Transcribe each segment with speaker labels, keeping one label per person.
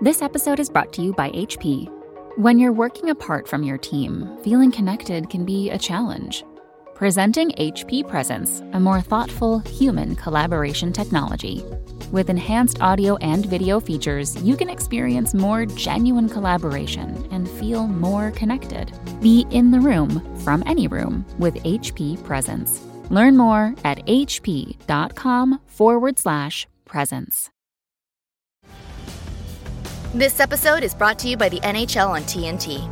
Speaker 1: This episode is brought to you by HP. When you're working apart from your team, feeling connected can be a challenge. Presenting HP Presence, a more thoughtful, human collaboration technology. With enhanced audio and video features, you can experience more genuine collaboration and feel more connected. Be in the room, from any room, with HP Presence. Learn more at hp.com forward slash presence.
Speaker 2: This episode is brought to you by the NHL on TNT.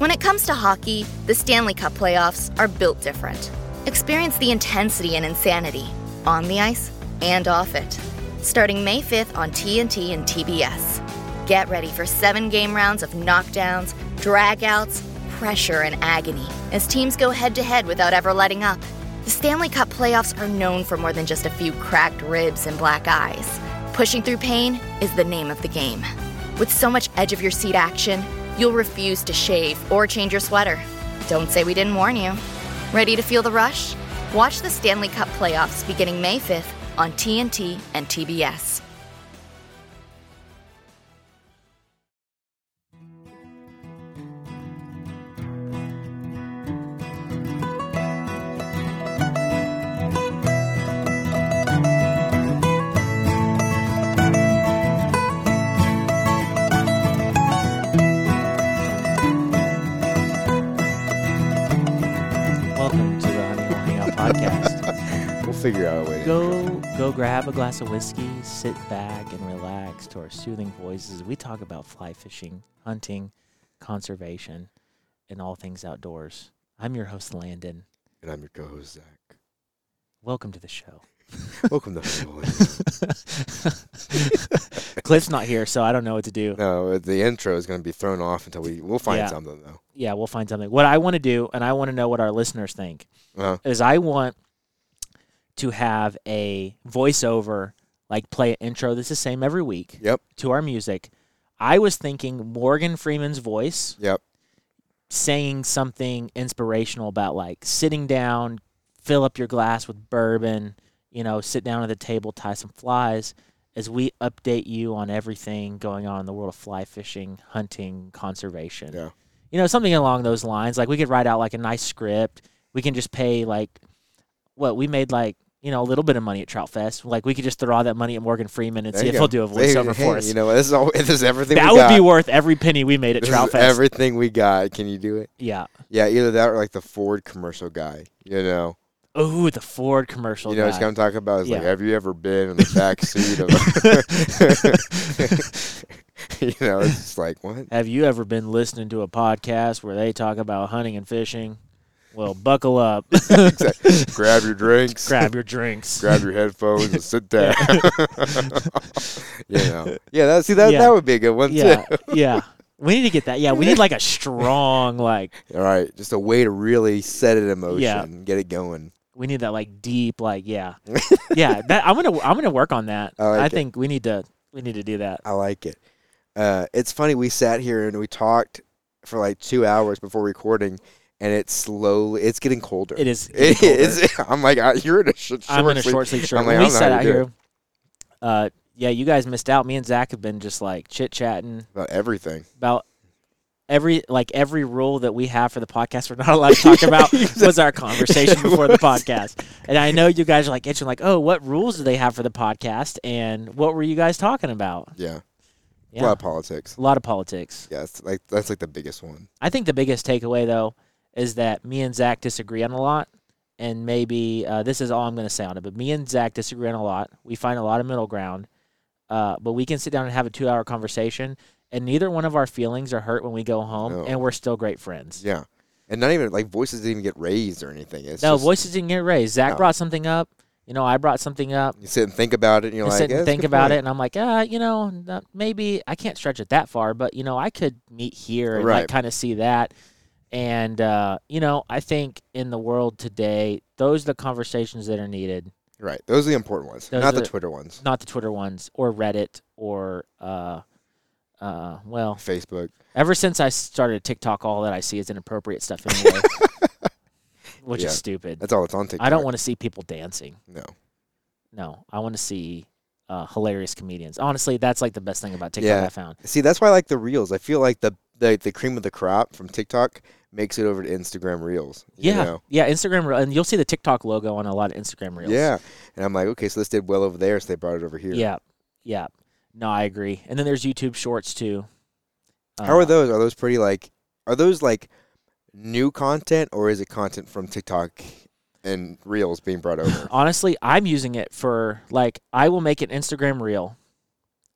Speaker 2: When it comes to hockey, the Stanley Cup playoffs are built different. Experience the intensity and insanity on the ice and off it. Starting May 5th on TNT and TBS. Get ready for seven game rounds of knockdowns, dragouts, pressure, and agony as teams go head to head without ever letting up. The Stanley Cup playoffs are known for more than just a few cracked ribs and black eyes. Pushing through pain is the name of the game. With so much edge of your seat action, you'll refuse to shave or change your sweater. Don't say we didn't warn you. Ready to feel the rush? Watch the Stanley Cup playoffs beginning May 5th on TNT and TBS.
Speaker 3: Welcome to the Honeymoon Hangout Podcast.
Speaker 4: We'll figure out a way. to
Speaker 3: Go, go grab a glass of whiskey, sit back and relax to our soothing voices. We talk about fly fishing, hunting, conservation, and all things outdoors. I'm your host, Landon.
Speaker 4: And I'm your co-host Zach.
Speaker 3: Welcome to the show.
Speaker 4: Welcome to Honeymoon.
Speaker 3: Cliff's not here, so I don't know what to do.
Speaker 4: no, the intro is going to be thrown off until we we'll find
Speaker 3: Yeah.
Speaker 4: something though.
Speaker 3: Yeah, we'll find something. What I want to do, and I want to know what our listeners think,
Speaker 4: Uh,
Speaker 3: is I want to have a voiceover, like play an intro that's the same every week
Speaker 4: yep,
Speaker 3: to our music. I was thinking Morgan Freeman's voice
Speaker 4: yep.
Speaker 3: saying something inspirational about like sitting down, fill up your glass with bourbon, you know, sit down at the table, tie some flies as we update you on everything going on in the world of fly fishing, hunting, conservation
Speaker 4: Yeah.
Speaker 3: you know something along those lines like we could write out like a nice script we can just pay like what we made like you know a little bit of money at trout fest like we could just throw all that money at morgan freeman and
Speaker 4: There
Speaker 3: see
Speaker 4: you
Speaker 3: if
Speaker 4: go.
Speaker 3: he'll do a
Speaker 4: There you-
Speaker 3: voiceover
Speaker 4: hey,
Speaker 3: for us
Speaker 4: You know, this is all. This is everything.
Speaker 3: that
Speaker 4: we
Speaker 3: would
Speaker 4: got.
Speaker 3: be worth every penny we made at
Speaker 4: This
Speaker 3: trout
Speaker 4: is
Speaker 3: fest
Speaker 4: everything we got. Can you do it?
Speaker 3: yeah
Speaker 4: Yeah, either that or like the Ford commercial guy. You know,
Speaker 3: oh the ford commercial
Speaker 4: you know, he's
Speaker 3: guy.
Speaker 4: going to talk about is like,
Speaker 3: Yeah.
Speaker 4: have you ever been in the back seat of? a-" you know, it's just like what?
Speaker 3: have you ever been listening to a podcast where they talk about hunting and fishing well buckle up
Speaker 4: Exactly. Grab your drinks.
Speaker 3: grab your drinks
Speaker 4: grab your headphones and sit down. you know, yeah. That, see, that
Speaker 3: Yeah.
Speaker 4: that would be a good one
Speaker 3: yeah
Speaker 4: too.
Speaker 3: yeah we need to get that yeah we need like a strong like
Speaker 4: All right, just a way to really set it in motion,
Speaker 3: Yeah.
Speaker 4: get it going.
Speaker 3: we need that like deep like yeah yeah that i'm gonna i'm gonna work on that
Speaker 4: I like
Speaker 3: i
Speaker 4: it.
Speaker 3: think we need to we need to do that
Speaker 4: I like it. Uh, it's funny. We sat here and we talked for like two hours before recording, and it's slowly. It's getting colder.
Speaker 3: it is
Speaker 4: It
Speaker 3: getting colder.
Speaker 4: is. I'm like, I, you're in a sh- short.
Speaker 3: i'm in a
Speaker 4: sleeve-
Speaker 3: short sleeve shirt
Speaker 4: I'm
Speaker 3: When
Speaker 4: like,
Speaker 3: we
Speaker 4: I don't know
Speaker 3: sat
Speaker 4: how
Speaker 3: out
Speaker 4: you do
Speaker 3: here uh yeah you guys missed out me and zach have been just like chit chatting
Speaker 4: about everything.
Speaker 3: about every like every rule that we have for the podcast we're not allowed to talk about was our conversation before the podcast and i know you guys are like itching like oh what rules do they have for the podcast and what were you guys talking about
Speaker 4: Yeah.
Speaker 3: yeah
Speaker 4: a lot of politics.
Speaker 3: a lot of politics
Speaker 4: Yeah, it's like that's like the biggest one.
Speaker 3: I think the biggest takeaway though is that me and Zach disagree on a lot, and maybe uh, this is all I'm going to say on it. But me and Zach disagree on a lot. We find a lot of middle ground, uh, but we can sit down and have a two-hour conversation, and neither one of our feelings are hurt when we go home,
Speaker 4: No.
Speaker 3: and we're still great friends.
Speaker 4: Yeah, and not even like voices didn't even get raised or anything. It's
Speaker 3: no,
Speaker 4: just,
Speaker 3: voices didn't get raised. Zach
Speaker 4: No.
Speaker 3: brought something up. You know, I brought something up.
Speaker 4: You sit and think about it, and you're
Speaker 3: I
Speaker 4: like,
Speaker 3: sit
Speaker 4: "Yeah,
Speaker 3: and
Speaker 4: that's a
Speaker 3: think
Speaker 4: good
Speaker 3: about
Speaker 4: point."
Speaker 3: it, and I'm like, uh, you know, not- maybe I can't stretch it that far, but you know, I could meet here and like
Speaker 4: Right.
Speaker 3: kind of see that. And uh, you know, I think in the world today, those are the conversations that are needed,
Speaker 4: Right. Those are the important ones,
Speaker 3: Those
Speaker 4: not
Speaker 3: are
Speaker 4: the
Speaker 3: the-
Speaker 4: Twitter ones.
Speaker 3: not the Twitter ones or Reddit or uh, uh, well,
Speaker 4: Facebook.
Speaker 3: ever since I started TikTok, all that I see is inappropriate stuff anyway, which
Speaker 4: Yeah.
Speaker 3: is stupid.
Speaker 4: That's all it's on TikTok.
Speaker 3: I don't want to see people dancing.
Speaker 4: No.
Speaker 3: No, I want to see uh, hilarious comedians. Honestly, that's like the best thing about TikTok
Speaker 4: Yeah.
Speaker 3: I found.
Speaker 4: See, that's why I like the reels. I feel like the the, the cream of the crop from TikTok makes it over to Instagram reels. you
Speaker 3: Yeah,
Speaker 4: know?
Speaker 3: yeah. Instagram, Reel- and you'll see the TikTok logo on a lot of Instagram reels.
Speaker 4: Yeah. And I'm like, okay, so this did well over there, so they brought it over here.
Speaker 3: yeah, yeah. No, I agree. And then there's YouTube Shorts too.
Speaker 4: How are
Speaker 3: Uh,
Speaker 4: those? Are those pretty like are those like new content or is it content from TikTok and reels being brought over?
Speaker 3: honestly, I'm using it for like I will make an Instagram reel,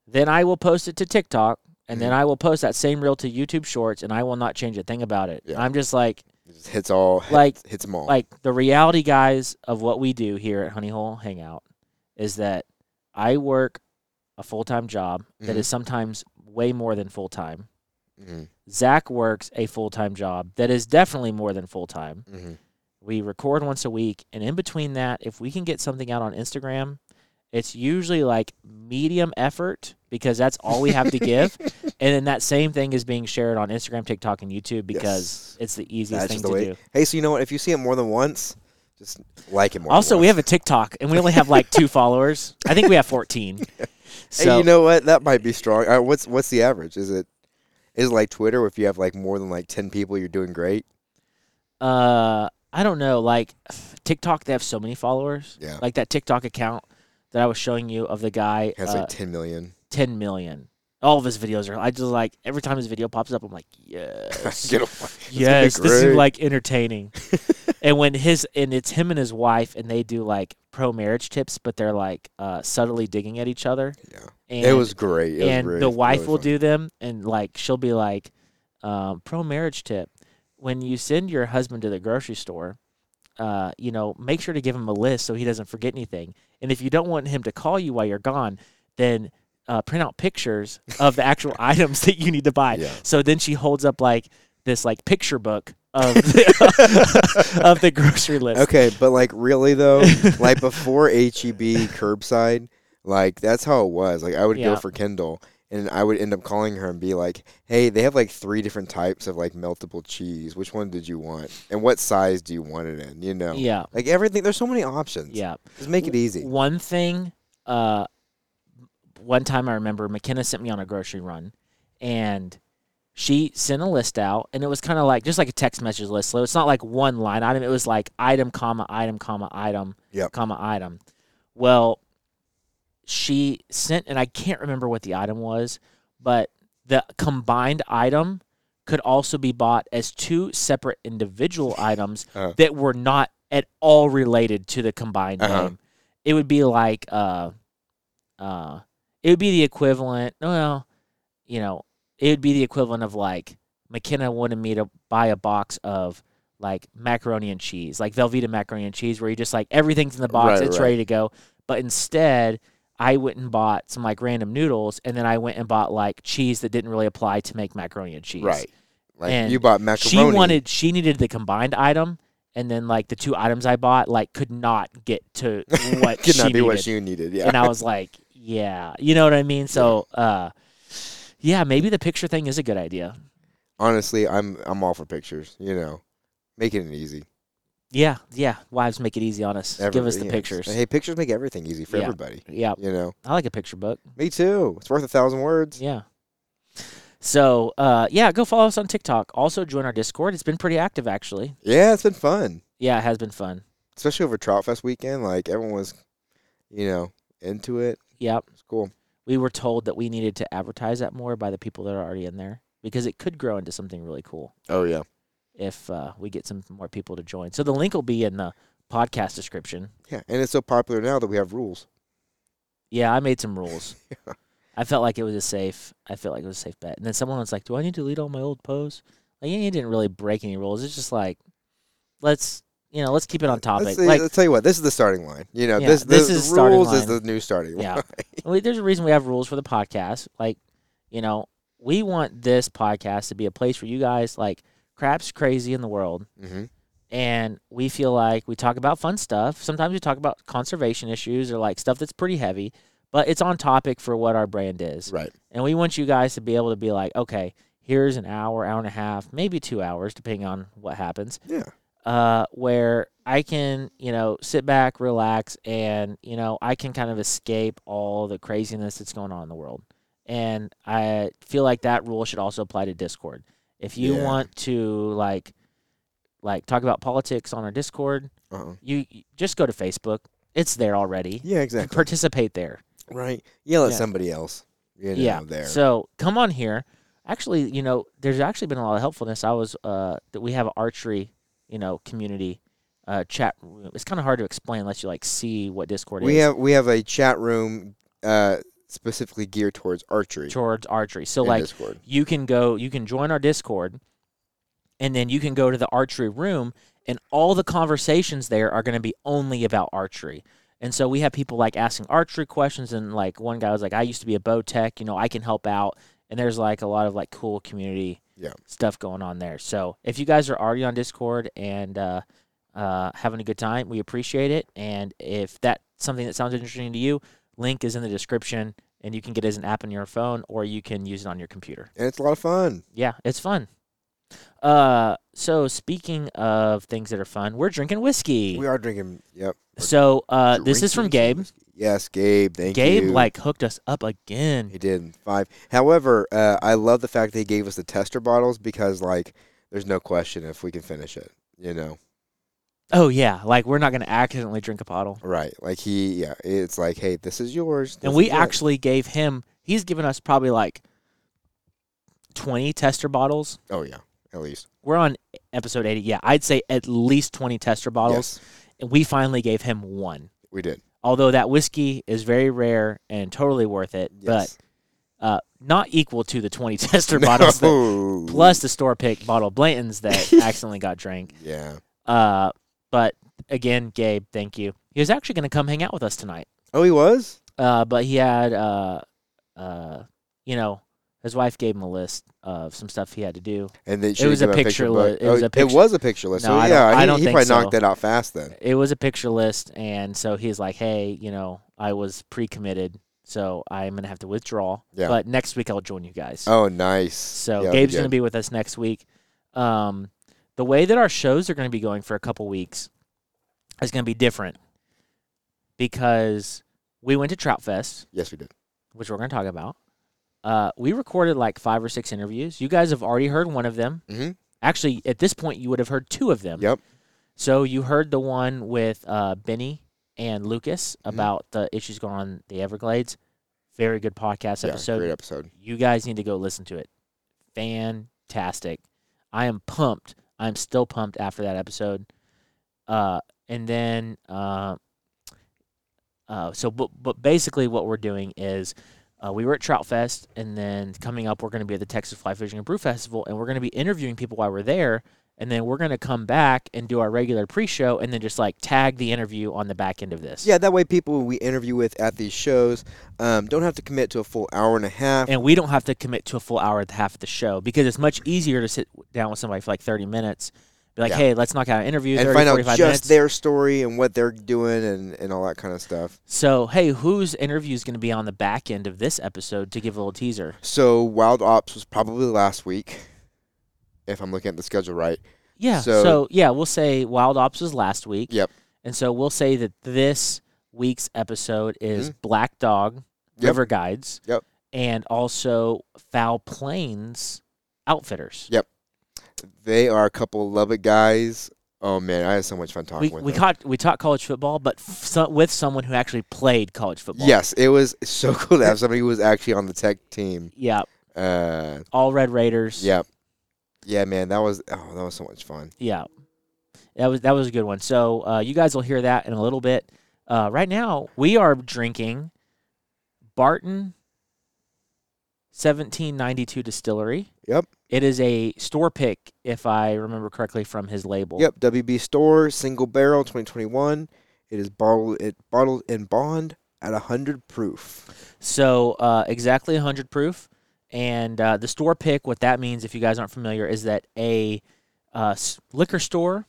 Speaker 3: then I will post it to TikTok, and then
Speaker 4: Mhm.
Speaker 3: I will post that same reel to YouTube Shorts, and I will not change a thing about it.
Speaker 4: Yeah. Oh.
Speaker 3: I'm just like
Speaker 4: it just hits all
Speaker 3: Like-
Speaker 4: hits, hits them all.
Speaker 3: like the reality guys of what we do here at Honey Hole Hangout is that I work a full time job that
Speaker 4: Mhm.
Speaker 3: is sometimes way more than full time.
Speaker 4: Mhm,
Speaker 3: Zach works a full time job that is definitely more than full time.
Speaker 4: mhm.
Speaker 3: We record once a week, and in between that, if we can get something out on Instagram, it's usually like medium effort because that's all we have to give. And then that same thing is being shared on Instagram, TikTok, and YouTube because
Speaker 4: Yes.
Speaker 3: it's the easiest
Speaker 4: That's
Speaker 3: thing
Speaker 4: just the
Speaker 3: to
Speaker 4: way.
Speaker 3: do.
Speaker 4: Hey, so you know what? If you see it more than once, just like it more.
Speaker 3: Also,
Speaker 4: than
Speaker 3: we
Speaker 4: once.
Speaker 3: have a TikTok and we only have like two followers. I think we have 14. So,
Speaker 4: hey, you know what? That might be strong. Uh, what's what's the average? Is it is it like Twitter? If you have like more than like ten people, you're doing great.
Speaker 3: uh, I don't know. Like TikTok, they have so many followers.
Speaker 4: Yeah.
Speaker 3: Like that TikTok account that I was showing you of the guy
Speaker 4: Has
Speaker 3: uh,
Speaker 4: like ten million.
Speaker 3: 10 million. All of his videos are. I just like every time his video pops up, I'm like, yes,
Speaker 4: Get away.
Speaker 3: yes, this is
Speaker 4: great.
Speaker 3: like entertaining. and when his and it's him and his wife, and they do like pro marriage tips, but they're like uh, subtly digging at each other.
Speaker 4: Yeah.
Speaker 3: And
Speaker 4: It was great. It was
Speaker 3: and
Speaker 4: really-
Speaker 3: the wife
Speaker 4: really
Speaker 3: will
Speaker 4: fun.
Speaker 3: do them and like she'll be like um, pro marriage tip when you send your husband to the grocery store uh, you know make sure to give him a list so he doesn't forget anything and if you don't want him to call you while you're gone then uh, print out pictures of the actual items that you need to buy
Speaker 4: Yeah.
Speaker 3: so then she holds up like this like picture book of the, of the grocery list
Speaker 4: Okay, but like really though, like before HEB curbside, like that's how it was. Like I would
Speaker 3: Yeah.
Speaker 4: go for Kindle and I would end up calling her and be like, "Hey, they have like three different types of like meltable cheese. Which one did you want? And what size do you want it in?" You know.
Speaker 3: yeah
Speaker 4: Like everything, there's so many options.
Speaker 3: yeah
Speaker 4: Just make it easy.
Speaker 3: One thing, uh, one time I remember McKenna sent me on a grocery run, and she sent a list out, and it was kind of like just like a text message list. So it's not like one line item. It was like item, comma item, comma item,
Speaker 4: Yep.
Speaker 3: comma item. Well, she sent, and I can't remember what the item was, but the combined item could also be bought as two separate individual items
Speaker 4: Uh-huh.
Speaker 3: that were not at all related to the combined
Speaker 4: Uh-huh.
Speaker 3: name. It would be like uh uh it would be the equivalent well, you know, it would be the equivalent of like McKenna wanted me to buy a box of like macaroni and cheese, like Velveeta macaroni and cheese, where you just like everything's in the box,
Speaker 4: Right,
Speaker 3: it's
Speaker 4: right.
Speaker 3: ready to go. But instead, I went and bought some like random noodles, and then I went and bought like cheese that didn't really apply to make macaroni and cheese.
Speaker 4: Right. Like
Speaker 3: And
Speaker 4: you bought macaroni.
Speaker 3: She wanted, she needed the combined item, and then like the two items I bought like could not get to what
Speaker 4: could
Speaker 3: she
Speaker 4: not be
Speaker 3: needed.
Speaker 4: what you needed. Yeah.
Speaker 3: And I was like, yeah, you know what I mean. So, uh, yeah, maybe the picture thing is a good idea.
Speaker 4: Honestly, I'm I'm all for pictures. You know, making it easy.
Speaker 3: Yeah, yeah. Wives make it easy on us. Give us
Speaker 4: Everybody-
Speaker 3: the
Speaker 4: yeah.
Speaker 3: pictures.
Speaker 4: Hey, pictures make everything easy for
Speaker 3: Yeah.
Speaker 4: everybody.
Speaker 3: Yeah,
Speaker 4: You know.
Speaker 3: I like a picture book.
Speaker 4: Me too. It's worth a thousand words.
Speaker 3: Yeah. So, uh, yeah, go follow us on TikTok. Also, join our Discord. It's been pretty active, actually.
Speaker 4: Yeah, it's been fun,
Speaker 3: Yeah, it has been fun.
Speaker 4: especially over Trout Fest weekend. Like everyone was, you know, into it.
Speaker 3: Yep.
Speaker 4: It's cool.
Speaker 3: We were told that we needed to advertise that more by the people that are already in there because it could grow into something really cool
Speaker 4: Oh yeah,
Speaker 3: if uh, we get some more people to join. So, the link will be in the podcast description.
Speaker 4: yeah. And it's so popular now that we have rules.
Speaker 3: Yeah, I made some rules. I felt like it was a safe. I felt like it was a safe bet. And then someone was like, "Do I need to delete all my old posts?" Like, yeah, you didn't really break any rules. It's just like, let's you know, let's keep it on topic.
Speaker 4: Let's,
Speaker 3: like,
Speaker 4: let's tell you what. This is the starting line. You know,
Speaker 3: Yeah,
Speaker 4: this,
Speaker 3: this
Speaker 4: the
Speaker 3: is
Speaker 4: the
Speaker 3: starting
Speaker 4: rules is
Speaker 3: line.
Speaker 4: the new starting line.
Speaker 3: yeah, we, there's a reason we have rules for the podcast. Like, you know, we want this podcast to be a place for you guys. Like, crap's crazy in the world,
Speaker 4: hmm
Speaker 3: and we feel like we talk about fun stuff. Sometimes we talk about conservation issues or like stuff that's pretty heavy, but it's on topic for what our brand is.
Speaker 4: Right.
Speaker 3: And we want you guys to be able to be like, okay, here's an hour, hour and a half, maybe two hours, depending on what happens,
Speaker 4: Yeah.
Speaker 3: uh, where I can, you know, sit back, relax, and, you know, I can kind of escape all the craziness that's going on in the world. And I feel like that rule should also apply to Discord. If you
Speaker 4: Yeah.
Speaker 3: want to like like talk about politics on our Discord,
Speaker 4: Uh-uh.
Speaker 3: you you- just go to Facebook. It's there already.
Speaker 4: Yeah, exactly.
Speaker 3: Participate there.
Speaker 4: right. Yell at
Speaker 3: Yeah.
Speaker 4: somebody else. You know,
Speaker 3: yeah.
Speaker 4: there.
Speaker 3: So come on here. Actually, you know, there's actually been a lot of helpfulness. I was uh that we have an archery, you know, community uh chat room. It's kind of hard to explain unless you like see what Discord
Speaker 4: we
Speaker 3: is
Speaker 4: have we have a chat room uh, specifically geared towards archery.
Speaker 3: towards archery. So
Speaker 4: in
Speaker 3: like
Speaker 4: Discord.
Speaker 3: you can go, you can join our Discord, and then you can go to the archery room, and all the conversations there are going to be only about archery. And so we have people like asking archery questions, and like one guy was like, "I used to be a bow tech, you know, I can help out." And there's like a lot of like cool community
Speaker 4: Yeah.
Speaker 3: stuff going on there. So if you guys are already on Discord and uh, uh, having a good time, we appreciate it. And if that's something that sounds interesting to you, link is in the description, and you can get it as an app on your phone, or you can use it on your computer
Speaker 4: and it's a lot of fun.
Speaker 3: yeah, it's fun. Uh, so speaking of things that are fun, we're drinking whiskey.
Speaker 4: We are drinking. Yep. we're
Speaker 3: so uh, this is from
Speaker 4: drinking some
Speaker 3: Gabe.
Speaker 4: whiskey. Yes, Gabe. Thank you.
Speaker 3: Gabe like hooked us up again.
Speaker 4: He did five. However, uh, I love the fact they gave us the tester bottles because like there's no question if we can finish it. You know,
Speaker 3: Oh yeah, like we're not gonna accidentally drink a bottle.
Speaker 4: right? Like he, yeah. It's like, hey, this is yours.
Speaker 3: And
Speaker 4: this
Speaker 3: we
Speaker 4: is it.
Speaker 3: actually gave him. He's given us probably like twenty tester bottles.
Speaker 4: Oh yeah, at least
Speaker 3: We're on episode eighty. Yeah, I'd say at least twenty tester bottles.
Speaker 4: Yes,
Speaker 3: And we finally gave him one.
Speaker 4: we did.
Speaker 3: Although that whiskey is very rare and totally worth it, but
Speaker 4: Yes.
Speaker 3: uh, not equal to the 20 tester bottles that,
Speaker 4: No.
Speaker 3: plus the store pick bottle of Blanton's that accidentally got drank.
Speaker 4: Yeah.
Speaker 3: Uh, but again, Gabe, thank you. He was actually going to come hang out with us tonight,
Speaker 4: Oh, he was.
Speaker 3: uh, but he had, uh, uh, you know, his wife gave him a list of some stuff he had to do.
Speaker 4: And then she
Speaker 3: was
Speaker 4: gave
Speaker 3: a
Speaker 4: him
Speaker 3: picture
Speaker 4: book.
Speaker 3: li- it was
Speaker 4: Oh,
Speaker 3: a picture-
Speaker 4: It was a picture list.
Speaker 3: No,
Speaker 4: so
Speaker 3: I don't-
Speaker 4: yeah,
Speaker 3: I
Speaker 4: he-
Speaker 3: don't
Speaker 4: he
Speaker 3: think
Speaker 4: probably
Speaker 3: so.
Speaker 4: knocked that out fast then.
Speaker 3: It was a picture list, and so he's like, "Hey, you know, I was pre-committed, so I'm going to have to withdraw.
Speaker 4: Yeah.
Speaker 3: But next week I'll join you guys."
Speaker 4: Oh, nice.
Speaker 3: So
Speaker 4: Yeah,
Speaker 3: Gabe's
Speaker 4: yeah.
Speaker 3: going to be with us next week. Um, the way that our shows are going to be going for a couple weeks is going to be different because we went to Trout Fest,
Speaker 4: Yes, we did.
Speaker 3: which we're going to talk about. Uh, we recorded like five or six interviews. You guys have already heard one of them.
Speaker 4: Mhm.
Speaker 3: Actually, at this point, you would have heard two of them.
Speaker 4: Yep.
Speaker 3: So you heard the one with uh, Benny and Lucas about the issues going on in the Everglades. Very good podcast
Speaker 4: yeah,
Speaker 3: episode.
Speaker 4: Great episode.
Speaker 3: You guys need to go listen to it. Fantastic. I am pumped. I'm still pumped after that episode. Uh, and then, uh, uh, so, but, but basically, what we're doing is uh, we were at Trout Fest, and then coming up, we're going to be at the Texas Fly Fishing and Brew Festival, and we're going to be interviewing people while we're there. And then we're going to come back and do our regular pre show, and then just like tag the interview on the back end of this.
Speaker 4: Yeah, that way people we interview with at these shows um, don't have to commit to a full hour and a half.
Speaker 3: and we don't have to commit to a full hour at the half of the show because it's much easier to sit down with somebody for like 30 minutes be like
Speaker 4: Yeah.
Speaker 3: hey let's knock out an interview
Speaker 4: and
Speaker 3: 30,
Speaker 4: find out
Speaker 3: 45
Speaker 4: just
Speaker 3: minutes
Speaker 4: their story and what they're doing and, and all that kind of stuff.
Speaker 3: so hey whose interview is going to be on the back end of this episode to give a little teaser
Speaker 4: So Wild Ops was probably last week, if I'm looking at the schedule right.
Speaker 3: yeah so,
Speaker 4: So-
Speaker 3: yeah we'll say wild ops was last week
Speaker 4: Yep.
Speaker 3: and so we'll say that this week's episode is black dog
Speaker 4: Mm-hmm. Yep.
Speaker 3: river guides
Speaker 4: Yep.
Speaker 3: and also foul plains outfitters
Speaker 4: They are a couple of Lubbock guys. Oh man, I had so much fun talking
Speaker 3: we,
Speaker 4: with
Speaker 3: we
Speaker 4: them.
Speaker 3: caught we taught college football but f- so, with someone who actually played college football
Speaker 4: Yes, it was so cool to have somebody who was actually on the tech team.
Speaker 3: yeah
Speaker 4: Uh,
Speaker 3: all Red Raiders.
Speaker 4: yeah, yeah, man, that was oh, that was so much fun.
Speaker 3: yeah, that was that was a good one. So uh, you guys will hear that in a little bit. Uh, right now, we are drinking Barton 1792 Distillery.
Speaker 4: Yep.
Speaker 3: It is a store pick, if I remember correctly, from his label.
Speaker 4: Yep, WB Store single barrel 2021. It is bottled it bottled in bond at 100 proof.
Speaker 3: So uh, exactly 100 proof. And uh, the store pick, what that means, if you guys aren't familiar, is that a uh, s- liquor store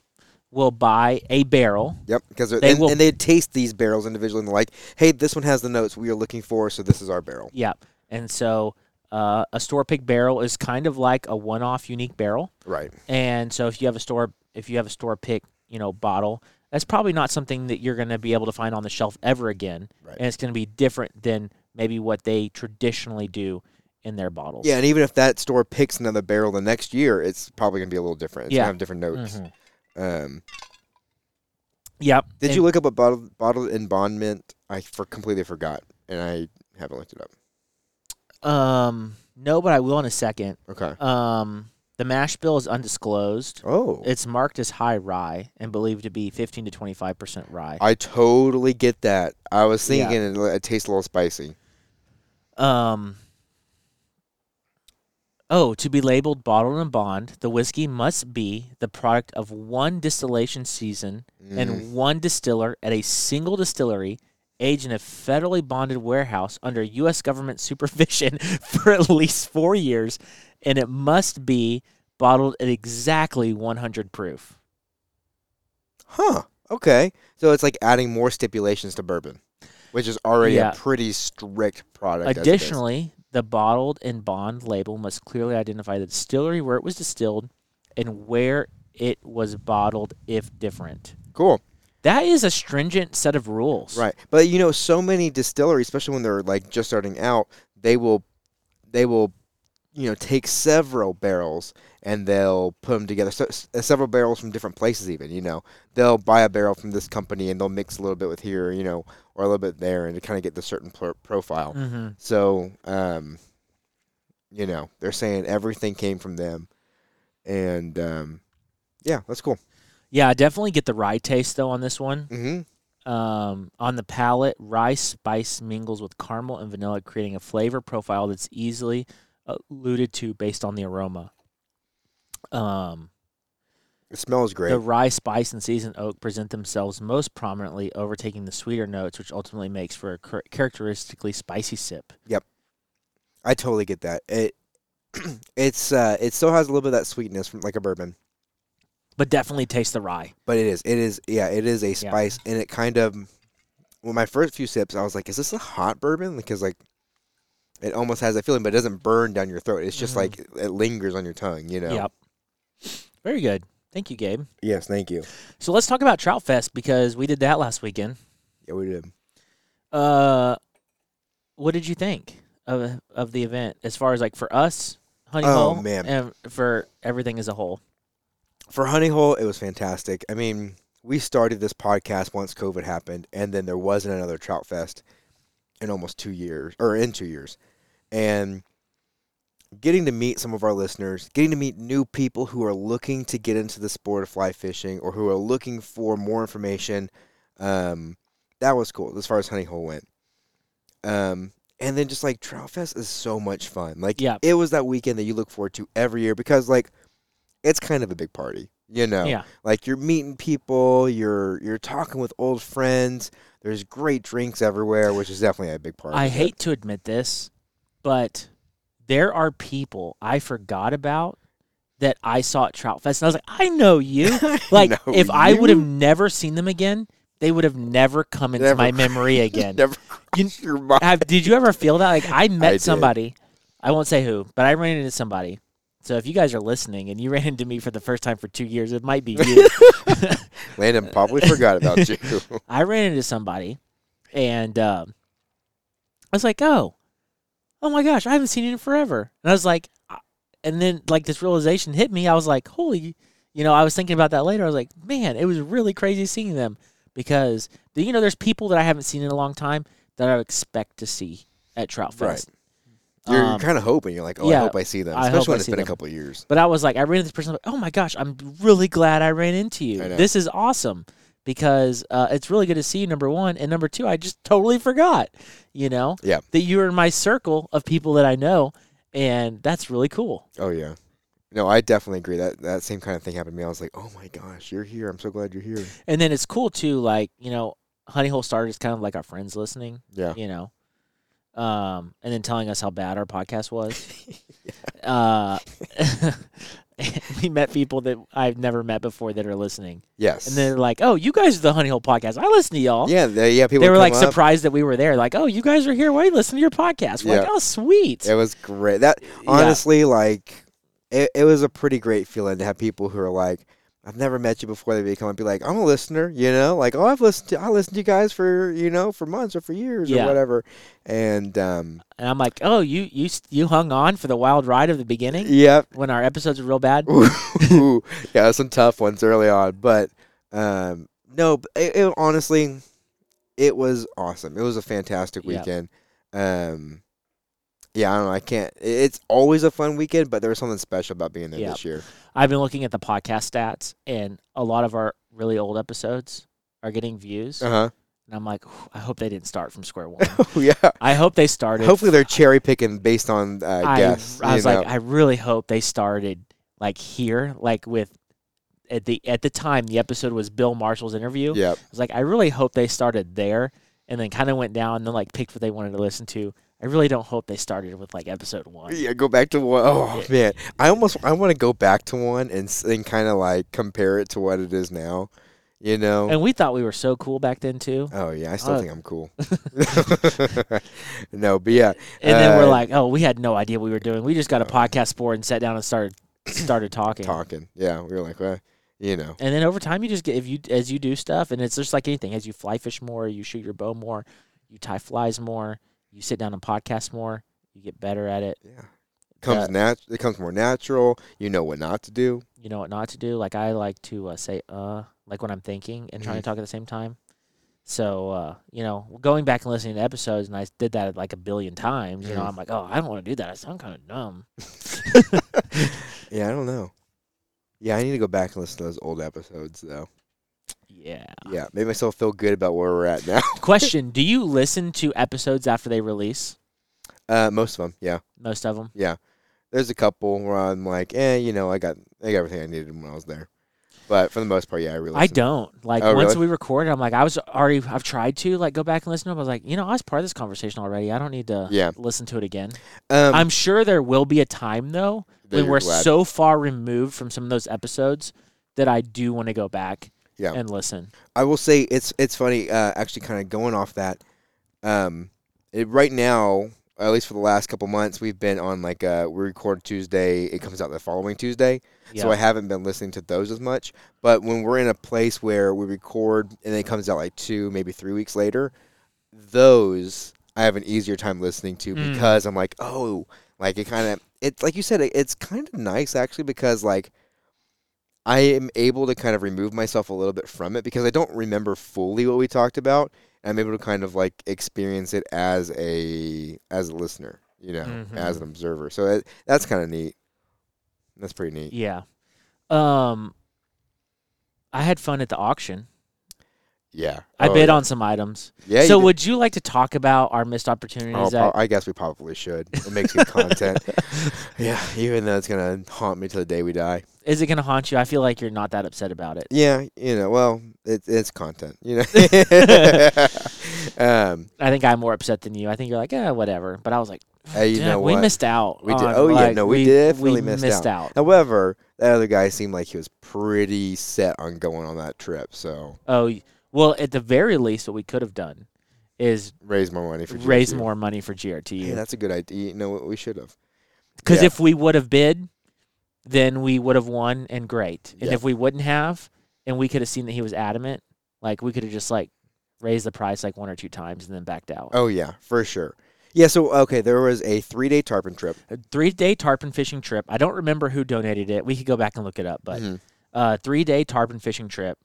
Speaker 3: will buy a barrel.
Speaker 4: Yep, because
Speaker 3: They
Speaker 4: they and,
Speaker 3: will-
Speaker 4: and they taste these barrels individually and they're like, "Hey, this one has the notes we are looking for, so this is our barrel."
Speaker 3: Yep. And so uh, a store pick barrel is kind of like a one off unique barrel.
Speaker 4: Right.
Speaker 3: And so if you have a store if you have a store pick, you know, bottle, that's probably not something that you're going to be able to find on the shelf ever again.
Speaker 4: Right.
Speaker 3: And it's going to be different than maybe what they traditionally do in their bottles.
Speaker 4: Yeah, and even if that store picks another barrel the next year, it's probably gonna be a little different. It's
Speaker 3: Yeah.
Speaker 4: gonna have different notes.
Speaker 3: Mhm.
Speaker 4: Um,
Speaker 3: Yep.
Speaker 4: did
Speaker 3: And-
Speaker 4: you look up a bottle bottled embondment? I for completely forgot, and I haven't looked it up.
Speaker 3: Um, no, but I will in a second.
Speaker 4: Okay.
Speaker 3: Um, the mash bill is undisclosed.
Speaker 4: Oh,
Speaker 3: It's marked as high rye and believed to be 15 to 25 percent rye.
Speaker 4: I totally get that. I was
Speaker 3: Yeah.
Speaker 4: thinking it, it tastes a little spicy.
Speaker 3: Um. Oh, to be labeled bottled and bond, the whiskey must be the product of one distillation season and one distiller at a single distillery, aged in a federally bonded warehouse under U.S. government supervision for at least four years, and it must be bottled at exactly 100 proof.
Speaker 4: Huh. Okay. So it's like adding more stipulations to bourbon, which is already
Speaker 3: Yeah.
Speaker 4: a pretty strict product. as it is.
Speaker 3: Additionally, the bottled and bond label must clearly identify the distillery where it was distilled and where it was bottled if different.
Speaker 4: cool.
Speaker 3: That is a stringent set of rules.
Speaker 4: Right. But you know, so many distilleries, especially when they're like just starting out, they will they will you know, take several barrels and they'll put them together. So, s- several barrels from different places, even. You know, they'll buy a barrel from this company and they'll mix a little bit with here, you know, or a little bit there, and to kind of get the certain pro- profile.
Speaker 3: hmm
Speaker 4: So, um, you know, they're saying everything came from them, and um, yeah, that's cool.
Speaker 3: Yeah, I definitely get the rye taste though on this one.
Speaker 4: hmm
Speaker 3: Um, on the palate, rye spice mingles with caramel and vanilla, creating a flavor profile that's easily uh, alluded to based on the aroma. Um,
Speaker 4: It smells great.
Speaker 3: The rye, spice, and seasoned oak present themselves most prominently, overtaking the sweeter notes, which ultimately makes for a char- characteristically spicy sip.
Speaker 4: I totally get that. It it's uh it still has a little bit of that sweetness from like a bourbon,
Speaker 3: But definitely taste the rye.
Speaker 4: but it is it is yeah it is a spice and it kind of well my first few sips I was like is this a hot bourbon because like it almost has that feeling but it doesn't burn down your throat it's just
Speaker 3: Mhm.
Speaker 4: like it lingers on your tongue you know
Speaker 3: Yep. Very good. Thank you, Gabe.
Speaker 4: yes thank you
Speaker 3: So let's talk about Trout Fest because we did that last weekend.
Speaker 4: yeah we did
Speaker 3: Uh, what did you think of of the event as far as like for us, Honey
Speaker 4: Oh,
Speaker 3: Hole,
Speaker 4: man.
Speaker 3: and for everything as a whole?
Speaker 4: for Honey Hole it was fantastic I mean we started this podcast once COVID happened and then there wasn't another Trout Fest in almost two years or in two years and getting to meet some of our listeners, getting to meet new people who are looking to get into the sport of fly fishing or who are looking for more information. Um, that was cool as far as Honey Hole went. Um, and then just like Trout Fest is so much fun. Like,
Speaker 3: Yeah.
Speaker 4: it was that weekend that you look forward to every year because, like, it's kind of a big party, you know?
Speaker 3: Yeah.
Speaker 4: Like, you're meeting people, you're you're talking with old friends. There's great drinks everywhere, which is definitely a big part.
Speaker 3: I
Speaker 4: of it.
Speaker 3: hate to admit this, but there are people I forgot about that I saw at Trout Fest, and I was like, I know you. Like,
Speaker 4: know
Speaker 3: if I would have
Speaker 4: you.
Speaker 3: never seen them again, they would have never come into
Speaker 4: Never.
Speaker 3: my memory again.
Speaker 4: Never
Speaker 3: You-
Speaker 4: crossed your mind.
Speaker 3: have, did you ever feel that? Like, I met
Speaker 4: did.
Speaker 3: somebody, I won't say who, but I ran into somebody. So if you guys are listening and you ran into me for the first time for two years, it might be you.
Speaker 4: Landon
Speaker 3: Uh,
Speaker 4: probably forgot about you.
Speaker 3: I ran into somebody, and um, I was like, "Oh, oh my gosh, I haven't seen you in forever." And I was like, I- and then like this realization hit me. I was like, "Holy!" You know, I was thinking about that later. I was like, "Man, it was really crazy seeing them because you know, there's people that I haven't seen in a long time that I would expect to see at Trout
Speaker 4: Right.
Speaker 3: Fest."
Speaker 4: You're
Speaker 3: Um,
Speaker 4: kind of hoping. You're like, oh,
Speaker 3: yeah,
Speaker 4: I hope I see them.
Speaker 3: I hope I
Speaker 4: Especially when it's
Speaker 3: see
Speaker 4: been
Speaker 3: them.
Speaker 4: a couple of years.
Speaker 3: But I was like, I ran into this person. Like, oh my gosh, I'm really glad I ran into you.
Speaker 4: I know.
Speaker 3: This is awesome because uh, it's really good to see you. Number one, and number two, I just totally forgot. You know,
Speaker 4: Yeah.
Speaker 3: that you were in my circle of people that I know, and that's really cool.
Speaker 4: Oh yeah. No, I definitely agree. That that same kind of thing happened to me. I was like, oh my gosh, you're here. I'm so glad you're here.
Speaker 3: And then it's cool too. Like you know, Honey Hole started as kind of like our friends listening.
Speaker 4: Yeah.
Speaker 3: you know, um, and then telling us how bad our podcast was. uh, we met people that I've never met before that are listening,
Speaker 4: Yes.
Speaker 3: and they're like, "Oh, you guys are the Honey Hole podcast. I listen to y'all."
Speaker 4: yeah, they, yeah. People
Speaker 3: they were
Speaker 4: would
Speaker 3: like
Speaker 4: come up.
Speaker 3: surprised that we were there. Like, "Oh, you guys are here. Why you listen to your podcast?" We're like,
Speaker 4: Yeah.
Speaker 3: "Oh, sweet."
Speaker 4: It was great. That honestly, like, it, it was a pretty great feeling to have people who are like, I've never met you before. They become and be like, I'm a listener, you know, like oh, I've listened to I listened to you guys for you know for months or for years
Speaker 3: Yeah.
Speaker 4: or whatever, and um,
Speaker 3: And I'm like, oh, you you s- you hung on for the wild ride of the beginning
Speaker 4: yep,
Speaker 3: when our episodes were real bad.
Speaker 4: Ooh, yeah, some tough ones early on, but um, no, b- it, it- honestly, it was awesome. It was a fantastic
Speaker 3: Yeah.
Speaker 4: weekend. Um, yeah, I don't know. I can't. i- It's always a fun weekend, but there was something special about being there
Speaker 3: Yeah.
Speaker 4: this year.
Speaker 3: I've been looking at the podcast stats, and a lot of our really old episodes are getting views.
Speaker 4: Uh huh.
Speaker 3: And I'm like, "Whew, I hope they didn't start from square one.
Speaker 4: Oh, yeah.
Speaker 3: I hope they started.
Speaker 4: Hopefully, they're cherry picking based on uh,
Speaker 3: I,
Speaker 4: guests.
Speaker 3: I
Speaker 4: you
Speaker 3: was
Speaker 4: know.
Speaker 3: like, I really hope they started like here, like with at the at the time the episode was Bill Marshall's interview.
Speaker 4: yep.
Speaker 3: I was like, I really hope they started there and then kind of went down and then like picked what they wanted to listen to. I really don't hope they started with like episode one.
Speaker 4: Yeah, go back to one. Oh
Speaker 3: Yeah.
Speaker 4: man, I almost I want to go back to one and s- and kind of like compare it to what it is now, you know.
Speaker 3: And we thought we were so cool back then too.
Speaker 4: Oh yeah, I still
Speaker 3: Uh,
Speaker 4: think I'm cool. no, but yeah,
Speaker 3: And then we're
Speaker 4: Uh,
Speaker 3: like, oh, we had no idea what we were doing. We just got a podcast board and sat down and started started talking.
Speaker 4: talking. Yeah, we were like, well, you know,
Speaker 3: And then over time, you just get if you as you do stuff, and it's just like anything. As you fly fish more, you shoot your bow more, you tie flies more, you sit down and podcast more, you get better at it.
Speaker 4: yeah, comes
Speaker 3: That-
Speaker 4: nat- It comes more natural. You know what not to do.
Speaker 3: You know what not to do. Like I like to uh, say uh, like when I'm thinking and trying to talk at the same time. So uh, you know, going back and listening to episodes, and I did that like a billion times. You know,
Speaker 4: Mhm.
Speaker 3: I'm like, oh, I don't want to do that. I sound kind of dumb.
Speaker 4: Yeah, I don't know. Yeah, I need to go back and listen to those old episodes though.
Speaker 3: Yeah.
Speaker 4: Yeah, made myself feel good about where we're at now.
Speaker 3: Question: Do you listen to episodes after they release?
Speaker 4: Uh, most of them, yeah.
Speaker 3: Most of them.
Speaker 4: There's a couple where I'm like, eh, you know, I got I got everything I needed when I was there. But for the most part, yeah, I really.
Speaker 3: I don't like
Speaker 4: Oh,
Speaker 3: once
Speaker 4: really?
Speaker 3: we recorded. I'm like, I was already. I've tried to like go back and listen to. Them. I was like, you know, I was part of this conversation already. I don't need to
Speaker 4: Yeah.
Speaker 3: listen to it again.
Speaker 4: Um,
Speaker 3: I'm sure there will be a time though
Speaker 4: that
Speaker 3: when
Speaker 4: you're
Speaker 3: we're
Speaker 4: glad.
Speaker 3: so far removed from some of those episodes that I do want to go back
Speaker 4: Yeah.
Speaker 3: and listen.
Speaker 4: I will say it's it's funny. Uh, actually, kind of going off that. Um, it, right now, at least for the last couple months, we've been on like uh, we record Tuesday. It comes out the following Tuesday,
Speaker 3: Yeah.
Speaker 4: so I haven't been listening to those as much. But when we're in a place where we record and it comes out like two, maybe three weeks later, those I have an easier time listening to
Speaker 3: Mm.
Speaker 4: because I'm like, oh, like it kind of it's like you said, it, it's kind of nice actually because like I am able to kind of remove myself a little bit from it because I don't remember fully what we talked about. And I'm able to kind of like experience it as a as a listener, you know,
Speaker 3: Mm-hmm.
Speaker 4: as an observer. So it, that's kind of neat. That's pretty neat.
Speaker 3: yeah. Um. I had fun at the auction.
Speaker 4: Yeah,
Speaker 3: I
Speaker 4: Oh,
Speaker 3: bid
Speaker 4: yeah.
Speaker 3: on some items.
Speaker 4: Yeah,
Speaker 3: so
Speaker 4: you
Speaker 3: would you like to talk about our missed
Speaker 4: did.
Speaker 3: opportunities?
Speaker 4: Oh,
Speaker 3: that-
Speaker 4: pro- I guess we probably should. It makes good content. Yeah, even though it's gonna haunt me till the day we die.
Speaker 3: Is it going to haunt you? I feel like you're not that upset about it.
Speaker 4: Yeah, you know, well, it, it's content. You know. um,
Speaker 3: I think I'm more upset than you. I think you're like, eh, whatever. But I was like,
Speaker 4: hey, you
Speaker 3: "Dang,
Speaker 4: know
Speaker 3: we
Speaker 4: what?
Speaker 3: missed out.
Speaker 4: We did-
Speaker 3: on,
Speaker 4: oh, yeah,
Speaker 3: like,
Speaker 4: no, we
Speaker 3: we
Speaker 4: definitely
Speaker 3: we
Speaker 4: missed
Speaker 3: out.
Speaker 4: However, that other guy seemed like he was pretty set on going on that trip. So
Speaker 3: Oh, y- well, at the very least, what we could have done is
Speaker 4: raise more money for GRT.
Speaker 3: raise more money for GRTU.
Speaker 4: Yeah, that's a good idea. You know what? We should have.
Speaker 3: Because
Speaker 4: Yeah.
Speaker 3: if we would have bid, then we would have won and great. And
Speaker 4: Yeah.
Speaker 3: if we wouldn't have, and we could have seen that he was adamant, like we could have just like raised the price like one or two times and then backed out.
Speaker 4: Oh yeah, for sure. Yeah. So okay, there was a three-day tarpon trip.
Speaker 3: A three day tarpon fishing trip. I don't remember who donated it. We could go back and look it up, but
Speaker 4: Mhm.
Speaker 3: uh, three day tarpon fishing trip.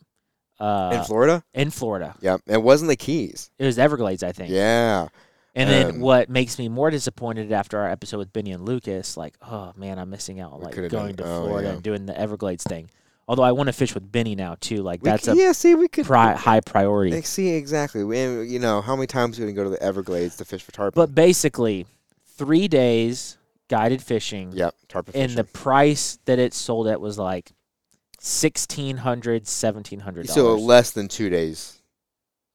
Speaker 3: Uh,
Speaker 4: in Florida.
Speaker 3: in Florida.
Speaker 4: Yeah, it wasn't the Keys.
Speaker 3: It was Everglades, I think.
Speaker 4: Yeah.
Speaker 3: And then
Speaker 4: um,
Speaker 3: what makes me more disappointed after our episode with Benny and Lucas, like, oh man, I'm missing out,
Speaker 4: We
Speaker 3: like
Speaker 4: could've
Speaker 3: going to
Speaker 4: done- oh,
Speaker 3: Florida
Speaker 4: yeah.
Speaker 3: and doing the Everglades thing. Although I want to fish with Benny now too, like
Speaker 4: We
Speaker 3: that's
Speaker 4: c-
Speaker 3: a
Speaker 4: yeah. See, we could
Speaker 3: pri- high priority.
Speaker 4: Eh, See exactly. We, you know how many times are we gonna go to the Everglades to fish for tarpon?
Speaker 3: But basically, three days guided fishing,
Speaker 4: yep, tarpon
Speaker 3: and
Speaker 4: fishing.
Speaker 3: the price that it sold at was like sixteen hundred, seventeen hundred
Speaker 4: so
Speaker 3: dollars.
Speaker 4: less than two days,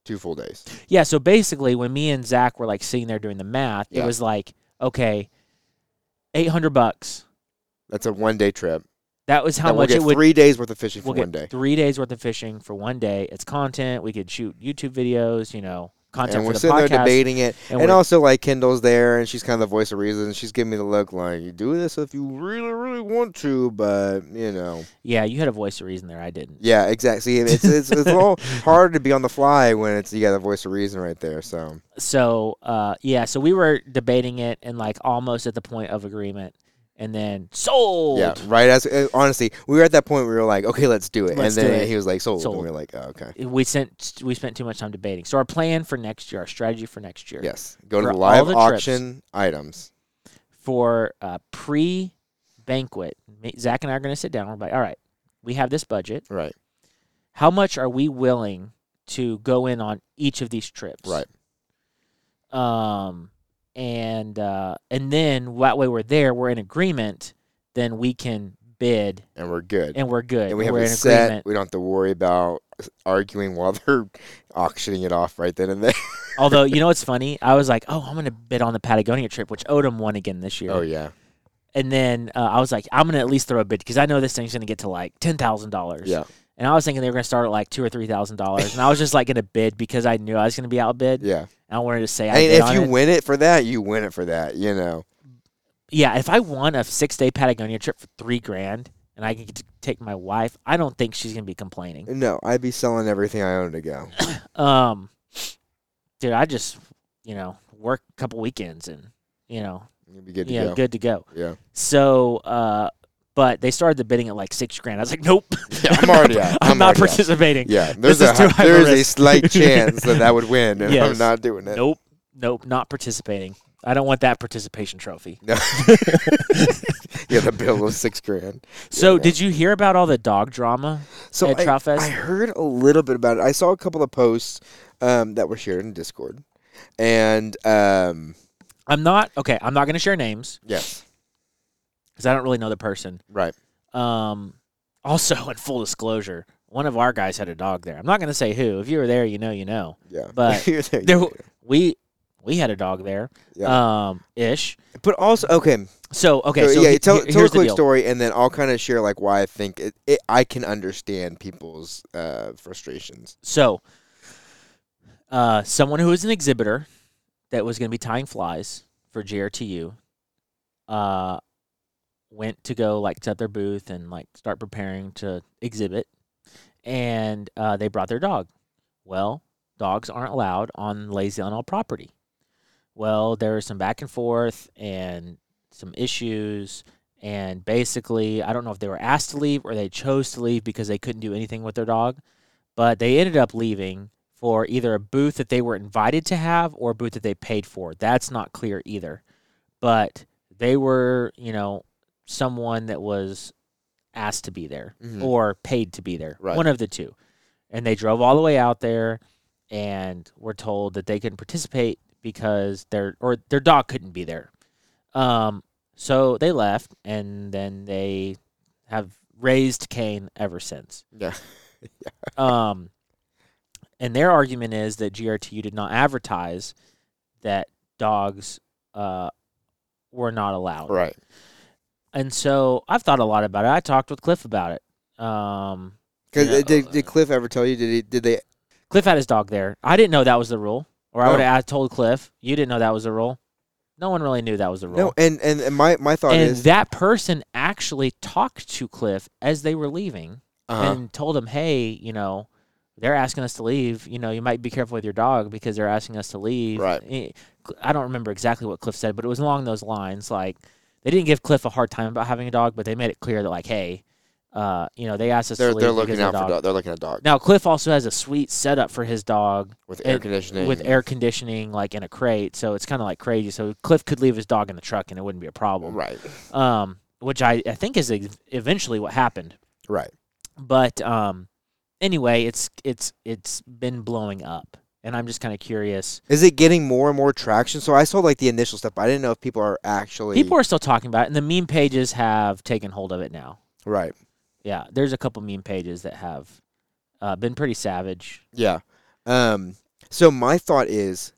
Speaker 4: two full days.
Speaker 3: Yeah, so basically, when me and Zach were like sitting there doing the math,
Speaker 4: Yeah.
Speaker 3: it was like, okay, eight hundred bucks.
Speaker 4: That's a one-day trip.
Speaker 3: That was how
Speaker 4: And
Speaker 3: much
Speaker 4: we'll get
Speaker 3: it would.
Speaker 4: Three days worth of fishing for
Speaker 3: we'll
Speaker 4: one
Speaker 3: get
Speaker 4: day.
Speaker 3: three days worth of fishing for one day. It's content. We could shoot YouTube videos. You know, content
Speaker 4: and
Speaker 3: for
Speaker 4: we're
Speaker 3: the
Speaker 4: sitting
Speaker 3: podcast.
Speaker 4: there debating it.
Speaker 3: and
Speaker 4: And,
Speaker 3: we're-
Speaker 4: also, like Kendall's there, and she's kind of the voice of reason. and She's giving me the look like, "You do this if you really, really want to," but you know,
Speaker 3: Yeah, you had a voice of reason there. I didn't.
Speaker 4: yeah, exactly. It's it's, it's a little hard to be on the fly when it's you got the voice of reason right there. So
Speaker 3: So, uh, yeah, so we were debating it and like almost at the point of agreement, and then sold.
Speaker 4: yeah, right. As uh, honestly, we were at that point. where We were like, "Okay, let's do it."
Speaker 3: Let's
Speaker 4: and
Speaker 3: do
Speaker 4: then
Speaker 3: it.
Speaker 4: he was like, "Sold."
Speaker 3: Sold.
Speaker 4: And we were like, oh, "Okay,
Speaker 3: We sent we spent too much time debating. So our plan for next year, our strategy for next year,
Speaker 4: yes." Go to
Speaker 3: For all
Speaker 4: the live
Speaker 3: the trips.
Speaker 4: auction items.
Speaker 3: for uh, pre banquet, Zach and I are going to sit down. We're like, all right, we have this budget.
Speaker 4: Right.
Speaker 3: How much are we willing to go in on each of these trips?
Speaker 4: Right.
Speaker 3: um, and uh, and then that way we're there, we're in agreement, then we can bid
Speaker 4: And we're good.
Speaker 3: and we're good.
Speaker 4: and we have
Speaker 3: are
Speaker 4: it
Speaker 3: in
Speaker 4: set.
Speaker 3: agreement.
Speaker 4: We don't have to worry about arguing while they're auctioning it off right then and there.
Speaker 3: Although you know what's funny, I was like, oh, I'm gonna bid on the Patagonia trip, which Odom won again this year.
Speaker 4: Oh yeah,
Speaker 3: And then uh, I was like, I'm gonna at least throw a bid because I know this thing's gonna get to like ten thousand dollars.
Speaker 4: yeah,
Speaker 3: And I was thinking they were gonna start at like two or three thousand dollars, and I was just like gonna bid because I knew I was gonna be outbid.
Speaker 4: yeah.
Speaker 3: And I wanted to say, I
Speaker 4: I mean,
Speaker 3: bid
Speaker 4: if
Speaker 3: on
Speaker 4: you
Speaker 3: it.
Speaker 4: win it for that, you win it for that. You know,
Speaker 3: yeah, if I won a six day Patagonia trip for three grand and I can get to take my wife, I don't think she's gonna be complaining.
Speaker 4: no, I'd be selling everything I own to go.
Speaker 3: Um, dude, I just you know work a couple weekends and you know
Speaker 4: You'd be good to
Speaker 3: yeah,
Speaker 4: go.
Speaker 3: good to go.
Speaker 4: Yeah,
Speaker 3: So, uh, but they started the bidding at like six grand. I was like, nope,
Speaker 4: yeah. I'm already out.
Speaker 3: I'm, not
Speaker 4: already out.
Speaker 3: participating.
Speaker 4: Yeah, there's
Speaker 3: This
Speaker 4: a
Speaker 3: is too
Speaker 4: hi-
Speaker 3: high of a
Speaker 4: there is a
Speaker 3: risk.
Speaker 4: slight chance that I would win, and I'm
Speaker 3: Yes.
Speaker 4: not doing it.
Speaker 3: Nope, nope, not participating. I don't want that participation trophy.
Speaker 4: No. yeah, the bill was six grand.
Speaker 3: So,
Speaker 4: Yeah.
Speaker 3: did you hear about all the dog drama?
Speaker 4: So
Speaker 3: At
Speaker 4: I,
Speaker 3: Trout Fest?
Speaker 4: I heard a little bit about it. I saw a couple of posts um, that were shared in Discord, and um,
Speaker 3: I'm not okay. I'm not going to share names
Speaker 4: yes,
Speaker 3: because I don't really know the person.
Speaker 4: right,
Speaker 3: Um, also, in full disclosure, one of our guys had a dog there. I'm not going to say who. If you were there, you know, you know.
Speaker 4: yeah.
Speaker 3: But
Speaker 4: You're there,
Speaker 3: There,
Speaker 4: you're
Speaker 3: w- we we had a dog there.
Speaker 4: Yeah.
Speaker 3: Um, ish.
Speaker 4: there. but also okay.
Speaker 3: So okay.
Speaker 4: so,
Speaker 3: So
Speaker 4: yeah,
Speaker 3: he-
Speaker 4: tell,
Speaker 3: he-
Speaker 4: tell a
Speaker 3: here's the
Speaker 4: quick
Speaker 3: deal.
Speaker 4: story, and then I'll kind of share like why I think it, it, I can understand people's uh, frustrations.
Speaker 3: So, uh, someone who was an exhibitor that was going to be tying flies for JRTU, uh, went to go like set their booth and like start preparing to exhibit, and uh, they brought their dog. Well, dogs aren't allowed on Lazy on All property. Well, there was some back and forth and some issues. And basically, I don't know if they were asked to leave or they chose to leave because they couldn't do anything with their dog but they ended up leaving for either a booth that they were invited to have or a booth that they paid for. That's not clear either. But they were, you know, someone that was asked to be there
Speaker 4: Mhm.
Speaker 3: or paid to be there,
Speaker 4: Right.
Speaker 3: one of the two. And they drove all the way out there and were told that they couldn't participate because their or their dog couldn't be there. Um, so they left and then they have raised Cain ever since.
Speaker 4: Yeah,
Speaker 3: Um, and their argument is that GRTU did not advertise that dogs uh, were not allowed.
Speaker 4: right.
Speaker 3: And so I've thought a lot about it. I talked with Cliff about it. Um,
Speaker 4: 'Cause,
Speaker 3: Yeah,
Speaker 4: uh, did,
Speaker 3: uh,
Speaker 4: did Cliff ever tell you? Did he? Did they?
Speaker 3: Cliff had his dog there. I didn't know that was the rule, or I
Speaker 4: Oh.
Speaker 3: would have told Cliff. You didn't know that was the rule. No one really knew that was the rule.
Speaker 4: No. And and, and my, my thought
Speaker 3: and
Speaker 4: is
Speaker 3: that person actually talked to Cliff as they were leaving.
Speaker 4: uh-huh.
Speaker 3: and told him, "Hey, you know, they're asking us to leave. You know, you might be careful with your dog because they're asking us to leave."
Speaker 4: Right.
Speaker 3: Eh, Cl- I don't remember exactly what Cliff said, but it was along those lines. Like they didn't give Cliff a hard time about having a dog, but they made it clear that like, "Hey, uh, you know, they asked us
Speaker 4: they're
Speaker 3: to leave
Speaker 4: they're
Speaker 3: because
Speaker 4: looking
Speaker 3: of
Speaker 4: out
Speaker 3: the
Speaker 4: for
Speaker 3: dog."
Speaker 4: dog. They're looking at dogs
Speaker 3: Now Cliff also has a sweet setup for his dog
Speaker 4: with air
Speaker 3: and-
Speaker 4: conditioning.
Speaker 3: with
Speaker 4: and-
Speaker 3: air conditioning, like in a crate. So it's kind of like crazy. So Cliff could leave his dog in the truck and it wouldn't be a problem.
Speaker 4: Right.
Speaker 3: Um, which I, I think is ev- eventually what happened
Speaker 4: Right.
Speaker 3: but um anyway it's it's it's been blowing up and i'm just kind of curious
Speaker 4: Is it getting more and more traction? So I saw like the initial stuff, but I didn't know if people are actually
Speaker 3: people are still talking about it and the meme pages have taken hold of it now
Speaker 4: right.
Speaker 3: yeah there's a couple meme pages that have uh, been pretty savage
Speaker 4: Yeah. Um. So my thought is,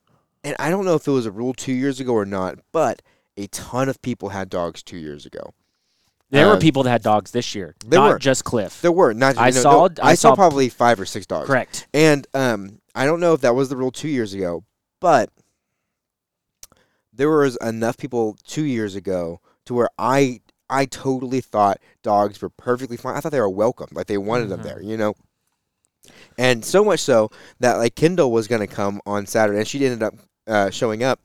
Speaker 4: and I don't know if it was a rule two years ago or not, but a ton of people had dogs two years ago,
Speaker 3: There were
Speaker 4: Uh,
Speaker 3: people that had dogs this year,
Speaker 4: There
Speaker 3: not
Speaker 4: were.
Speaker 3: just Cliff.
Speaker 4: There were not.
Speaker 3: I
Speaker 4: no, no,
Speaker 3: saw-
Speaker 4: I,
Speaker 3: I
Speaker 4: saw
Speaker 3: saw-
Speaker 4: probably five or six dogs.
Speaker 3: Correct.
Speaker 4: And um, I don't know if that was the rule two years ago, but there was enough people two years ago to where I I totally thought dogs were perfectly fine. I thought they were welcome, like they wanted them
Speaker 3: Mhm.
Speaker 4: there, you know. And so much so that like Kendall was gonna come on Saturday, and she ended up uh, showing up,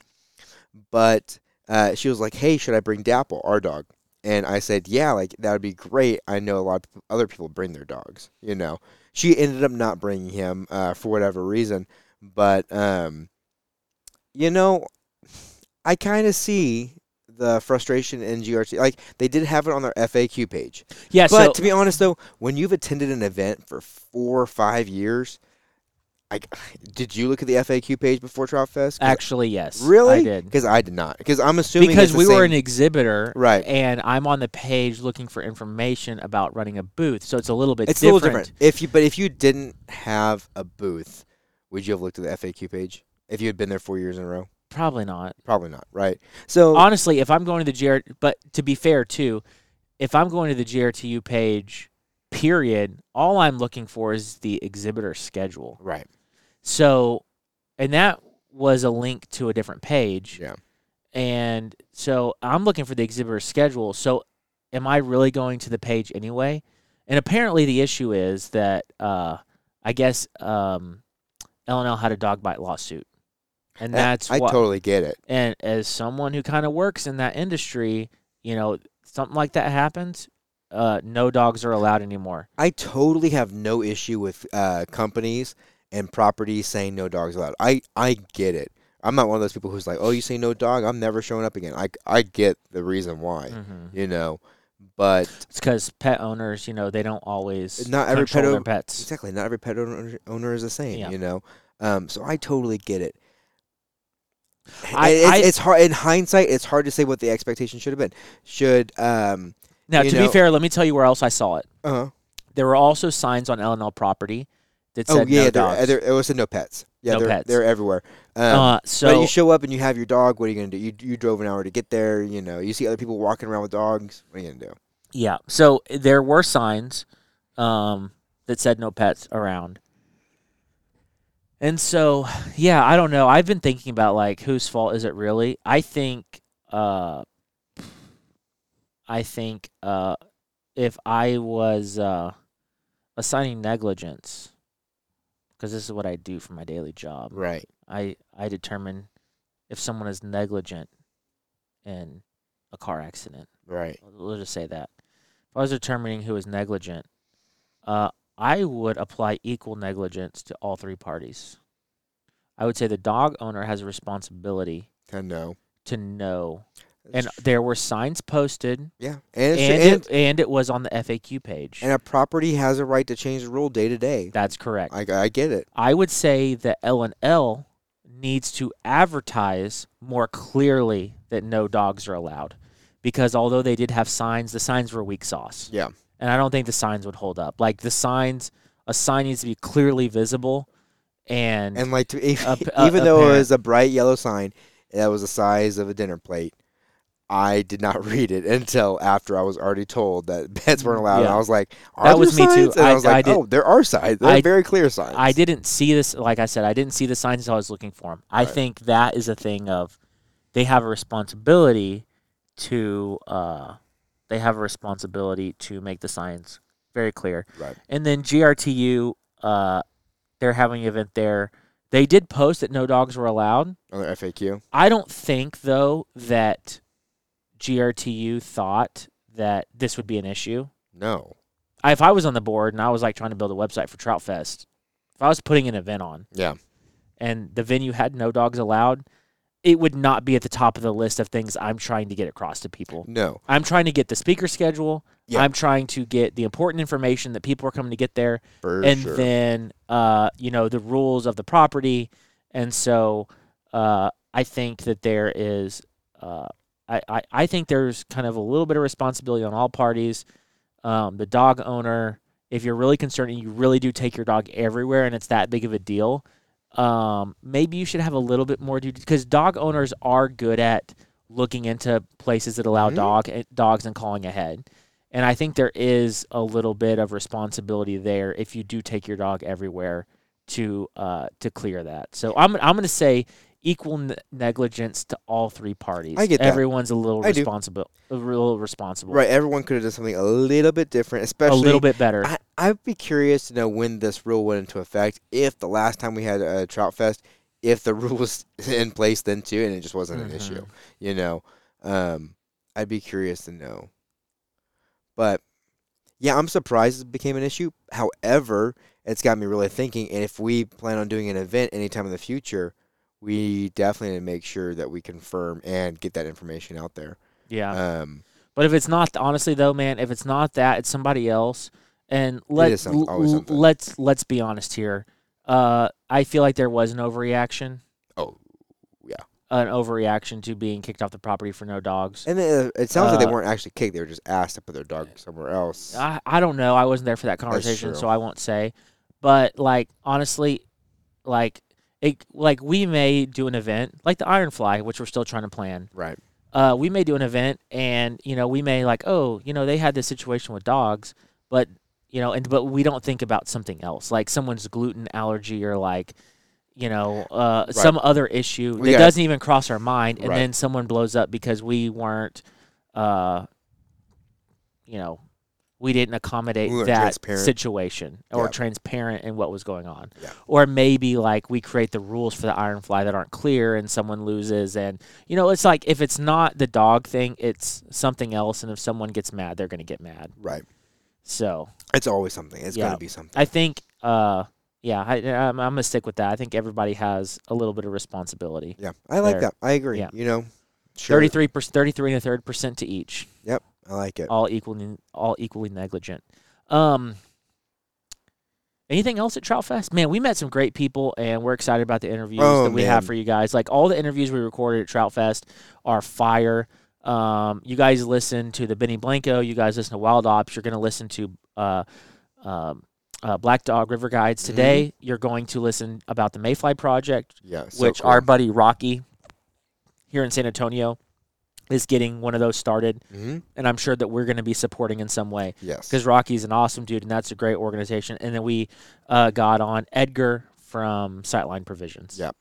Speaker 4: but uh, she was like, "Hey, should I bring Dapple, our dog?" And I said, "Yeah, like that would be great. I know a lot of other people bring their dogs, you know." she ended up not bringing him uh, for whatever reason. But um, you know, I kind of see the frustration in GRT. Like they did have it on their FAQ page.
Speaker 3: Yeah.
Speaker 4: but
Speaker 3: so
Speaker 4: to be honest, though, when you've attended an event for four or five years, I did you look at the FAQ page before Trout Fest? 'Cause-
Speaker 3: actually, yes.
Speaker 4: really?
Speaker 3: I did.
Speaker 4: because I did not. Because I'm assuming
Speaker 3: Because
Speaker 4: it's the
Speaker 3: we were an
Speaker 4: same-
Speaker 3: exhibitor,
Speaker 4: Right.
Speaker 3: And I'm on the page looking for information about running a booth, so it's a little bit
Speaker 4: It's
Speaker 3: different.
Speaker 4: a little different. If you, but if you didn't have a booth, would you have looked at the FAQ page? If you had been there four years in a row.
Speaker 3: Probably not.
Speaker 4: Probably not, right? So
Speaker 3: Honestly, if I'm going to the GR, but to be fair too, if I'm going to the GRTU page, period, all I'm looking for is the exhibitor schedule.
Speaker 4: right,
Speaker 3: So, and that was a link to a different page.
Speaker 4: Yeah.
Speaker 3: And so I'm looking for the exhibitor schedule. So, am I really going to the page anyway? And apparently, the issue is that uh, I guess um, LNL had a dog bite lawsuit, and that's
Speaker 4: I, I
Speaker 3: what.
Speaker 4: totally get it.
Speaker 3: and as someone who kind of works in that industry, you know, something like that happens. Uh, no dogs are allowed anymore.
Speaker 4: I totally have no issue with uh, companies and properties saying no dogs allowed. I I get it. I'm not one of those people who's like, oh, you say no dog, I'm never showing up again. I I get the reason why,
Speaker 3: hmm
Speaker 4: you know, but
Speaker 3: It's because pet owners, you know, they don't always
Speaker 4: Not every
Speaker 3: control
Speaker 4: pet
Speaker 3: their
Speaker 4: o-
Speaker 3: pets.
Speaker 4: exactly, not every pet owner, owner is the same,
Speaker 3: Yeah.
Speaker 4: you know. Um, so I totally get it.
Speaker 3: I-
Speaker 4: And it's,
Speaker 3: I-
Speaker 4: it's hard in hindsight. It's hard to say what the expectation should have been. Should um,
Speaker 3: Now,
Speaker 4: you
Speaker 3: to
Speaker 4: know-
Speaker 3: be fair, let me tell you where else I saw it.
Speaker 4: uh,
Speaker 3: There were also signs on L property that
Speaker 4: oh
Speaker 3: said
Speaker 4: yeah,
Speaker 3: no
Speaker 4: there-
Speaker 3: dogs.
Speaker 4: there- it was oh, no pets. Yeah,
Speaker 3: No
Speaker 4: they're,
Speaker 3: pets.
Speaker 4: they're everywhere. Um,
Speaker 3: uh,
Speaker 4: but
Speaker 3: so
Speaker 4: you show up and you have your dog. What are you gonna do? You you drove an hour to get there. You know, you see other people walking around with dogs. What are you gonna do?
Speaker 3: yeah, so there were signs um, that said no pets around. And so, yeah, I don't know. I've been thinking about like whose fault is it really? I think, uh, I think uh, if I was uh, assigning negligence, because this is what I do for my daily job,
Speaker 4: Right.
Speaker 3: I I determine if someone is negligent in a car accident.
Speaker 4: Right.
Speaker 3: Let's just say that. If I was determining who is negligent, uh, I would apply equal negligence to all three parties. I would say the dog owner has a responsibility
Speaker 4: I know.
Speaker 3: to know,
Speaker 4: That's
Speaker 3: and there were signs posted,
Speaker 4: tr- yeah,
Speaker 3: and
Speaker 4: and it's
Speaker 3: and
Speaker 4: tr- and,
Speaker 3: it, and it was on the FAQ page.
Speaker 4: and a property has a right to change the rule day to day.
Speaker 3: That's correct.
Speaker 4: I I get it.
Speaker 3: I would say that L and L needs to advertise more clearly that no dogs are allowed, because although they did have signs, the signs were weak sauce,
Speaker 4: Yeah.
Speaker 3: and I don't think the signs would hold up. Like the signs, a sign needs to be clearly visible, and,
Speaker 4: And like to, if,
Speaker 3: A p- a-
Speaker 4: even
Speaker 3: a
Speaker 4: though it
Speaker 3: parent.
Speaker 4: was a bright yellow sign that was the size of a dinner plate, I did not read it until after I was already told that pets weren't allowed. And
Speaker 3: Yeah.
Speaker 4: I was like, are
Speaker 3: That
Speaker 4: there
Speaker 3: was me too.
Speaker 4: signs? And I,
Speaker 3: I-
Speaker 4: was like,
Speaker 3: I did-
Speaker 4: oh, there are signs. There are
Speaker 3: I-
Speaker 4: very clear signs.
Speaker 3: I didn't see this. Like I said, I didn't see the signs until I was looking for them. I
Speaker 4: Right.
Speaker 3: think that is a thing of they have a responsibility to uh, they have a responsibility to make the signs very clear.
Speaker 4: Right.
Speaker 3: And then GRTU, uh, they're having an event there. They did post that no dogs were allowed.
Speaker 4: On their FAQ.
Speaker 3: I don't think though that GRTU thought that this would be an issue.
Speaker 4: No.
Speaker 3: I- if I was on the board and I was like trying to build a website for Trout Fest, if I was putting an event on,
Speaker 4: Yeah.
Speaker 3: and the venue had no dogs allowed, it would not be at the top of the list of things I'm trying to get across to people.
Speaker 4: No.
Speaker 3: I'm trying to get the speaker schedule.
Speaker 4: Yeah.
Speaker 3: I'm trying to get the important information that people are coming to get there,
Speaker 4: For
Speaker 3: and
Speaker 4: sure.
Speaker 3: then uh, you know the rules of the property. And so uh, I think that there is, uh, I, I I think there's kind of a little bit of responsibility on all parties. Um, the dog owner, if you're really concerned and you really do take your dog everywhere, and it's that big of a deal, um, maybe you should have a little bit more due because dog owners are good at looking into places that allow
Speaker 4: Mhm.
Speaker 3: dog dogs and calling ahead. And I think there is a little bit of responsibility there if you do take your dog everywhere to uh, to clear that. So I'm I'm going to say equal ne- negligence to all three parties.
Speaker 4: I get that.
Speaker 3: Everyone's a little
Speaker 4: I do.
Speaker 3: responsible, a little responsible,
Speaker 4: Right, everyone could have done something a little bit different,
Speaker 3: A
Speaker 4: especially
Speaker 3: little bit better.
Speaker 4: I, I'd be curious to know when this rule went into effect. If the last time we had a trout fest, if the rule was in place then too, and it just wasn't an issue,
Speaker 3: Mhm.
Speaker 4: you know, um, I'd be curious to know. But yeah, I'm surprised it became an issue. However, it's got me really thinking. And if we plan on doing an event anytime in the future, we definitely need to make sure that we confirm and get that information out there.
Speaker 3: yeah.
Speaker 4: Um,
Speaker 3: But if it's not, honestly though, man, if it's not that, it's somebody else. And let's
Speaker 4: is some- always something.
Speaker 3: let's let's be honest here. Uh, I feel like there was an overreaction,
Speaker 4: oh, yeah.
Speaker 3: an overreaction to being kicked off the property for no dogs.
Speaker 4: And then, uh, it sounds like
Speaker 3: Uh,
Speaker 4: they weren't actually kicked; they were just asked to put their dog somewhere else.
Speaker 3: I, I don't know. I wasn't there for that conversation,
Speaker 4: true.
Speaker 3: so I won't say. But like honestly, like it like we may do an event like the Iron Fly, which we're still trying to plan.
Speaker 4: right.
Speaker 3: uh, we may do an event and you know we may like oh you know they had this situation with dogs but you know and but we don't think about something else like someone's gluten allergy or like you know uh, some other issue
Speaker 4: We
Speaker 3: that
Speaker 4: gotta-
Speaker 3: doesn't even cross our mind and
Speaker 4: Right.
Speaker 3: then someone blows up because we weren't uh, you know we didn't accommodate
Speaker 4: We weren't
Speaker 3: that
Speaker 4: transparent.
Speaker 3: situation or
Speaker 4: Yeah.
Speaker 3: transparent in what was going on
Speaker 4: Yeah.
Speaker 3: or maybe like we create the rules for the iron fly that aren't clear and someone loses and you know it's like if it's not the dog thing it's something else and if someone gets mad they're going to get mad
Speaker 4: Right.
Speaker 3: so
Speaker 4: It's always something. It's
Speaker 3: Yeah.
Speaker 4: gonna be something.
Speaker 3: i think uh yeah I, I'm, I'm gonna stick with that i think everybody has a little bit of responsibility
Speaker 4: yeah, I like
Speaker 3: There.
Speaker 4: that. I agree.
Speaker 3: Yeah.
Speaker 4: You know, sure.
Speaker 3: 33 percent 33 and a third percent to each
Speaker 4: Yep, I like it.
Speaker 3: all equally all equally negligent. Um, anything else at Trout Fest? Man, we met some great people, and we're excited about the interviews
Speaker 4: Oh,
Speaker 3: that we have
Speaker 4: man.
Speaker 3: for you guys. Like all the interviews we recorded at Trout Fest are fire. Um, you guys listen to the Benny Blanco. You guys listen to Wild Ops. You're going to listen to uh, um, uh, Black Dog River Guides
Speaker 4: Mm-hmm.
Speaker 3: today. You're going to listen about the Mayfly Project,
Speaker 4: yeah, so
Speaker 3: which
Speaker 4: cool.
Speaker 3: our buddy Rocky here in San Antonio is getting one of those started
Speaker 4: Mhm.
Speaker 3: and I'm sure that we're going to be supporting in some way
Speaker 4: yes,
Speaker 3: because Rocky's an awesome dude, and that's a great organization. And then we uh, got on Edgar from Sightline Provisions.
Speaker 4: Yep.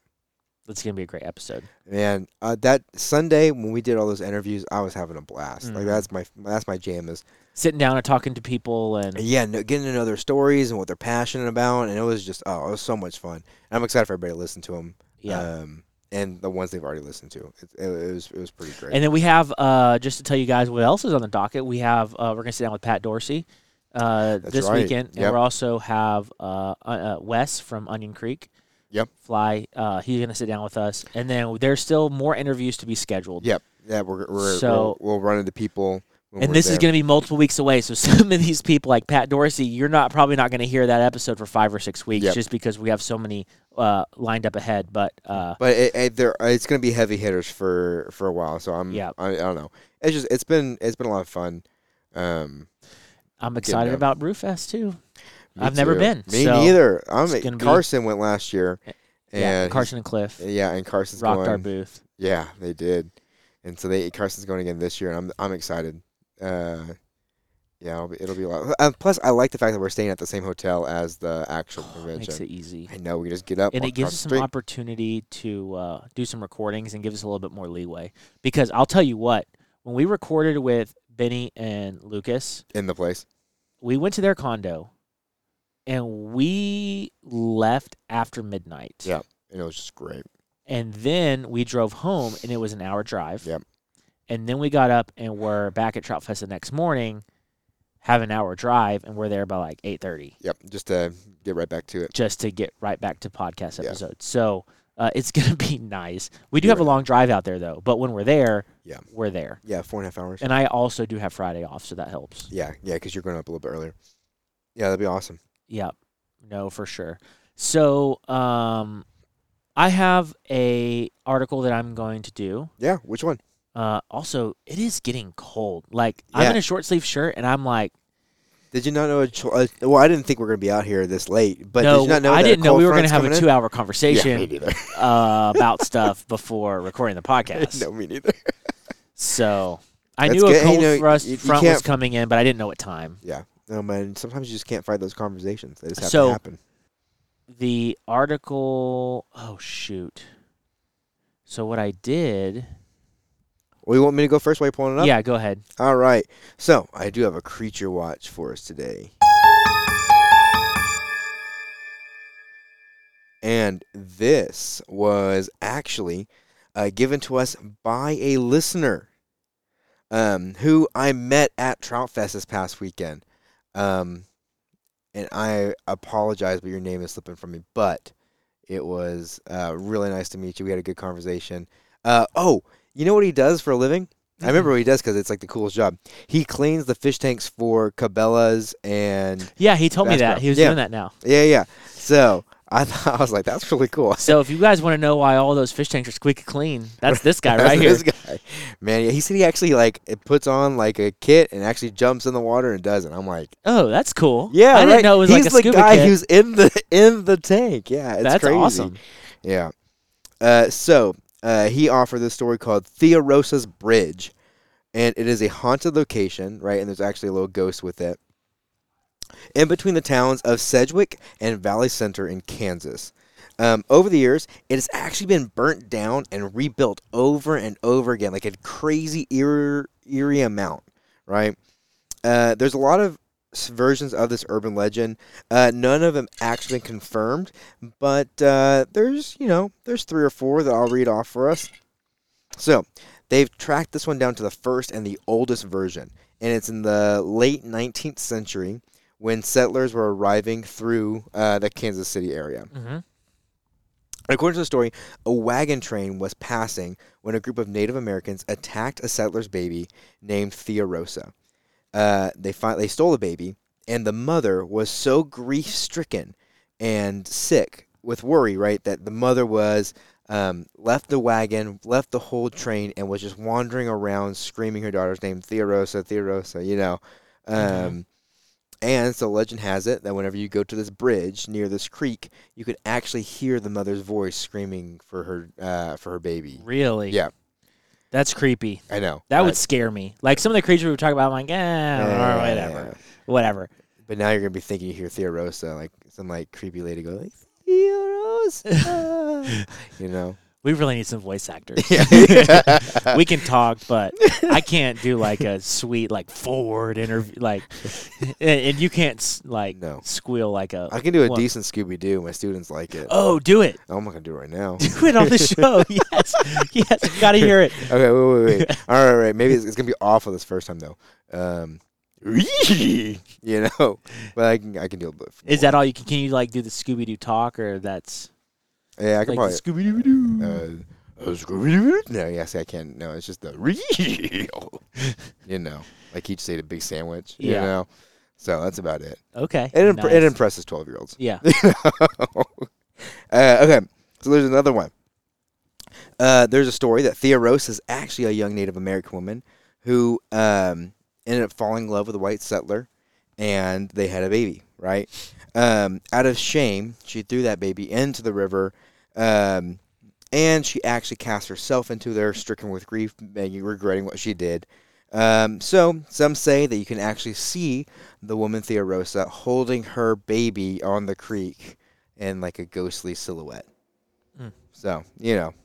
Speaker 3: That's going to be a great episode.
Speaker 4: man, uh, that Sunday when we did all those interviews, I was having a blast.
Speaker 3: Mhm.
Speaker 4: Like that's my that's my jam is
Speaker 3: Sitting down and talking to people, and
Speaker 4: yeah, no, getting to know their stories and what they're passionate about, and it was just oh, it was so much fun. And I'm excited for everybody to listen to them.
Speaker 3: yeah.
Speaker 4: Um, and the ones they've already listened to, it, it, it was it was pretty great.
Speaker 3: and then we have uh, just to tell you guys what else is on the docket. We have uh, we're going to sit down with Pat Dorsey uh,
Speaker 4: That's
Speaker 3: this
Speaker 4: right.
Speaker 3: weekend, and
Speaker 4: Yep.
Speaker 3: we also have uh, uh, uh, Wes from Onion Creek.
Speaker 4: Yep.
Speaker 3: Fly. Uh, he's going to sit down with us, and then there's still more interviews to be scheduled.
Speaker 4: Yep. Yeah, we're, we're
Speaker 3: So-
Speaker 4: we'll, we'll run into people. When
Speaker 3: and
Speaker 4: we're
Speaker 3: this
Speaker 4: there.
Speaker 3: is going to be multiple weeks away. So some of these people, like Pat Dorsey, you're not probably not going to hear that episode for five or six weeks,
Speaker 4: Yep.
Speaker 3: just because we have so many uh, lined up ahead. But uh,
Speaker 4: But it, it, there, it's going to be heavy hitters for for a while. So I'm.
Speaker 3: Yeah.
Speaker 4: I, I don't know. It's just it's been it's been a lot of fun. Um,
Speaker 3: I'm excited
Speaker 4: down.
Speaker 3: about Brewfest too.
Speaker 4: me
Speaker 3: I've never
Speaker 4: too.
Speaker 3: been,
Speaker 4: Me
Speaker 3: so
Speaker 4: neither. I'm
Speaker 3: it's gonna be- Eh,
Speaker 4: Carson went last year. And
Speaker 3: yeah,
Speaker 4: he's-
Speaker 3: Carson and Cliff
Speaker 4: Yeah, and Carson's
Speaker 3: rocked
Speaker 4: going.
Speaker 3: our booth.
Speaker 4: Yeah, they did. And so they Carson's going again this year, and I'm I'm excited. Uh, yeah, it'll be, it'll be a lot. Uh, plus, I like the fact that we're staying at the same hotel as the actual
Speaker 3: Makes Oh, it
Speaker 4: convention.
Speaker 3: easy,
Speaker 4: I know we can just get up
Speaker 3: and
Speaker 4: walk
Speaker 3: it gives
Speaker 4: across
Speaker 3: us
Speaker 4: the
Speaker 3: some
Speaker 4: street.
Speaker 3: opportunity to uh, do some recordings and gives us a little bit more leeway. Because I'll tell you what, when we recorded with Benny and Lucas,
Speaker 4: in the place.
Speaker 3: we went to their condo, and we left after midnight.
Speaker 4: Yeah. And it was just great.
Speaker 3: And then we drove home, and it was an hour drive.
Speaker 4: Yep.
Speaker 3: And then we got up and were back at Trout Fest the next morning, have an hour drive, and we're there by like eight thirty
Speaker 4: Yep, just to get right back to it.
Speaker 3: just to get right back to podcast
Speaker 4: Yeah.
Speaker 3: episode. So uh, it's gonna be nice. We do
Speaker 4: You're
Speaker 3: have a
Speaker 4: right.
Speaker 3: long drive out there though, but when we're there,
Speaker 4: Yeah.
Speaker 3: we're there.
Speaker 4: Yeah, four and a half hours.
Speaker 3: And I also do have Friday off, so that helps.
Speaker 4: Yeah, yeah, because you're going up a little bit earlier. Yeah, that'd be awesome.
Speaker 3: Yep. No, for sure. So um, I have a article that I'm going to do.
Speaker 4: Yeah, which one?
Speaker 3: Uh, also, it is getting cold. Like I'm
Speaker 4: Yeah.
Speaker 3: in a short sleeve shirt, and I'm like,
Speaker 4: Did you not know? A cho- uh, well, I didn't think we were going to be out here this late, but
Speaker 3: no,
Speaker 4: did you not know?
Speaker 3: I
Speaker 4: that a
Speaker 3: didn't know
Speaker 4: cold
Speaker 3: we were going
Speaker 4: front's
Speaker 3: to have a
Speaker 4: coming in?
Speaker 3: two-hour
Speaker 4: Yeah, me
Speaker 3: conversation
Speaker 4: neither.
Speaker 3: uh, about stuff before recording the podcast.
Speaker 4: no, me neither.
Speaker 3: So I
Speaker 4: That's
Speaker 3: knew
Speaker 4: good.
Speaker 3: a
Speaker 4: Hey,
Speaker 3: cold
Speaker 4: you know,
Speaker 3: thrust
Speaker 4: you- you
Speaker 3: front was
Speaker 4: can't-
Speaker 3: coming in, but I didn't know what time.
Speaker 4: Yeah. No man. Sometimes you just can't fight those conversations. They just have
Speaker 3: So-
Speaker 4: to happen.
Speaker 3: The article. Oh shoot. So what I did?
Speaker 4: Well, you want me to go first while you're pulling it up?
Speaker 3: Yeah, go ahead.
Speaker 4: All right. So I do have a creature watch for us today. And this was actually uh, given to us by a listener um, who I met at Trout Fest this past weekend. Um, and I apologize, but your name is slipping from me. But it was uh, really nice to meet you. We had a good conversation. Uh, oh, you know what he does for a living? I remember what he does because it's like the coolest job. He cleans the fish tanks for Cabela's and
Speaker 3: Yeah, he told me
Speaker 4: Bass
Speaker 3: that
Speaker 4: Pro.
Speaker 3: he was
Speaker 4: Yeah.
Speaker 3: doing that now.
Speaker 4: yeah, yeah. So I thought I was like, that's really cool.
Speaker 3: So if you guys want to know why all those fish tanks are squeaky clean, that's this guy right here.
Speaker 4: This guy, man, yeah, he said he actually like it puts on like a kit and actually jumps in the water and does it. I'm like,
Speaker 3: Oh, that's cool.
Speaker 4: yeah,
Speaker 3: I didn't
Speaker 4: right.
Speaker 3: know it was
Speaker 4: He's
Speaker 3: like a
Speaker 4: the
Speaker 3: scuba
Speaker 4: guy
Speaker 3: kit.
Speaker 4: who's in the in the tank. Yeah, it's
Speaker 3: that's
Speaker 4: crazy.
Speaker 3: awesome.
Speaker 4: Yeah. Uh, so uh, he offered this story called Theorosa's Bridge, and it is a haunted location, right? And there's actually a little ghost with it. In between the towns of Sedgwick and Valley Center in Kansas. Um, over the years, it has actually been burnt down and rebuilt over and over again, like a crazy eerie, eerie amount, right? Uh, there's a lot of s- versions of this urban legend. Uh, none of them actually been confirmed, but uh, there's you know there's three or four that I'll read off for us. So they've tracked this one down to the first and the oldest version, and it's in the late 19th century when settlers were arriving through uh, the Kansas City area.
Speaker 3: Mhm.
Speaker 4: According to the story, a wagon train was passing when a group of Native Americans attacked a settler's baby named Theorosa. Uh, they fi- they stole the baby, and the mother was so grief stricken and sick with worry, right, that the mother was um, left the wagon, left the whole train, and was just wandering around screaming her daughter's name, Theorosa, Theorosa, you know. Um,
Speaker 3: Mm-hmm.
Speaker 4: And so legend has it that whenever you go to this bridge near this creek, you could actually hear the mother's voice screaming for her uh, for her baby.
Speaker 3: Really?
Speaker 4: Yeah,
Speaker 3: That's creepy.
Speaker 4: I know. Uh,
Speaker 3: That
Speaker 4: right?
Speaker 3: would scare me. Like some of the creatures we were talking about, I'm like, eh,
Speaker 4: Yeah.
Speaker 3: whatever, whatever.
Speaker 4: But now you're gonna be thinking you hear Theorosa, like some like creepy lady go like Theorosa, you know.
Speaker 3: We really need some voice actors.
Speaker 4: Yeah.
Speaker 3: we can talk, but I can't do like a sweet, like forward interview. Like, and, and you can't s- like
Speaker 4: No.
Speaker 3: squeal like a.
Speaker 4: I can do a
Speaker 3: Well-
Speaker 4: decent Scooby Doo. My students like it.
Speaker 3: oh, do it,
Speaker 4: I'm not gonna do it right now.
Speaker 3: do it on the show. yes, yes, we gotta hear it.
Speaker 4: Okay, wait, wait, wait. all right, all right. Maybe it's, it's gonna be awful this first time though. Um, you know, but I can I can do a bit.
Speaker 3: Is that all you can? Can you like do the Scooby Doo talk, or that's
Speaker 4: Yeah, I can
Speaker 3: like
Speaker 4: probably.
Speaker 3: Scooby Doo?
Speaker 4: Uh, uh, Scooby-Doo. No, yes, I can. No, it's just the real. you know, like each state a big sandwich. You
Speaker 3: Yeah.
Speaker 4: know, so that's about it.
Speaker 3: okay,
Speaker 4: It, imp-
Speaker 3: nice.
Speaker 4: it impresses twelve year olds.
Speaker 3: yeah.
Speaker 4: uh, okay, so there's another one. Uh, there's a story that Theoros is actually a young Native American woman who um, ended up falling in love with a white settler, and they had a baby. Right? Um, out of shame, she threw that baby into the river, um, and she actually cast herself into there, stricken with grief, begging, regretting what she did. Um, so some say that you can actually see the woman Theorosa holding her baby on the creek in like a ghostly silhouette.
Speaker 3: Mm.
Speaker 4: So, you know,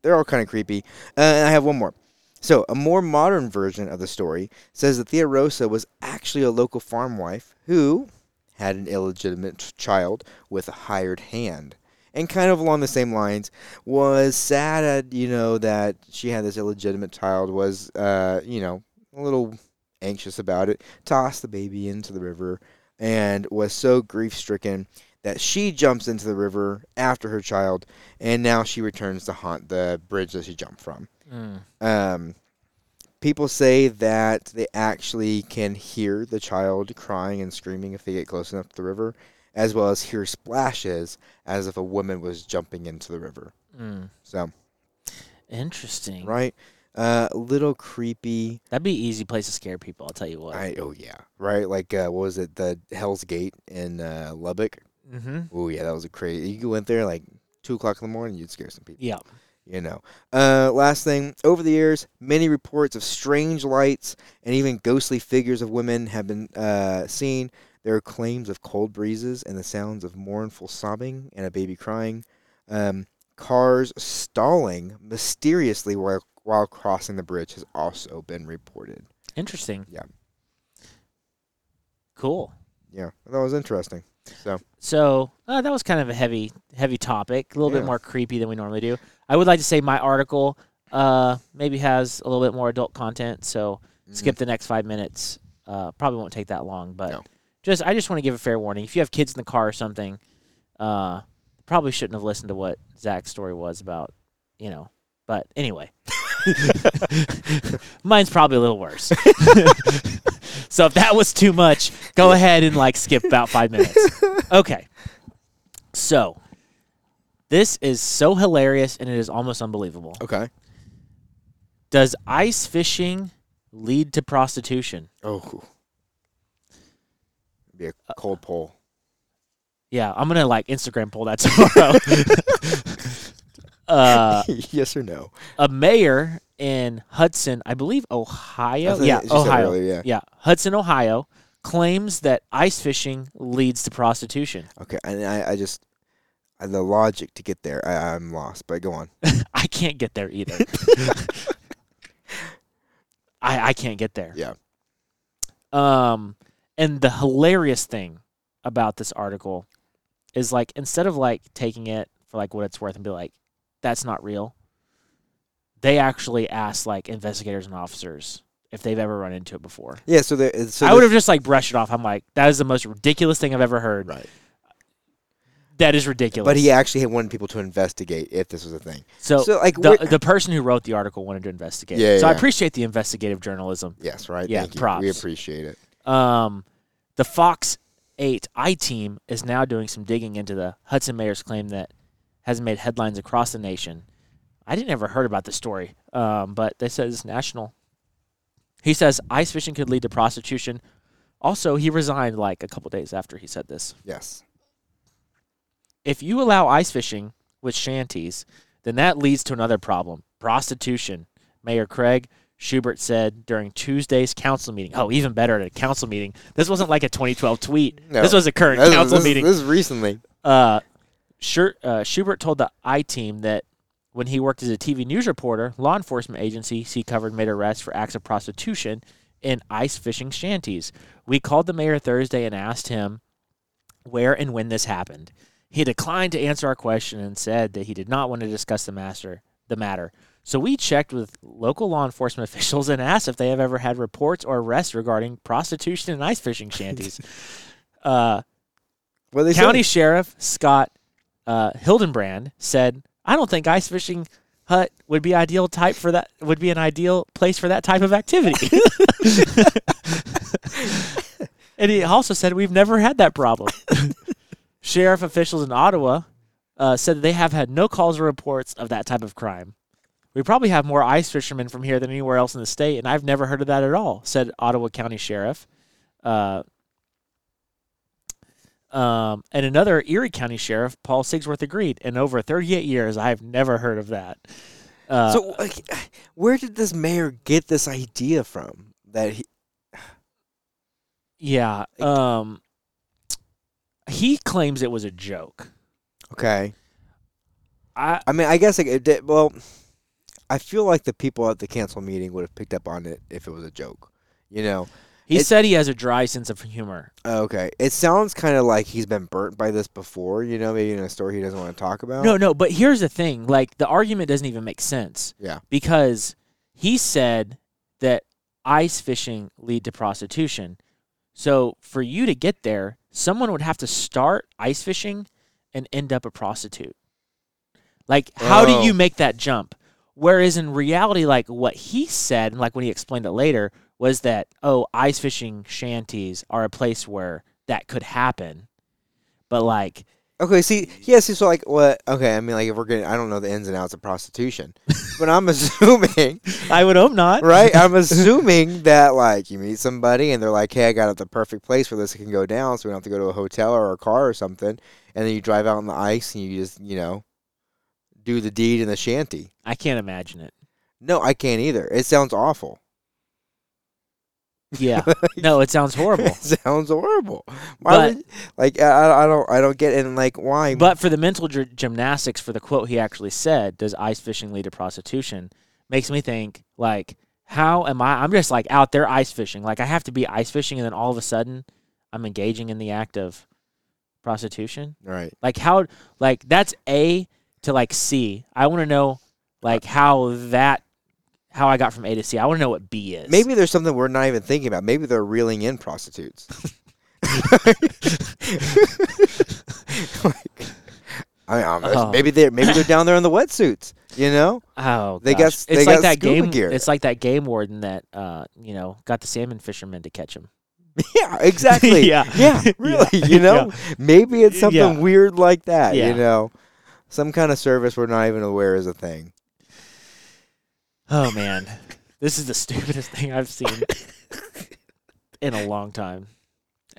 Speaker 4: they're all kind of creepy. Uh, and I have one more. So, a more modern version of the story says that Theorosa was actually a local farm wife who had an illegitimate child with a hired hand. And kind of along the same lines, was sad at, you know, that she had this illegitimate child, was, uh, you know, a little anxious about it, tossed the baby into the river, and was so grief stricken that she jumps into the river after her child, and now she returns to haunt the bridge that she jumped from.
Speaker 3: Mm.
Speaker 4: Um, people say that they actually can hear the child crying and screaming if they get close enough to the river, as well as hear splashes as if a woman was jumping into the river.
Speaker 3: Mm.
Speaker 4: So,
Speaker 3: Interesting.
Speaker 4: right? Uh, a little creepy.
Speaker 3: That'd be an easy place to scare people. I'll tell you what.
Speaker 4: I, oh, yeah. Right? Like, uh, what was it? The Hell's Gate in uh, Lubbock?
Speaker 3: mm-hmm.
Speaker 4: Oh, yeah. That was a crazy. You went there like 2 o'clock in the morning, you'd scare some people.
Speaker 3: Yeah.
Speaker 4: you know. Uh, last thing, over the years, many reports of strange lights and even ghostly figures of women have been uh, seen. There are claims of cold breezes and the sounds of mournful sobbing and a baby crying. Um, cars stalling mysteriously while, while crossing the bridge has also been reported.
Speaker 3: Interesting.
Speaker 4: Yeah.
Speaker 3: Cool.
Speaker 4: Yeah, that was interesting. So,
Speaker 3: So uh, that was kind of a heavy, heavy topic. A little
Speaker 4: Yeah.
Speaker 3: bit more creepy than we normally do. I would like to say my article uh, maybe has a little bit more adult content. So
Speaker 4: Mm-hmm.
Speaker 3: skip the next five minutes. Uh, probably won't take that long, but
Speaker 4: No.
Speaker 3: just I just want to give a fair warning. If you have kids in the car or something, uh, probably shouldn't have listened to what Zach's story was about. You know, but anyway, mine's probably a little worse. so if that was too much, go ahead and like skip about five minutes. Okay, so. This is so hilarious and it is almost unbelievable.
Speaker 4: okay.
Speaker 3: Does ice fishing lead to prostitution?
Speaker 4: Oh. Be a cold poll.
Speaker 3: Yeah, I'm gonna like Instagram poll that tomorrow. uh,
Speaker 4: yes or no?
Speaker 3: a mayor in Hudson, I believe Ohio.
Speaker 4: I thought
Speaker 3: yeah,
Speaker 4: you said
Speaker 3: Ohio.
Speaker 4: earlier, yeah.
Speaker 3: Hudson, Ohio claims that ice fishing leads to prostitution.
Speaker 4: Okay, and I, I just uh, the logic to get there, I, I'm lost. But go on.
Speaker 3: I can't get there either. I I can't get there.
Speaker 4: Yeah.
Speaker 3: Um, and the hilarious thing about this article is like instead of like taking it for like what it's worth and be like, that's not real. They actually asked like investigators and officers if they've ever run into it before.
Speaker 4: Yeah. So there. is- So
Speaker 3: I would
Speaker 4: there's-
Speaker 3: have just like brushed it off. I'm like, that is the most ridiculous thing I've ever heard.
Speaker 4: Right.
Speaker 3: That is ridiculous.
Speaker 4: But he actually had wanted people to investigate if this was a thing.
Speaker 3: so,
Speaker 4: so, like,
Speaker 3: the,
Speaker 4: we're-
Speaker 3: the person who wrote the article wanted to investigate.
Speaker 4: Yeah,
Speaker 3: so I
Speaker 4: yeah.
Speaker 3: appreciate the investigative journalism.
Speaker 4: Yes. Right.
Speaker 3: Yeah,
Speaker 4: Thank you. We
Speaker 3: props.
Speaker 4: appreciate it.
Speaker 3: Um, the Fox 8 I team is now doing some digging into the Hudson mayor's claim that has made headlines across the nation. I didn't ever heard about this story, um, but they said it's national. He says ice fishing could lead to prostitution. Also, he resigned like a couple days after he said this.
Speaker 4: Yes.
Speaker 3: If you allow ice fishing with shanties, then that leads to another problem prostitution. Mayor Craig Schubert said during Tuesday's council meeting. Oh, even better at a council meeting. This wasn't like a 2012 tweet.
Speaker 4: No.
Speaker 3: This was a current
Speaker 4: This is-
Speaker 3: council
Speaker 4: this is-
Speaker 3: meeting.
Speaker 4: This is recently.
Speaker 3: Uh, Scher- uh, Schubert told the I team that when he worked as a TV news reporter, law enforcement agencies he covered made arrests for acts of prostitution in ice fishing shanties. We called the mayor Thursday and asked him where and when this happened. He declined to answer our question and said that he did not want to discuss the master the matter. So we checked with local law enforcement officials and asked if they have ever had reports or arrests regarding prostitution and ice fishing shanties. uh,
Speaker 4: Well, they
Speaker 3: County
Speaker 4: said
Speaker 3: Sheriff Scott uh, Hildenbrand said, "I don't think ice fishing hut would be ideal type for that. Would be an ideal place for that type of activity." and he also said, "We've never had that problem." Sheriff officials in Ottawa uh, said that they have had no calls or reports of that type of crime. We probably have more ice fishermen from here than anywhere else in the state, and I've never heard of that at all," said Ottawa County Sheriff. Uh, um, and another Erie County Sheriff, Paul Sigsworth, agreed. In over 38 years, I have never heard of that. Uh,
Speaker 4: So, like, where did this mayor get this idea from? That he,
Speaker 3: yeah, um, he claims it was a joke.
Speaker 4: okay.
Speaker 3: I
Speaker 4: I mean, I guess like, it did, well, I feel like the people at the council meeting would have picked up on it if it was a joke. You know,
Speaker 3: he
Speaker 4: It-
Speaker 3: said he has a dry sense of humor.
Speaker 4: Oh, Okay. It sounds kind of like he's been burnt by this before, you know, maybe in a story he doesn't want to talk about.
Speaker 3: No, no, but here's the thing: like the argument doesn't even make sense
Speaker 4: Yeah.
Speaker 3: because he said that ice fishing lead to prostitution. So for you to get there, someone would have to start ice fishing and end up a prostitute. Like, how
Speaker 4: Oh.
Speaker 3: do you make that jump? Whereas in reality, like what he said, and like when he explained it later, was that, oh, ice fishing shanties are a place where that could happen. But like,
Speaker 4: Okay, see, yeah, see, so like, what? Okay, I mean, like, if we're getting, I don't know the ins and outs of prostitution, but I'm assuming,
Speaker 3: I would hope not.
Speaker 4: right? I'm assuming that, like, you meet somebody and they're like, hey, I got the perfect place where this can go down so we don't have to go to a hotel or a car or something. And then you drive out on the ice and you just, you know, do the deed in the shanty.
Speaker 3: I can't imagine it.
Speaker 4: No, I can't either. It sounds awful.
Speaker 3: Yeah. no, it sounds horrible.
Speaker 4: It sounds horrible. Why
Speaker 3: But-
Speaker 4: would, like I, I don't I don't get it. And like why?
Speaker 3: But for the mental gy- gymnastics, for the quote he actually said, "Does ice fishing lead to prostitution?" Makes me think like, how am I? I'm just like out there ice fishing. Like I have to be ice fishing, and then all of a sudden, I'm engaging in the act of prostitution.
Speaker 4: right.
Speaker 3: Like how? Like that's A to like C. I want to know like how that how I got from A to C. I want to know what B is.
Speaker 4: Maybe there's something we're not even thinking about. Maybe they're reeling in prostitutes. like, I mean, I don't know.
Speaker 3: Oh.
Speaker 4: maybe they're maybe they're down there in the wetsuits. You know,
Speaker 3: Oh,
Speaker 4: They
Speaker 3: gosh.
Speaker 4: got-
Speaker 3: it's
Speaker 4: they
Speaker 3: like
Speaker 4: got
Speaker 3: that
Speaker 4: scuba
Speaker 3: game.
Speaker 4: gear.
Speaker 3: It's like that game warden that uh, you know got the salmon fishermen to catch him.
Speaker 4: yeah, exactly.
Speaker 3: Yeah.
Speaker 4: yeah, really. You know, maybe it's something
Speaker 3: Yeah.
Speaker 4: weird like that.
Speaker 3: Yeah.
Speaker 4: You know, some kind of service we're not even aware is a thing.
Speaker 3: Oh man, this is the stupidest thing I've seen in a long time.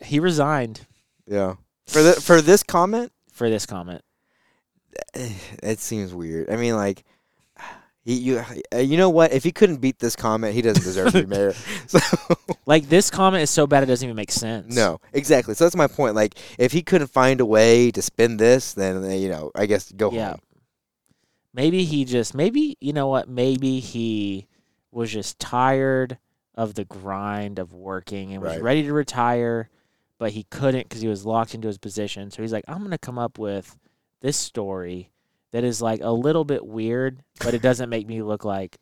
Speaker 3: He resigned
Speaker 4: Yeah. For the, for this comment,
Speaker 3: for this comment.
Speaker 4: it seems weird. I mean, like, he, you uh, you know what? If he couldn't beat this comment, he doesn't deserve to be mayor. So
Speaker 3: Like this comment is so bad it doesn't even make sense.
Speaker 4: no, exactly. So that's my point. Like, if he couldn't find a way to spin this, then uh, you know, I guess go
Speaker 3: Yeah.
Speaker 4: home.
Speaker 3: Maybe he just maybe you know what? Maybe he was just tired of the grind of working and was
Speaker 4: Right.
Speaker 3: ready to retire, but he couldn't because he was locked into his position. So he's like, I'm gonna come up with this story that is like a little bit weird, but it doesn't make me look like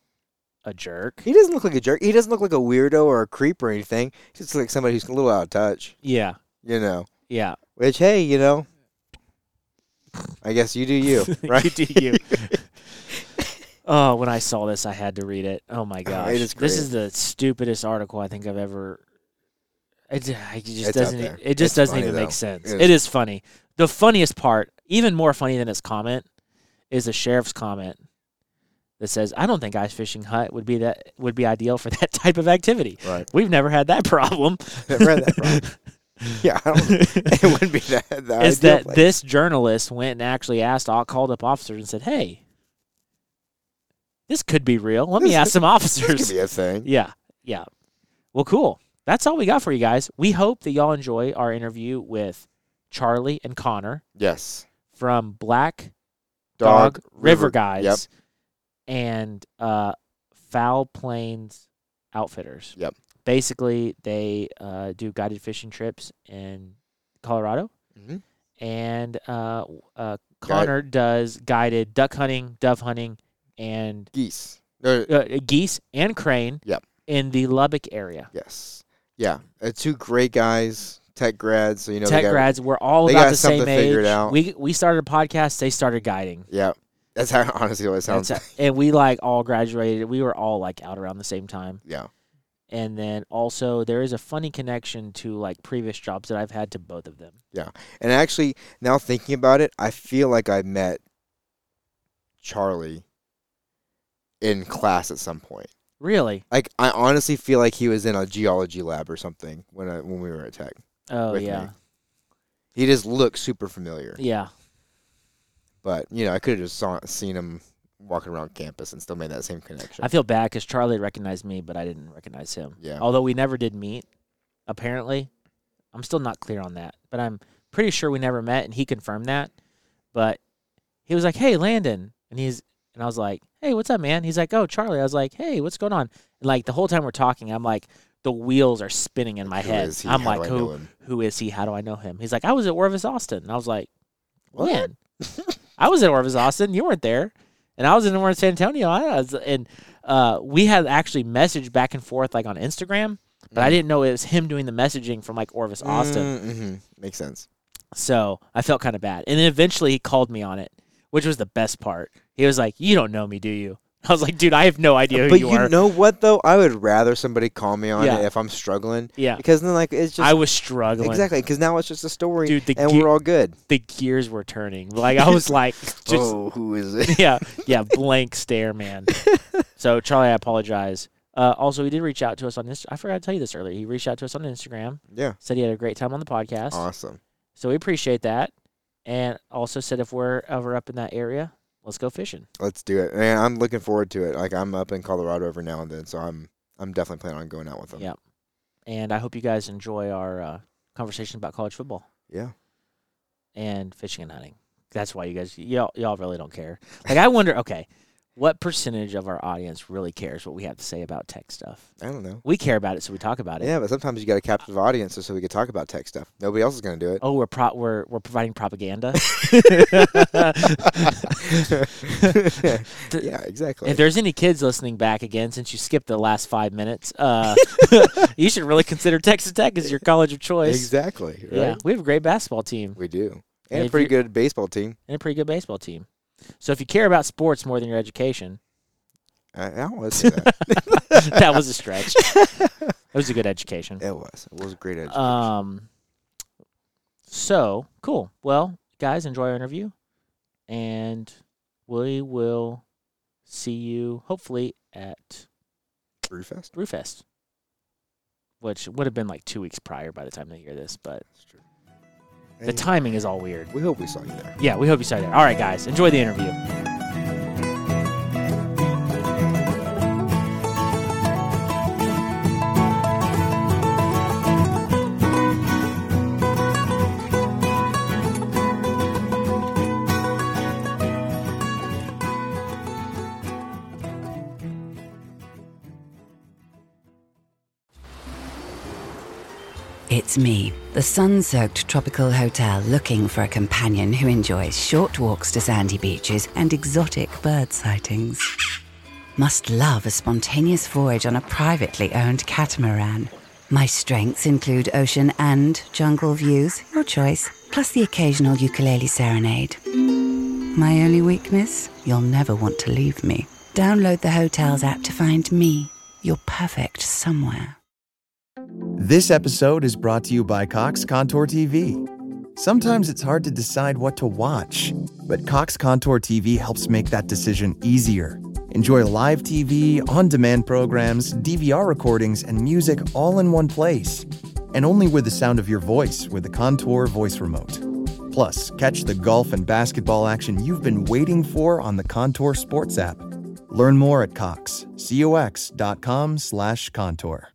Speaker 3: a jerk.
Speaker 4: He doesn't look like a jerk. He doesn't look like a weirdo or a creep or anything. He just looks like somebody who's a little out of touch.
Speaker 3: Yeah.
Speaker 4: You know.
Speaker 3: Yeah.
Speaker 4: Which hey, you know. I guess you do you, right?
Speaker 3: you do you. oh, when I saw this, I had to read it. Oh my gosh,
Speaker 4: is
Speaker 3: this is the stupidest article I think I've ever. It, it just
Speaker 4: out
Speaker 3: doesn't. e,
Speaker 4: there.
Speaker 3: It just
Speaker 4: It's
Speaker 3: doesn't
Speaker 4: funny,
Speaker 3: even
Speaker 4: though.
Speaker 3: make sense.
Speaker 4: It
Speaker 3: It is funny. The funniest part, even more funny than his comment, is the sheriff's comment that says, "I don't think ice fishing hut would be that would be ideal for that type of activity.
Speaker 4: Right.
Speaker 3: We've never had that problem."
Speaker 4: Never had that problem. Yeah, I don't, it wouldn't be that. that
Speaker 3: is
Speaker 4: ideal
Speaker 3: that
Speaker 4: place.
Speaker 3: this journalist went and actually asked, all called up officers and said, "Hey, this could be real. Let me
Speaker 4: This-
Speaker 3: ask some
Speaker 4: this
Speaker 3: officers."
Speaker 4: could be a thing?
Speaker 3: yeah, yeah. Well, cool. That's all we got for you guys. We hope that y'all enjoy our interview with Charlie and Connor
Speaker 4: Yes.
Speaker 3: from Black Dog,
Speaker 4: Dog
Speaker 3: River,
Speaker 4: River.
Speaker 3: Guys
Speaker 4: Yep.
Speaker 3: and uh, Foul Plains Outfitters.
Speaker 4: Yep.
Speaker 3: Basically, they uh, do guided fishing trips in Colorado
Speaker 4: Mm-hmm.
Speaker 3: and uh, w- uh, Connor does guided duck hunting, dove hunting, and
Speaker 4: Geese. No,
Speaker 3: uh, geese and crane.
Speaker 4: Yep.
Speaker 3: In the Lubbock area,
Speaker 4: yes. Yeah. Uh, two great guys, tech grads. So you know they
Speaker 3: tech
Speaker 4: got-
Speaker 3: grads, we're all
Speaker 4: they
Speaker 3: about
Speaker 4: got
Speaker 3: the same
Speaker 4: something
Speaker 3: age.
Speaker 4: figured out.
Speaker 3: We we started a podcast. They started guiding.
Speaker 4: Yeah. That's how honestly what it
Speaker 3: And,
Speaker 4: sounds.
Speaker 3: so- and we like all graduated. We were all like out around the same time.
Speaker 4: yeah.
Speaker 3: And then also there is a funny connection to like previous jobs that I've had to both of them.
Speaker 4: And actually, now thinking about it, I feel like I met Charlie in class at some point.
Speaker 3: Really?
Speaker 4: Like I honestly feel like he was in a geology lab or something when I, when we were at tech.
Speaker 3: Oh
Speaker 4: With
Speaker 3: yeah,
Speaker 4: He just looked super familiar.
Speaker 3: yeah.
Speaker 4: But you know, I could have just saw, seen him walking around campus and still made that same connection.
Speaker 3: I feel bad because Charlie recognized me, but I didn't recognize him.
Speaker 4: Yeah.
Speaker 3: Although we never did meet, apparently. I'm still not clear on that, but I'm pretty sure we never met, and he confirmed that. But he was like, "Hey, Landon," and he's and I was like, "Hey, what's up, man?" He's like, "Oh, Charlie." I was like, "Hey, what's going on?" And like the whole time we're talking, I'm like, the wheels are spinning in my
Speaker 4: Who
Speaker 3: head.
Speaker 4: is he?
Speaker 3: I'm
Speaker 4: How do
Speaker 3: like,
Speaker 4: I know
Speaker 3: "Who?
Speaker 4: him?"
Speaker 3: Who is he? How do I know him?" He's like, "I was at Orvis Austin," and I was like,
Speaker 4: What?
Speaker 3: "Man, I was at Orvis Austin. You weren't there." and I was in San Antonio. I was, and uh, we had actually messaged back and forth like on Instagram, but I
Speaker 4: Mm.
Speaker 3: didn't know it was him doing the messaging from like Orvis Austin.
Speaker 4: Mm-hmm. Makes sense.
Speaker 3: So I felt kind of bad. And then eventually he called me on it, which was the best part. He was like, "You don't know me, do you?" I was like, "Dude, I have no idea who
Speaker 4: but
Speaker 3: you,
Speaker 4: you,
Speaker 3: are."
Speaker 4: know what though? I would rather somebody call me on
Speaker 3: Yeah.
Speaker 4: it if I'm struggling.
Speaker 3: Yeah.
Speaker 4: Because then like it's just
Speaker 3: I was struggling.
Speaker 4: exactly because now it's just a story,
Speaker 3: Dude, the
Speaker 4: and
Speaker 3: ge-
Speaker 4: we're all good.
Speaker 3: The gears were turning. Like I was like, just
Speaker 4: oh, who is it?
Speaker 3: yeah, yeah, blank stare, man. so Charlie, I apologize. Uh, also, he did reach out to us on Inst- I forgot to tell you this earlier. He reached out to us on Instagram.
Speaker 4: yeah.
Speaker 3: said he had a great time on the podcast.
Speaker 4: Awesome.
Speaker 3: So we appreciate that. And also said if we're ever up in that area, let's go fishing.
Speaker 4: Let's do it. And I'm looking forward to it. Like I'm up in Colorado every now and then, so I'm I'm definitely planning on going out with them.
Speaker 3: Yep. And I hope you guys enjoy our uh, conversation about college football
Speaker 4: Yeah.
Speaker 3: and fishing and hunting. That's why you guys y'all y'all really don't care. Like I wonder, okay, what percentage of our audience really cares what we have to say about tech stuff?
Speaker 4: I don't know.
Speaker 3: We care about it, so we talk about it.
Speaker 4: Yeah, but sometimes you got a captive audience so we can talk about tech stuff. Nobody else is going to do it.
Speaker 3: Oh, we're pro- we're we're providing propaganda.
Speaker 4: yeah, exactly.
Speaker 3: If there's any kids listening back again, since you skipped the last five minutes, uh, you should really consider Texas Tech as your college of choice.
Speaker 4: Exactly. Right?
Speaker 3: Yeah, we have a great basketball team
Speaker 4: We do.
Speaker 3: And
Speaker 4: And a
Speaker 3: if
Speaker 4: pretty
Speaker 3: you're-
Speaker 4: good baseball team.
Speaker 3: and a pretty good baseball team. So if you care about sports more than your education,
Speaker 4: I, I don't want to say that.
Speaker 3: that was a stretch. it was a good education.
Speaker 4: it was. It was a great education.
Speaker 3: Um, so cool. Well, guys, enjoy our interview, and we will see you hopefully at
Speaker 4: Brewfest.
Speaker 3: Brewfest, which would have been like two weeks prior by the time they hear this, but
Speaker 4: That's true.
Speaker 3: the timing is all weird.
Speaker 4: We hope we saw you there.
Speaker 3: Yeah, we hope you saw that. All right, guys, enjoy the interview.
Speaker 5: It's me, the sun soaked tropical hotel looking for a companion who enjoys short walks to sandy beaches and exotic bird sightings. Must love a spontaneous voyage on a privately owned catamaran. My strengths include ocean and jungle views, your choice, plus the occasional ukulele serenade. My only weakness? You'll never want to leave me. Download the hotel's app to find me, your perfect somewhere.
Speaker 6: This episode is brought to you by Cox Contour TV. Sometimes it's hard to decide what to watch, but Cox Contour TV helps make that decision easier. Enjoy live TV, on demand programs, DVR recordings, and music all in one place. And only with the sound of your voice with the Contour voice remote. Plus, catch the golf and basketball action you've been waiting for on the Contour Sports app. Learn more at Cox, cox.com slash contour.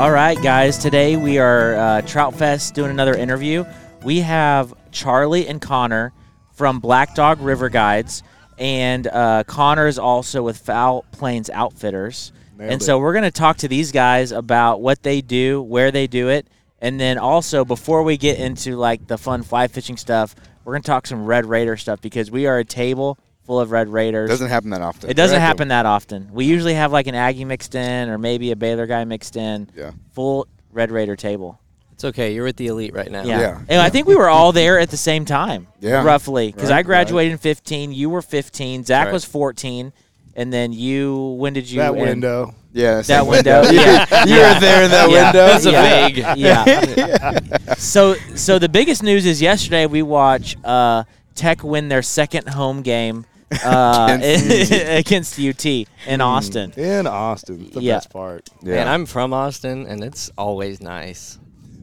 Speaker 3: All right, guys, today we are uh, Trout Fest doing another interview. We have Charlie and Connor from Black Dog River Guides, and uh, Connor is also with Foul Plains Outfitters.
Speaker 4: Nailed
Speaker 3: and
Speaker 4: it.
Speaker 3: so we're going to talk to these guys about what they do, where they do it, and then also before we get into like the fun fly fishing stuff, we're going to talk some Red Raider stuff because we are a table full of Red Raiders.
Speaker 4: Doesn't happen that often.
Speaker 3: It doesn't
Speaker 4: Correct.
Speaker 3: happen that often. We usually have like an Aggie mixed in or maybe a Baylor guy mixed in.
Speaker 4: Yeah.
Speaker 3: Full Red Raider table.
Speaker 7: It's okay. You're with the elite right now.
Speaker 3: Yeah.
Speaker 4: Yeah.
Speaker 3: And I think we were all there at the same time.
Speaker 4: Yeah.
Speaker 3: Roughly. Because I
Speaker 4: Right,
Speaker 3: graduated in 15. You were 15. Zach
Speaker 4: Right.
Speaker 3: was 14. And then you, when did you?
Speaker 8: that
Speaker 3: end?
Speaker 8: window.
Speaker 4: Yeah,
Speaker 3: That
Speaker 4: same way.
Speaker 3: window. yeah.
Speaker 4: you were there in that
Speaker 3: Yeah.
Speaker 4: window.
Speaker 7: That's a
Speaker 3: Yeah.
Speaker 7: vague.
Speaker 3: Yeah. so so the biggest news is yesterday we watch uh, Tech win their second home game uh, against UT
Speaker 4: Hmm.
Speaker 3: in Austin.
Speaker 8: In Austin, it's the
Speaker 3: Yeah.
Speaker 8: best part.
Speaker 4: Yeah.
Speaker 7: And I'm from Austin, and it's always nice.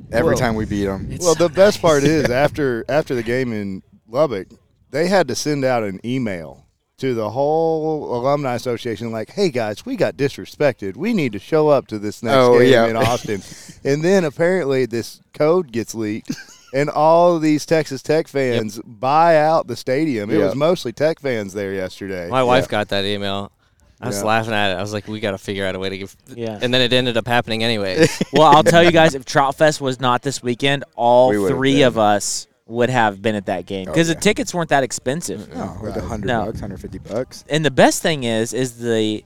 Speaker 4: Every
Speaker 8: Well-
Speaker 4: time we beat them.
Speaker 8: well, the best part is after after the game in Lubbock, they had to send out an email to the whole alumni association, like, "Hey guys, we got disrespected. We need to show up to this next
Speaker 4: Oh,
Speaker 8: game
Speaker 4: yeah.
Speaker 8: in Austin." and then apparently this code gets leaked. And all of these Texas Tech fans buy out the stadium. It
Speaker 4: Yeah.
Speaker 8: was mostly Tech fans there yesterday.
Speaker 7: My wife got that email. I was
Speaker 8: Yeah.
Speaker 7: laughing at it. I was like, "We got to figure out a way to give."
Speaker 3: Yeah.
Speaker 7: And then it ended up happening anyway.
Speaker 3: Well, I'll tell you guys, if Trout Fest was not this weekend, all
Speaker 4: We would've
Speaker 3: three
Speaker 4: been. Oh,
Speaker 3: of us would have been at that game because the tickets weren't that expensive.
Speaker 4: No, like 100
Speaker 3: No.
Speaker 4: bucks, 150 bucks.
Speaker 3: And the best thing is, is the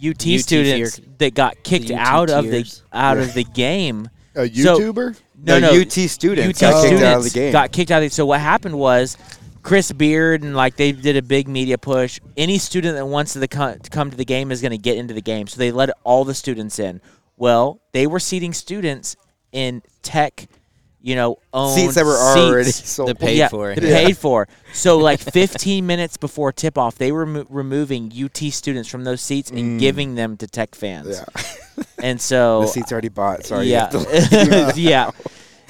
Speaker 3: UT,
Speaker 7: UT
Speaker 3: students
Speaker 7: tier-
Speaker 3: that got kicked
Speaker 7: the UT
Speaker 3: out of
Speaker 7: tiers.
Speaker 3: the out of the game.
Speaker 8: a
Speaker 3: So-
Speaker 8: YouTuber.
Speaker 3: no, no,
Speaker 4: No, UT
Speaker 3: UT
Speaker 4: students got kicked out of
Speaker 3: students
Speaker 4: the game.
Speaker 3: Got kicked out of the- So what happened was, Chris Beard and like they did a big media push. Any student that wants to, the co- to come to the game is going to get into the game. So they let all the students in. Well, they were seating students in Tech you know, owned
Speaker 4: Seats that were already
Speaker 3: seats
Speaker 4: sold.
Speaker 7: The pa- Paid
Speaker 3: yeah,
Speaker 7: for.
Speaker 3: they're Paid for. So like 15 minutes before tip off, they were remo- removing UT students from those seats and giving them to Tech fans.
Speaker 4: Mm. Yeah.
Speaker 3: And so
Speaker 4: the seat's already bought. Sorry. you
Speaker 3: yeah,
Speaker 4: have to-
Speaker 3: yeah.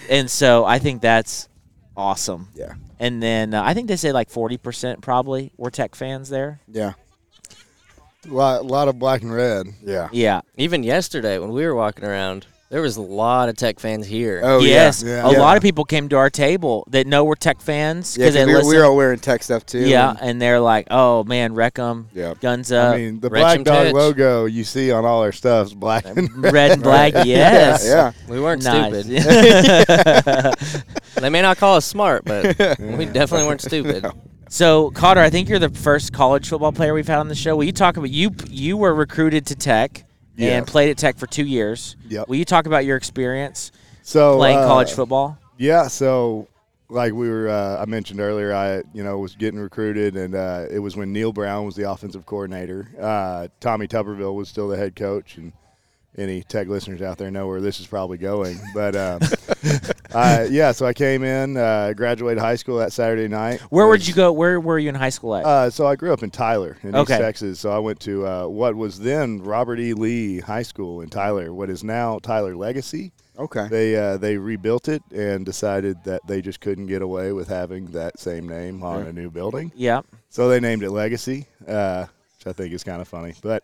Speaker 3: And so I think that's awesome.
Speaker 4: yeah.
Speaker 3: And then uh, I think they say like 40% probably were Tech fans there.
Speaker 4: Yeah.
Speaker 8: A lot, lot of black and red.
Speaker 4: Yeah.
Speaker 3: Yeah.
Speaker 7: Even yesterday when we were walking around, there was a lot of Tech fans here.
Speaker 4: Oh
Speaker 3: yes,
Speaker 4: yeah.
Speaker 3: a
Speaker 4: Yeah.
Speaker 3: lot of people came to our table that know we're Tech fans
Speaker 4: Yeah,
Speaker 3: because
Speaker 4: 'cause
Speaker 3: they
Speaker 4: we were, we
Speaker 3: listen.
Speaker 4: were all wearing tech stuff too.
Speaker 3: yeah,
Speaker 4: and-
Speaker 3: and they're like, "Oh man, Reckham,
Speaker 4: Yeah.
Speaker 3: guns up,
Speaker 4: uh,
Speaker 8: I mean, the
Speaker 7: Wretched
Speaker 8: black dog
Speaker 7: touch.
Speaker 8: logo you see on all our stuff is black and red.
Speaker 3: red and black." Yes,
Speaker 4: Um, yeah.
Speaker 7: We weren't
Speaker 3: Nice.
Speaker 7: stupid. They may not call us smart, but we definitely weren't stupid.
Speaker 3: so, Cotter, I think you're the first college football player we've had on the show. Will you talk about you? You were recruited to Tech and
Speaker 8: Yes.
Speaker 3: played at Tech for two years.
Speaker 8: Yep.
Speaker 3: Will you talk about your experience
Speaker 8: So
Speaker 3: playing
Speaker 8: uh,
Speaker 3: college football?
Speaker 8: Yeah, so like we were, uh, I mentioned earlier, I you know was getting recruited, and uh, it was when Neil Brown was the offensive coordinator. Uh, Tommy Tupperville was still the head coach, and any tech listeners out there know where this is probably going. But um, uh, yeah, so I came in, uh, graduated high school that Saturday night.
Speaker 3: Where
Speaker 8: Was-
Speaker 3: would you go? Where were you in high school at?
Speaker 8: uh, so I grew up in Tyler, in
Speaker 3: Okay.
Speaker 8: East Texas. So I went to uh, what was then Robert E. Lee High School in Tyler, what is now Tyler Legacy.
Speaker 4: Okay.
Speaker 8: They uh, they rebuilt it and decided that they just couldn't get away with having that same name on a new building,
Speaker 3: yeah.
Speaker 8: so they named it Legacy, uh, which I think is kind of funny, but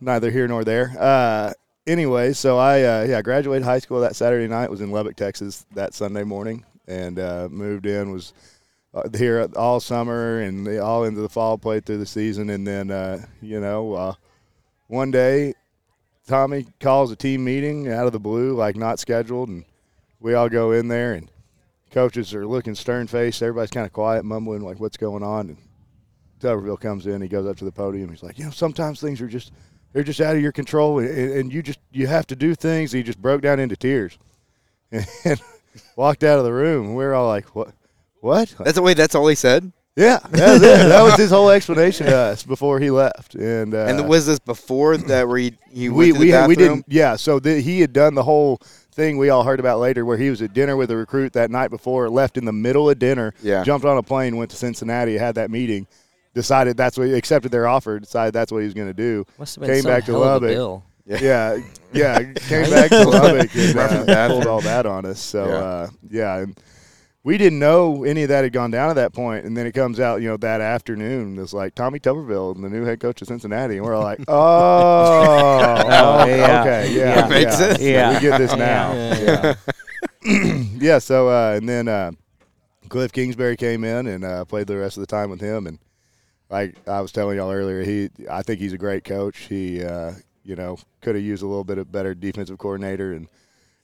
Speaker 8: neither here nor there. Uh, anyway, so I uh, yeah graduated high school that Saturday night, was in Lubbock, Texas that Sunday morning, and uh, moved in was uh, here all summer and the- all into the fall, played through the season, and then uh, you know uh, one day Tommy calls a team meeting out of the blue, like not scheduled, and we all go in there and coaches are looking stern faced. Everybody's kind of quiet, mumbling like what's going on. And Tuberville comes in, he goes up to the podium. He's like, you know, sometimes things are just they're just out of your control, and, and you just you have to do things. He just broke down into tears and walked out of the room. We are all like, what? What?
Speaker 4: That's the way. That's all he said.
Speaker 8: yeah, that was, it. that was his whole explanation to us before he left. And uh,
Speaker 4: and was this before that? Where you, you
Speaker 8: we
Speaker 4: went to the
Speaker 8: we, had- we
Speaker 4: bathroom?
Speaker 8: didn't yeah so the, he had done the whole thing we all heard about later where he was at dinner with a recruit that night before left in the middle of dinner
Speaker 4: Yeah.
Speaker 8: jumped on a plane went to cincinnati had that meeting decided that's what he accepted their offer decided that's what he was going to do
Speaker 7: Must have been
Speaker 8: came
Speaker 7: some
Speaker 8: back to
Speaker 7: hell of a
Speaker 8: lubbock
Speaker 7: bill.
Speaker 8: yeah yeah came back to lubbock and
Speaker 4: Right from the
Speaker 8: uh,
Speaker 4: bathroom.
Speaker 8: pulled all that on us so
Speaker 4: Yeah.
Speaker 8: uh, yeah and we didn't know any of that had gone down at that point, and then it comes out, you know, that afternoon. It's like Tommy Tuberville, the new head coach of Cincinnati, and we're like, oh, oh,
Speaker 3: yeah.
Speaker 8: okay, yeah,
Speaker 3: Yeah.
Speaker 4: Makes
Speaker 8: yeah,
Speaker 4: sense.
Speaker 8: yeah,
Speaker 3: Yeah.
Speaker 8: we get this now. Yeah, so uh, and then uh, Cliff Kingsbury came in and uh, played the rest of the time with him, and like I was telling y'all earlier, he I think he's a great coach. He uh, you know could have used a little bit of better defensive coordinator, and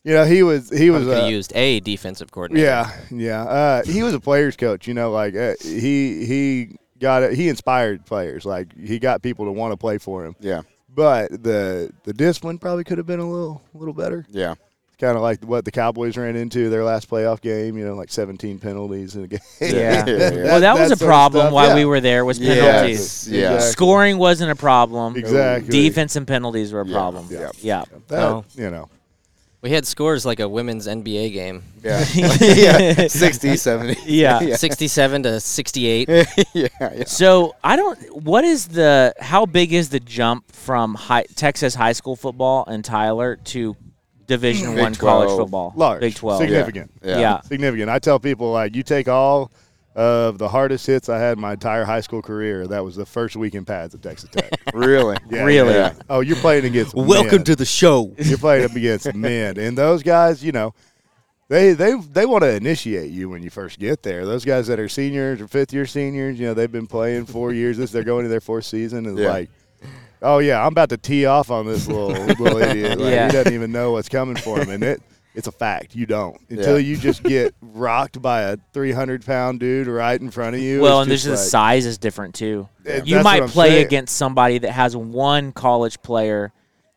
Speaker 8: you know he was he was
Speaker 7: Could have
Speaker 8: uh,
Speaker 7: used a defensive coordinator.
Speaker 8: yeah, yeah. Uh, he was a players coach. You know, like uh, he he got it. He inspired players. Like he got people to want to play for him.
Speaker 4: Yeah.
Speaker 8: But the the discipline probably could have been a little a little better.
Speaker 4: Yeah.
Speaker 8: It's kind of like what the Cowboys ran into their last playoff game. You know, like 17 penalties in a game.
Speaker 3: Yeah.
Speaker 4: Yeah, yeah.
Speaker 3: well, that, was
Speaker 8: that
Speaker 3: a
Speaker 8: sort of
Speaker 3: problem
Speaker 8: stuff,
Speaker 3: while
Speaker 8: yeah.
Speaker 3: we were there was
Speaker 4: Yes,
Speaker 3: penalties.
Speaker 4: yeah.
Speaker 3: Scoring wasn't a problem.
Speaker 8: Exactly.
Speaker 3: Defense and penalties were a problem.
Speaker 4: yeah.
Speaker 3: yeah.
Speaker 8: That,
Speaker 7: Oh.
Speaker 8: You know.
Speaker 7: We had scores like a women's NBA game.
Speaker 4: Yeah. yeah. 60, 70.
Speaker 3: Yeah.
Speaker 4: Yeah.
Speaker 7: 67 to 68.
Speaker 4: yeah. yeah.
Speaker 3: So I don't. What is the? How big is the jump from high, Texas high school football and Tyler to Division
Speaker 4: Big
Speaker 3: One college
Speaker 4: 12.
Speaker 3: football?
Speaker 8: Large.
Speaker 3: Big Twelve.
Speaker 8: Significant.
Speaker 3: Yeah.
Speaker 8: Significant. I tell people like you take all of the hardest hits I had my entire high school career. That was the first week in pads at Texas Tech.
Speaker 4: Really?
Speaker 8: Yeah,
Speaker 3: Really?
Speaker 8: yeah. Oh, you're playing against men.
Speaker 4: the show.
Speaker 8: You're playing up against men, and those guys, you know, they they they want to initiate you when you first get there. Those guys that are seniors or fifth year seniors, you know, they've been playing four years. This they're going to their fourth season, and
Speaker 4: Yeah.
Speaker 8: like, oh yeah, I'm about to tee off on this little little idiot. Like,
Speaker 3: Yeah.
Speaker 8: He doesn't even know what's coming for him, and it. It's a fact. You don't until
Speaker 4: Yeah.
Speaker 8: you just get rocked by a 300 pound dude right in front of you.
Speaker 3: Well,
Speaker 8: It's
Speaker 3: and there's
Speaker 8: just
Speaker 3: the
Speaker 8: like-
Speaker 3: size is different too.
Speaker 8: Yeah, that's
Speaker 3: You
Speaker 8: what
Speaker 3: might
Speaker 8: I'm
Speaker 3: play
Speaker 8: saying.
Speaker 3: against somebody that has one college player,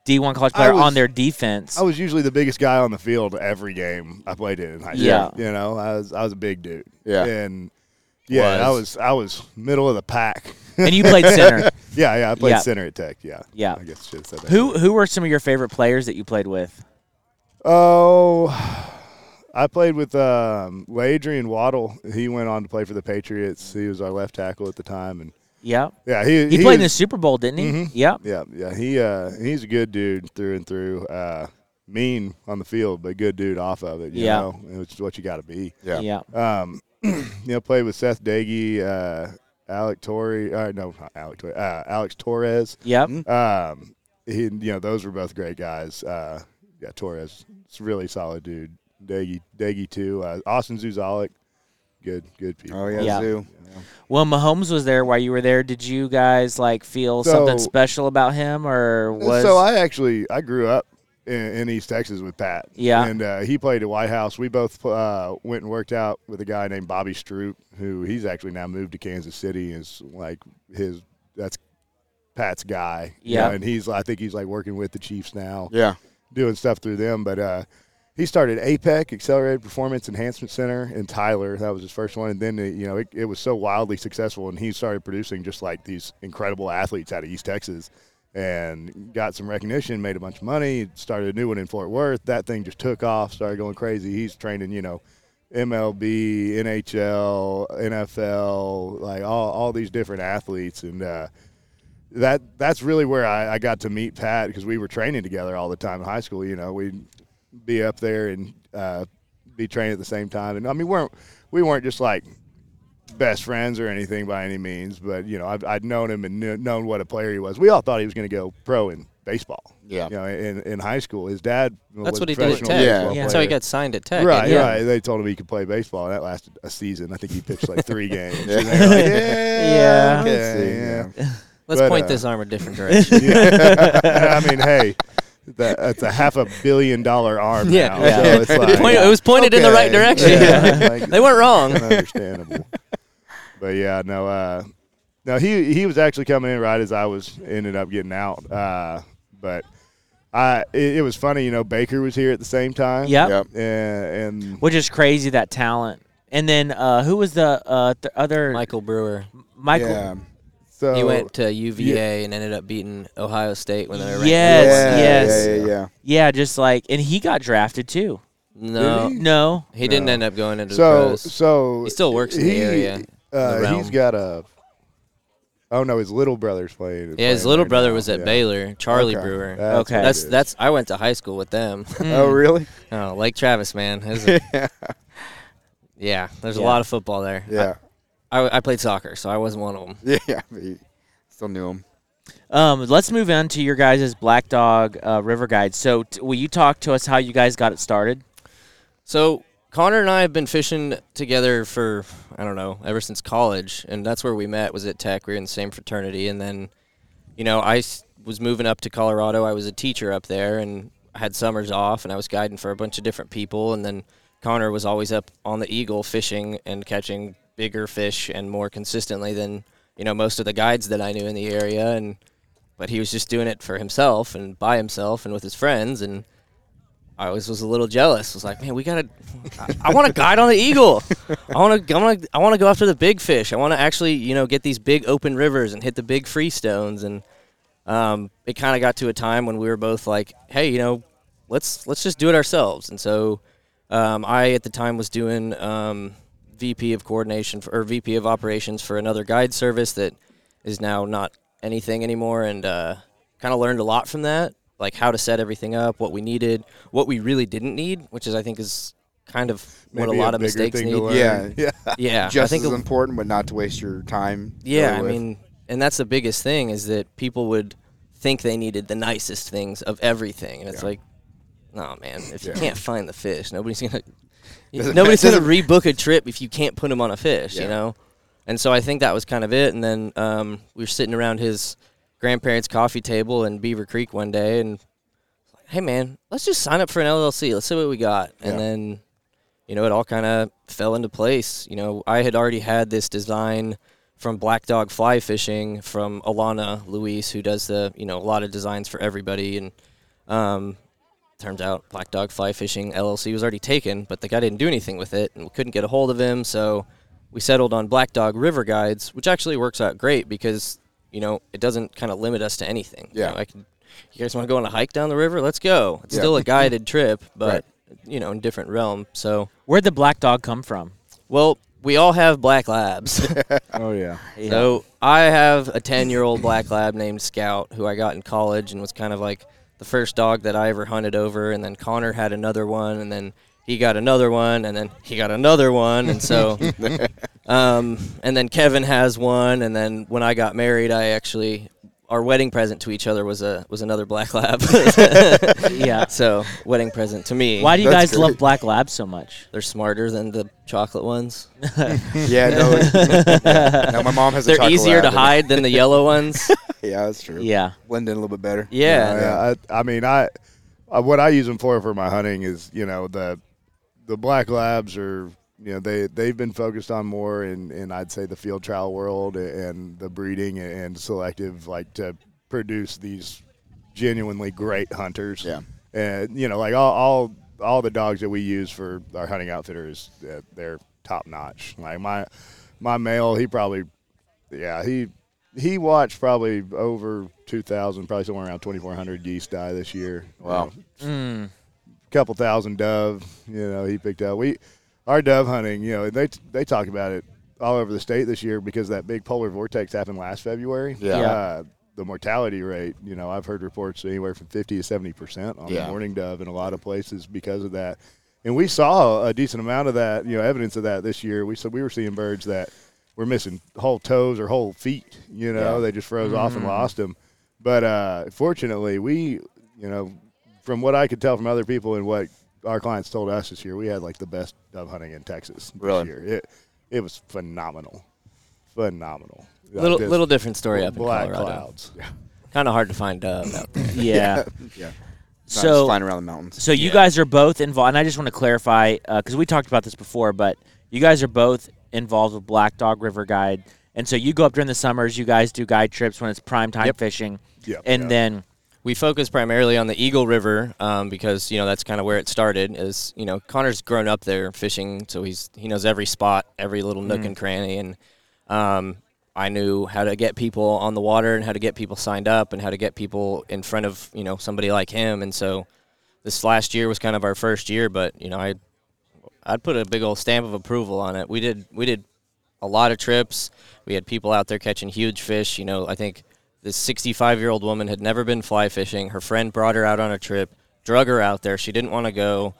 Speaker 3: D1 college
Speaker 8: I
Speaker 3: player
Speaker 8: was-
Speaker 3: on their defense.
Speaker 8: I was usually the biggest guy on the field every game I played in high school.
Speaker 3: Yeah.
Speaker 8: You know, I was I was a big dude.
Speaker 4: Yeah.
Speaker 8: And yeah,
Speaker 4: Was.
Speaker 8: I was I was middle of the pack.
Speaker 3: and you played center.
Speaker 8: yeah, yeah, I played
Speaker 3: Yeah.
Speaker 8: center at Tech. Yeah.
Speaker 3: Yeah.
Speaker 8: I guess I should have said that.
Speaker 3: Who who were some of your favorite players that you played with?
Speaker 8: Oh, I played with um, Ladrian Waddle. He went on to play for the Patriots. He was our left tackle at the time, and
Speaker 3: Yeah.
Speaker 8: yeah, he
Speaker 3: He, played in the
Speaker 8: was-
Speaker 3: Super Bowl, didn't he?
Speaker 8: Mhm.
Speaker 3: Yep.
Speaker 8: Yeah, yeah, he uh, he's a good dude through and through. Uh, mean on the field, but good dude off of it. You
Speaker 3: Yeah.
Speaker 8: know, it's what you got to be.
Speaker 4: Yeah.
Speaker 3: Yeah.
Speaker 8: Um, you know, played with Seth Daggy, uh, Alec Torrey. Uh, no, not Alec Torrey. Uh, Alex Torres.
Speaker 3: Yep.
Speaker 8: Um, he, you know, those were both great guys. Uh, yeah, Torres, it's a really solid dude. Daggy, Daggy too. Uh, Austin Zuzalik, good, good people.
Speaker 4: Oh yeah,
Speaker 3: Yeah.
Speaker 4: Zoo.
Speaker 3: Well, Mahomes was there while you were there. Did you guys like feel something
Speaker 8: So-
Speaker 3: special about him, or was
Speaker 8: So I actually I grew up in, in East Texas with Pat.
Speaker 3: Yeah.
Speaker 8: and uh, he played at White House. We both uh, went and worked out with a guy named Bobby Stroop, who he's actually now moved to Kansas City. Is like his that's Pat's guy. you
Speaker 3: Yeah.
Speaker 8: know, and he's I think he's like working with the Chiefs now,
Speaker 4: Yeah.
Speaker 8: doing stuff through them. But uh, he started APEC Accelerated Performance Enhancement Center in Tyler. That was his first one, and then uh, you know it, it was so wildly successful, and he started producing just like these incredible athletes out of East Texas, and got some recognition, made a bunch of money, started a new one in Fort Worth. That thing just took off, started going crazy. He's training, you know. MLB, NHL, NFL, like all, all these different athletes, and uh, that that's really where I, I got to meet Pat because we were training together all the time in high school. You know, we'd be up there and uh, be training at the same time. And I mean, weren't we weren't just like best friends or anything by any means, but you know, I've, I'd known him and knew, known what a player he was. We all thought he was going to go pro in baseball.
Speaker 4: Yeah.
Speaker 8: you know, in, in high school, his dad
Speaker 7: That's
Speaker 8: was
Speaker 7: what
Speaker 8: a
Speaker 7: he did at
Speaker 8: professional
Speaker 7: Tech.
Speaker 4: Yeah.
Speaker 8: baseball
Speaker 7: That's how he
Speaker 8: player.
Speaker 7: got signed at Tech.
Speaker 8: Right,
Speaker 7: yeah.
Speaker 8: right. They told him he could play baseball, and that lasted a season. I think he pitched like three games. And they were like, yeah,
Speaker 3: Yeah.
Speaker 8: okay, yeah.
Speaker 4: Yeah.
Speaker 7: Let's
Speaker 8: But,
Speaker 7: point
Speaker 8: uh,
Speaker 7: this arm a different direction.
Speaker 8: Yeah. I mean, hey, that, that's a half a billion dollar arm
Speaker 7: Yeah.
Speaker 8: now.
Speaker 7: Yeah.
Speaker 8: So it's like,
Speaker 7: Point- it was pointed in the right
Speaker 8: okay,
Speaker 7: direction.
Speaker 8: yeah, like,
Speaker 7: they weren't wrong.
Speaker 8: understandable. but yeah, no, uh, no, he he was actually coming in right as I was ended up getting out. Uh, but I, it, it was funny, you know, Baker was here at the same time.
Speaker 3: Yep.
Speaker 4: Yep.
Speaker 8: and, and
Speaker 3: which is crazy that talent. And then uh, who was the uh, th- other
Speaker 7: Michael Brewer.
Speaker 3: Michael?
Speaker 4: Yeah.
Speaker 8: so
Speaker 7: He went to UVA and ended up beating Ohio State when they were ranked
Speaker 3: Yes,
Speaker 7: number one.
Speaker 3: yes.
Speaker 4: Yeah, yeah, yeah.
Speaker 3: Yeah, just like and he got drafted too. Uh,
Speaker 7: No, he?
Speaker 3: No,
Speaker 7: didn't end up going into the
Speaker 8: So
Speaker 7: pros.
Speaker 8: so
Speaker 7: He still works in the area,
Speaker 8: Uh,
Speaker 7: the realm.
Speaker 8: he's got a. Oh no, his little brother's playing.
Speaker 7: yeah, his
Speaker 8: playing
Speaker 7: little
Speaker 8: right
Speaker 7: brother
Speaker 8: now.
Speaker 7: was at
Speaker 8: Yeah.
Speaker 7: Baylor, Charlie
Speaker 8: Okay.
Speaker 7: Brewer.
Speaker 8: That's
Speaker 3: Okay.
Speaker 8: what it
Speaker 7: that's
Speaker 8: is.
Speaker 7: that's I went to high school with them.
Speaker 4: Oh really?
Speaker 7: oh, Lake Travis, man. It was a- yeah, there's a
Speaker 3: Yeah.
Speaker 7: lot of football there.
Speaker 4: Yeah.
Speaker 7: I, I played soccer, so I wasn't one of them.
Speaker 4: Yeah. yeah. He still knew him.
Speaker 3: Um, let's move on to your guys' Black Dog uh, River Guide. So, t- will you talk to us how you guys got it started?
Speaker 7: So Connor and I have been fishing together for I don't know ever since college, and that's where we met. Was at Tech. We were in the same fraternity, and then you know I s- was moving up to Colorado. I was a teacher up there, and I had summers off, and I was guiding for a bunch of different people. And then Connor was always up on the Eagle fishing and catching bigger fish and more consistently than you know most of the guides that I knew in the area. And but he was just doing it for himself and by himself and with his friends and. I always was a little jealous. Was like, man, we gotta. I, I want to guide on the eagle. I want to. I want to. I want to go after the big fish. I want to actually, you know, get these big open rivers and hit the big freestones. And um, it kind of got to a time when we were both like, hey, you know, let's let's just do it ourselves. And so um, I at the time was doing um, VP of coordination for, or VP of operations for another guide service that is now not anything anymore, and uh, kind of learned a lot from that, like how to set everything up, what we needed, what we really didn't need, which is I think is kind of what
Speaker 8: Maybe
Speaker 7: a lot of
Speaker 8: bigger
Speaker 7: mistakes
Speaker 8: thing
Speaker 7: need.
Speaker 8: to learn.
Speaker 4: Yeah.
Speaker 8: yeah.
Speaker 7: Yeah, I
Speaker 4: Just
Speaker 7: think
Speaker 4: as
Speaker 7: a-
Speaker 4: important, but not to waste your time.
Speaker 7: yeah,
Speaker 4: really
Speaker 7: I
Speaker 4: with-
Speaker 7: mean, and that's the biggest thing is that people would think they needed the nicest things of everything, and it's like, no, man, if you can't find the fish, nobody's gonna nobody's gonna rebook a trip if you can't put them on a fish, you know. And so I think that was kind of it. And then um, we were sitting around his grandparents' coffee table in Beaver Creek one day, and hey, man, let's just sign up for an LLC. Let's see what we got, and then you know, it all kind of fell into place. You know, I had already had this design from Black Dog Fly Fishing from Alana Luis, who does the, you know, a lot of designs for everybody. And um, turns out Black Dog Fly Fishing LLC was already taken, but the guy didn't do anything with it and we couldn't get a hold of him. So we settled on Black Dog River Guides, which actually works out great because, you know, it doesn't kind of limit us to anything. You
Speaker 4: Yeah.
Speaker 7: know, I can, you guys want to go on a hike down the river? Let's go. It's still a guided trip, but
Speaker 4: Right.
Speaker 7: you know, in different realm. So,
Speaker 3: Where'd the black dog come from?
Speaker 7: well, we all have black labs.
Speaker 8: Oh yeah.
Speaker 7: So I have a 10 year old black lab named Scout who I got in college and was kind of like the first dog that I ever hunted over. And then Connor had another one, and then he got another one, and then he got another one. And so, um, and then Kevin has one. And then when I got married, I actually. Our wedding present to each other was a was another black lab.
Speaker 3: Yeah.
Speaker 7: so wedding present to me.
Speaker 3: Why do you
Speaker 4: That's
Speaker 3: guys love
Speaker 4: great.
Speaker 3: black labs so much?
Speaker 7: they're smarter than the chocolate ones?
Speaker 4: Yeah, no. it- yeah. No, my mom has a
Speaker 7: They're
Speaker 4: chocolate
Speaker 7: easier to
Speaker 4: lab and-
Speaker 7: hide than the yellow ones.
Speaker 4: Yeah, that's true.
Speaker 3: Yeah.
Speaker 4: Blend in a little bit better.
Speaker 7: Yeah.
Speaker 8: Yeah, I, I mean, I uh, what I use them for for my hunting is you know the the black labs are you know they they've been focused on more in in I'd say the field trial world and the breeding and selective like to produce these genuinely great hunters.
Speaker 4: Yeah.
Speaker 8: and you know like all all, all the dogs that we use for our hunting outfitters, uh, they're top notch. Like my my male, he probably yeah, he he watched probably over two thousand, probably somewhere around twenty four hundred geese die this year.
Speaker 4: Wow.
Speaker 8: A couple thousand dove, you know, he picked up. We our dove hunting, you know, they they talk about it all over the state this year because that big polar vortex happened last February.
Speaker 4: Yeah.
Speaker 3: Yeah.
Speaker 8: Uh, the mortality rate, you know, I've heard reports anywhere from fifty to seventy percent on
Speaker 4: Yeah.
Speaker 8: the mourning dove in a lot of places because of that. And we saw a decent amount of that, you know, evidence of that this year. We said we were seeing birds that were missing whole toes or whole feet. You know,
Speaker 4: Yeah.
Speaker 8: they just froze off and lost them. But uh, fortunately, we, you know, from what I could tell from other people and what our clients told us this year, we had like the best dove hunting in Texas this
Speaker 4: Really?
Speaker 8: year. It it was phenomenal, phenomenal. Like
Speaker 7: little
Speaker 8: this
Speaker 7: little different story up in
Speaker 8: black
Speaker 7: Colorado.
Speaker 8: clouds.
Speaker 7: Kind of hard to find uh, dove out there.
Speaker 3: Yeah.
Speaker 4: Yeah. Not just
Speaker 3: So
Speaker 4: flying around the mountains.
Speaker 3: So you guys are both involved, and I just want to clarify because we talked about this before, but you guys are both involved with Black Dog River Guide, and so you go up during the summers. You guys do guide trips when it's prime time fishing,
Speaker 8: Yep.
Speaker 3: and
Speaker 8: Yeah.
Speaker 3: then
Speaker 7: We focus primarily on the Eagle River um, because you know that's kind of where it started. Is you know Connor's grown up there fishing, so he's he knows every spot, every little nook and cranny, and um, I knew how to get people on the water and how to get people signed up and how to get people in front of you know somebody like him. And so this last year was kind of our first year, but you know I I'd put a big old stamp of approval on it. We did we did a lot of trips. We had people out there catching huge fish. You know, I think this 65 year old woman had never been fly fishing. Her friend brought her out on a trip, drug her out there. She didn't want to go.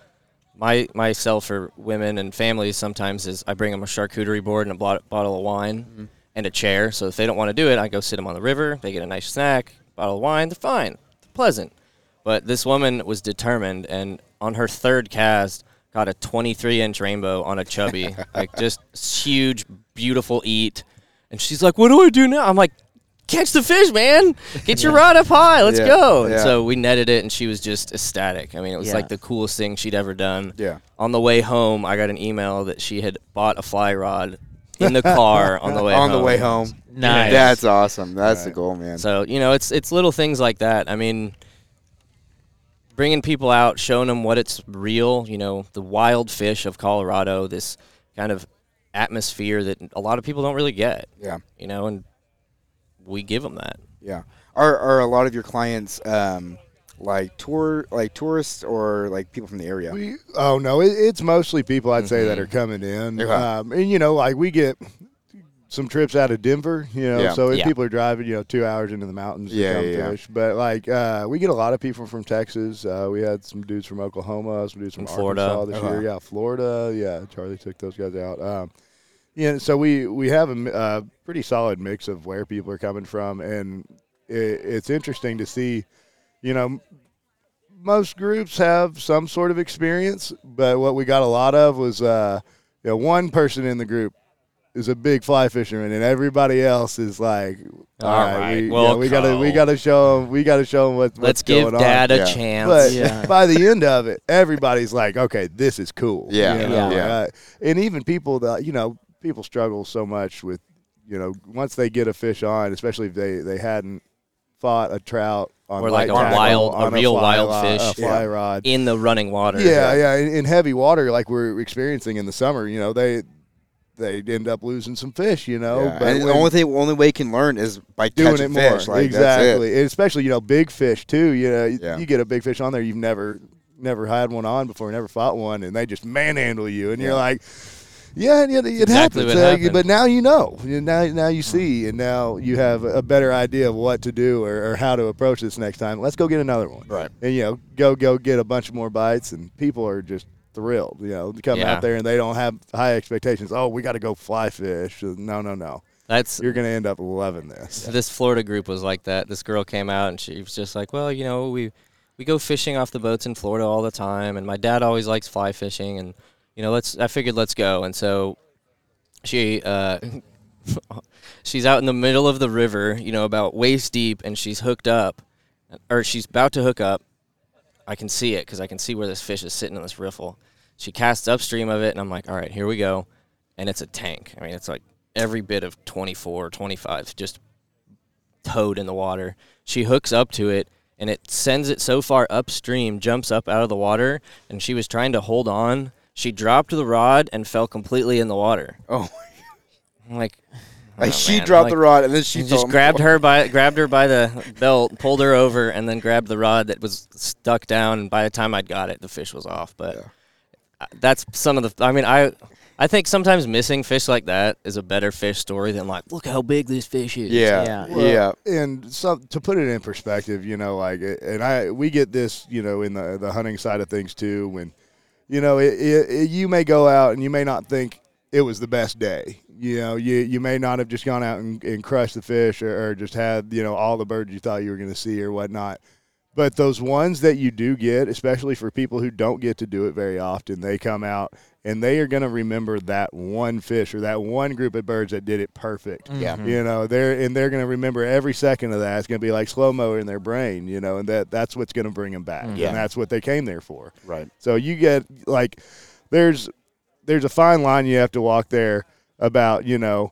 Speaker 7: My myself for women and families sometimes is I bring them a charcuterie board and a blot- bottle of wine
Speaker 4: Mm-hmm.
Speaker 7: and a chair. So if they don't want to do it, I go sit them on the river. They get a nice snack, bottle of wine. They're fine. They're pleasant. But this woman was determined, and on her third cast, got a 23 inch rainbow on a chubby, like just huge, beautiful eat. And she's like, "What do I do now?" I'm like, "Catch the fish, man! Get your rod up high. Let's
Speaker 4: Yeah,
Speaker 7: go!" And
Speaker 4: yeah.
Speaker 7: so we netted it, and she was just ecstatic. I mean, it was
Speaker 3: Yeah.
Speaker 7: like the coolest thing she'd ever done.
Speaker 4: Yeah.
Speaker 7: On the way home, I got an email that she had bought a fly rod in the car on the way
Speaker 4: On
Speaker 7: home.
Speaker 4: the way home.
Speaker 3: Nice.
Speaker 4: That's awesome. That's the goal, man.
Speaker 7: So you know, it's it's little things like that. I mean, bringing people out, showing them what it's real. You know, the wild fish of Colorado. This kind of atmosphere that a lot of people don't really get.
Speaker 4: Yeah.
Speaker 7: You know, and we give them that.
Speaker 4: Yeah. Are are a lot of your clients um like tour like tourists or like people from the area?
Speaker 8: We, oh no, it, it's mostly people I'd say that are coming in,
Speaker 4: Okay.
Speaker 8: um, and you know, like we get some trips out of Denver, you know,
Speaker 4: Yeah.
Speaker 8: so if
Speaker 7: Yeah.
Speaker 8: people are driving, you know, two hours into the mountains
Speaker 4: Yeah,
Speaker 8: to come
Speaker 4: yeah, yeah.
Speaker 8: fish. But like uh, we get a lot of people from Texas. Uh, we had some dudes from Oklahoma, some dudes from
Speaker 7: From Florida.
Speaker 8: Arkansas this
Speaker 4: Okay.
Speaker 8: year. Yeah, Florida. Yeah, Charlie took those guys out. Um, yeah, so we we have a mi- uh, pretty solid mix of where people are coming from, and it, it's interesting to see. You know, most groups have some sort of experience, but what we got a lot of was uh, you know, one person in the group is a big fly fisherman, and everybody else is like,
Speaker 7: All
Speaker 8: all right,
Speaker 7: right,
Speaker 8: we,
Speaker 7: well,
Speaker 8: yeah, we gotta we
Speaker 7: Cole.
Speaker 8: gotta show them we gotta show them what, what's
Speaker 7: Let's
Speaker 8: going
Speaker 7: give
Speaker 8: on.
Speaker 7: Dad a
Speaker 4: Yeah.
Speaker 7: chance.
Speaker 8: But
Speaker 3: Yeah.
Speaker 8: by the end of it, everybody's like, okay, this is cool.
Speaker 4: Yeah,
Speaker 8: You
Speaker 3: yeah.
Speaker 8: know,
Speaker 4: Yeah.
Speaker 8: uh, and even people that, you know, people struggle so much with, you know, once they get a fish on, especially if they, they hadn't fought a trout on
Speaker 7: Or like
Speaker 8: light
Speaker 7: a
Speaker 8: tackle,
Speaker 7: wild- a
Speaker 8: on
Speaker 7: real
Speaker 8: fly
Speaker 7: wild
Speaker 8: li-
Speaker 7: fish.
Speaker 8: A fly rod.
Speaker 7: in the running water.
Speaker 8: Yeah, yeah, in, in heavy water like we're experiencing in the summer, you know, they they end up losing some fish, you know.
Speaker 4: Yeah. and the
Speaker 8: when-
Speaker 4: only thing only way you can learn is by
Speaker 8: doing
Speaker 4: catching
Speaker 8: it more
Speaker 4: fish. Like, that's it.
Speaker 8: exactly, And especially you know big fish too. You know,
Speaker 4: Yeah.
Speaker 8: you get a big fish on there you've never never had one on before, never fought one, and they just manhandle you, and you're like, yeah, and it, it
Speaker 7: Exactly
Speaker 8: happens.
Speaker 7: what
Speaker 8: Uh,
Speaker 7: happened.
Speaker 8: But now you know. You- Now, now you see, and now you have a better idea of what to do or, or how to approach this next time. Let's go get another one.
Speaker 4: Right.
Speaker 8: And you know, go go get a bunch more bites, and people are just thrilled. You know, to come
Speaker 7: Yeah.
Speaker 8: out there and they don't have high expectations. Oh, we got to go fly fish. No, no, no.
Speaker 7: That's
Speaker 8: You're going to end up loving this.
Speaker 7: this Florida group was like that. This girl came out and she was just like, "Well, you know, we we go fishing off the boats in Florida all the time, and my dad always likes fly fishing, and you know, let's." I figured, let's go, and so she uh, she's out in the middle of the river, you know, about waist deep, and she's hooked up, or she's about to hook up. I can see it because I can see where this fish is sitting on this riffle. She casts upstream of it, and I'm like, all right, here we go. And it's a tank. I mean, it's like every bit of 24, 25, just toad in the water. She hooks up to it and it sends it so far upstream, jumps up out of the water, and she was trying to hold on. She dropped the rod and fell completely in the water.
Speaker 4: Oh,
Speaker 7: I'm like,
Speaker 4: like
Speaker 7: oh,
Speaker 4: she
Speaker 7: man.
Speaker 4: dropped
Speaker 7: Like,
Speaker 4: the rod and then she
Speaker 7: she just
Speaker 4: fell-
Speaker 7: grabbed her by grabbed her by the belt, pulled her over, and then grabbed the rod that was stuck down. And by the time I'd got it, the fish was off. But uh, that's some of the. I mean, I I think sometimes missing fish like that is a better fish story than like, look how big this fish is.
Speaker 4: Yeah,
Speaker 3: Yeah.
Speaker 4: yeah, yeah.
Speaker 8: and so to put it in perspective, you know, like, and I we get this, you know, in the the hunting side of things too. When, you know, it, it, it- you may go out and you may not think it was the best day. You know, you you may not have just gone out and, and crushed the fish or, or just had you know all the birds you thought you were going to see or whatnot. But those ones that you do get, especially for people who don't get to do it very often, they come out and they are going to remember that one fish or that one group of birds that did it perfect. Yeah, you know, they're and they're going to remember every second of that. It's going to be like slow mo in their brain, you know, and that that's what's going to bring them back.
Speaker 4: Yeah.
Speaker 8: and that's what they came there for.
Speaker 4: Right.
Speaker 8: So you get like there's there's a fine line you have to walk there about you know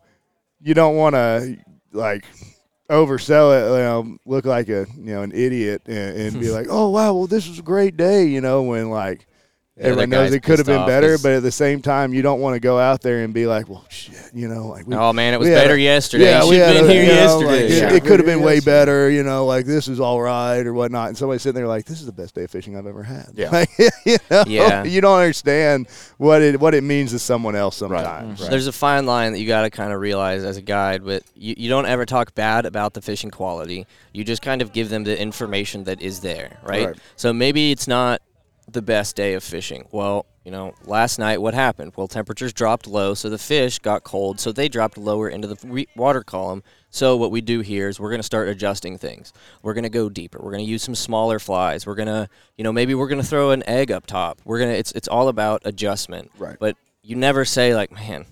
Speaker 8: you don't want to like oversell it, you know, look like a you know an idiot and, and be like, oh wow, well this was a great day, you know, when like
Speaker 7: the
Speaker 8: everyone
Speaker 7: guy's
Speaker 8: knows it could
Speaker 7: pissed
Speaker 8: have been
Speaker 7: off
Speaker 8: better,
Speaker 7: 'cause-
Speaker 8: but at the same time, you don't want to go out there and be like, well shit, you know, like we.
Speaker 7: Oh man, it was
Speaker 8: we had
Speaker 7: better
Speaker 8: a-
Speaker 7: yesterday.
Speaker 8: Yeah,
Speaker 7: you
Speaker 8: we
Speaker 7: should
Speaker 8: had
Speaker 7: have been
Speaker 8: a-
Speaker 7: here
Speaker 8: you know, like,
Speaker 7: yesterday.
Speaker 8: it-
Speaker 4: Yeah.
Speaker 8: it could have been way better, you know. Like this is all right or whatnot. And somebody's sitting there like, "This is the best day of fishing I've ever had."
Speaker 4: Yeah.
Speaker 8: Like, you know?
Speaker 7: Yeah.
Speaker 8: You don't understand what it what it means to someone else sometimes.
Speaker 4: Mm-hmm.
Speaker 7: There's a fine line that you got to kind of realize as a guide, but you, you don't ever talk bad about the fishing quality. You just kind of give them the information that is there, right?
Speaker 8: Right.
Speaker 7: So maybe it's not the best day of fishing. Well, you know, last night what happened? Well, temperatures dropped low, so the fish got cold, so they dropped lower into the re- water column. So what we do here is we're going to start adjusting things. We're going to go deeper. We're going to use some smaller flies. We're going to, you know, maybe we're going to throw an egg up top. We're going to it's it's all about adjustment.
Speaker 4: Right.
Speaker 7: But you never say like, man,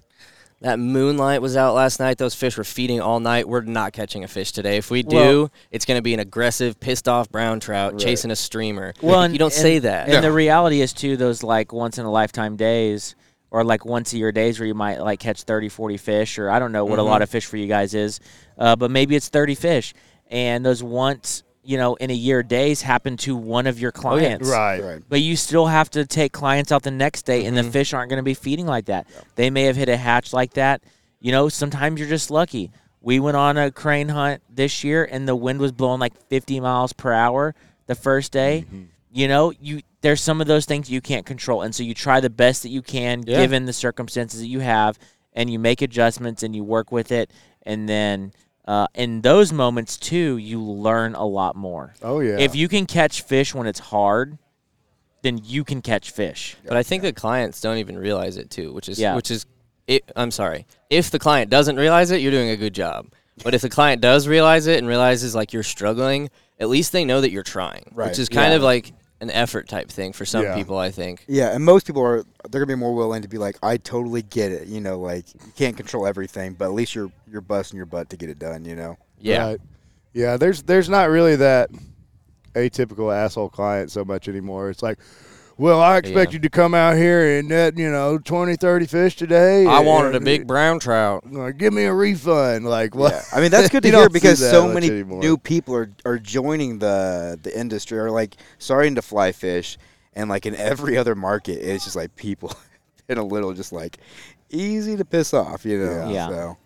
Speaker 7: that moonlight was out last night. Those fish were feeding all night. We're not catching a fish today. If we do, it's going to be an aggressive, pissed off brown trout chasing a streamer.
Speaker 3: Well,
Speaker 7: you don't say that.
Speaker 3: And the reality is too those like once in a lifetime days or like once a year days where you might like catch 30, 40 fish or I don't know what a lot of fish for you guys is, uh, but maybe it's 30 fish and those once, you know, in a year days happen to one of your
Speaker 7: Oh,
Speaker 3: clients.
Speaker 8: Right.
Speaker 4: Right.
Speaker 3: But you still have to take clients out the next day, and the fish aren't going to be feeding like that. They may have hit a hatch like that. You know, sometimes you're just lucky. We went on a crane hunt this year, and the wind was blowing like 50 miles per hour the first day. You know, you there's some of those things you can't control, and so you try the best that you can
Speaker 7: Yeah.
Speaker 3: given the circumstances that you have, and you make adjustments and you work with it, and then. Uh, in those moments too, you learn a lot more.
Speaker 8: Oh, yeah.
Speaker 3: If you can catch fish when it's hard, then you can catch fish.
Speaker 7: But I think the clients don't even realize it too, which is
Speaker 3: Yeah.
Speaker 7: which is it, I'm sorry. If the client doesn't realize it, you're doing a good job. But if the client does realize it and realizes like you're struggling, at least they know that you're trying,
Speaker 4: Right,
Speaker 7: which is kind
Speaker 3: yeah.
Speaker 7: of like an effort type thing for some
Speaker 8: Yeah.
Speaker 7: people, I think.
Speaker 4: and most people are they're gonna be more willing to be like, I totally get it. You know, like you can't control everything, but at least you're you're busting your butt to get it done. You know.
Speaker 7: Yeah.
Speaker 8: Right. Yeah, there's there's not really that atypical asshole client so much anymore. It's like, well, I expect
Speaker 7: Yeah.
Speaker 8: you to come out here and net, you know, 20, 30 fish today.
Speaker 7: I
Speaker 8: and-
Speaker 7: wanted a big brown trout.
Speaker 8: Like, give me a refund. Like, what?
Speaker 4: I mean, that's good to
Speaker 8: You
Speaker 4: hear
Speaker 8: don't see
Speaker 4: because
Speaker 8: that
Speaker 4: so
Speaker 8: much
Speaker 4: many
Speaker 8: anymore.
Speaker 4: new people are, are joining the the industry or like starting to fly fish, and like in every other market, it's just like people in a little just like easy to piss off, you know.
Speaker 3: Yeah.
Speaker 4: So
Speaker 3: Well,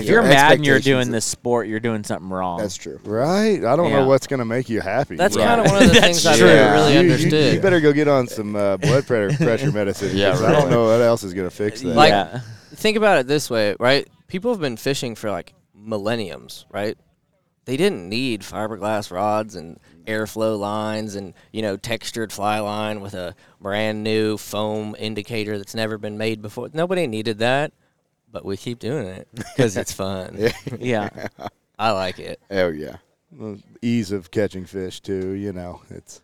Speaker 4: Like,
Speaker 3: if you're
Speaker 4: your
Speaker 3: mad and you're
Speaker 4: expectations
Speaker 3: doing this sport, you're doing something wrong.
Speaker 4: That's true.
Speaker 8: Right? I don't
Speaker 3: Yeah.
Speaker 8: know what's going to make you happy.
Speaker 7: That's
Speaker 8: right.
Speaker 7: kind of one of the
Speaker 3: That's
Speaker 7: things I
Speaker 3: true.
Speaker 7: never
Speaker 8: You-
Speaker 7: really
Speaker 8: you-
Speaker 7: understood.
Speaker 8: You, better go get on some uh, blood pressure pressure medicine.
Speaker 9: Yeah,
Speaker 8: 'cause I
Speaker 9: right.
Speaker 8: don't know what else is going to fix that.
Speaker 7: Like-
Speaker 3: yeah.
Speaker 7: think about it this way, right? People have been fishing for like millenniums, right? They didn't need fiberglass rods and airflow lines and, you know, textured fly line with a brand new foam indicator that's never been made before. Nobody needed that, but we keep doing it because it's fun.
Speaker 3: yeah.
Speaker 7: I like it.
Speaker 4: Oh yeah.
Speaker 8: the ease of catching fish too. You know, it's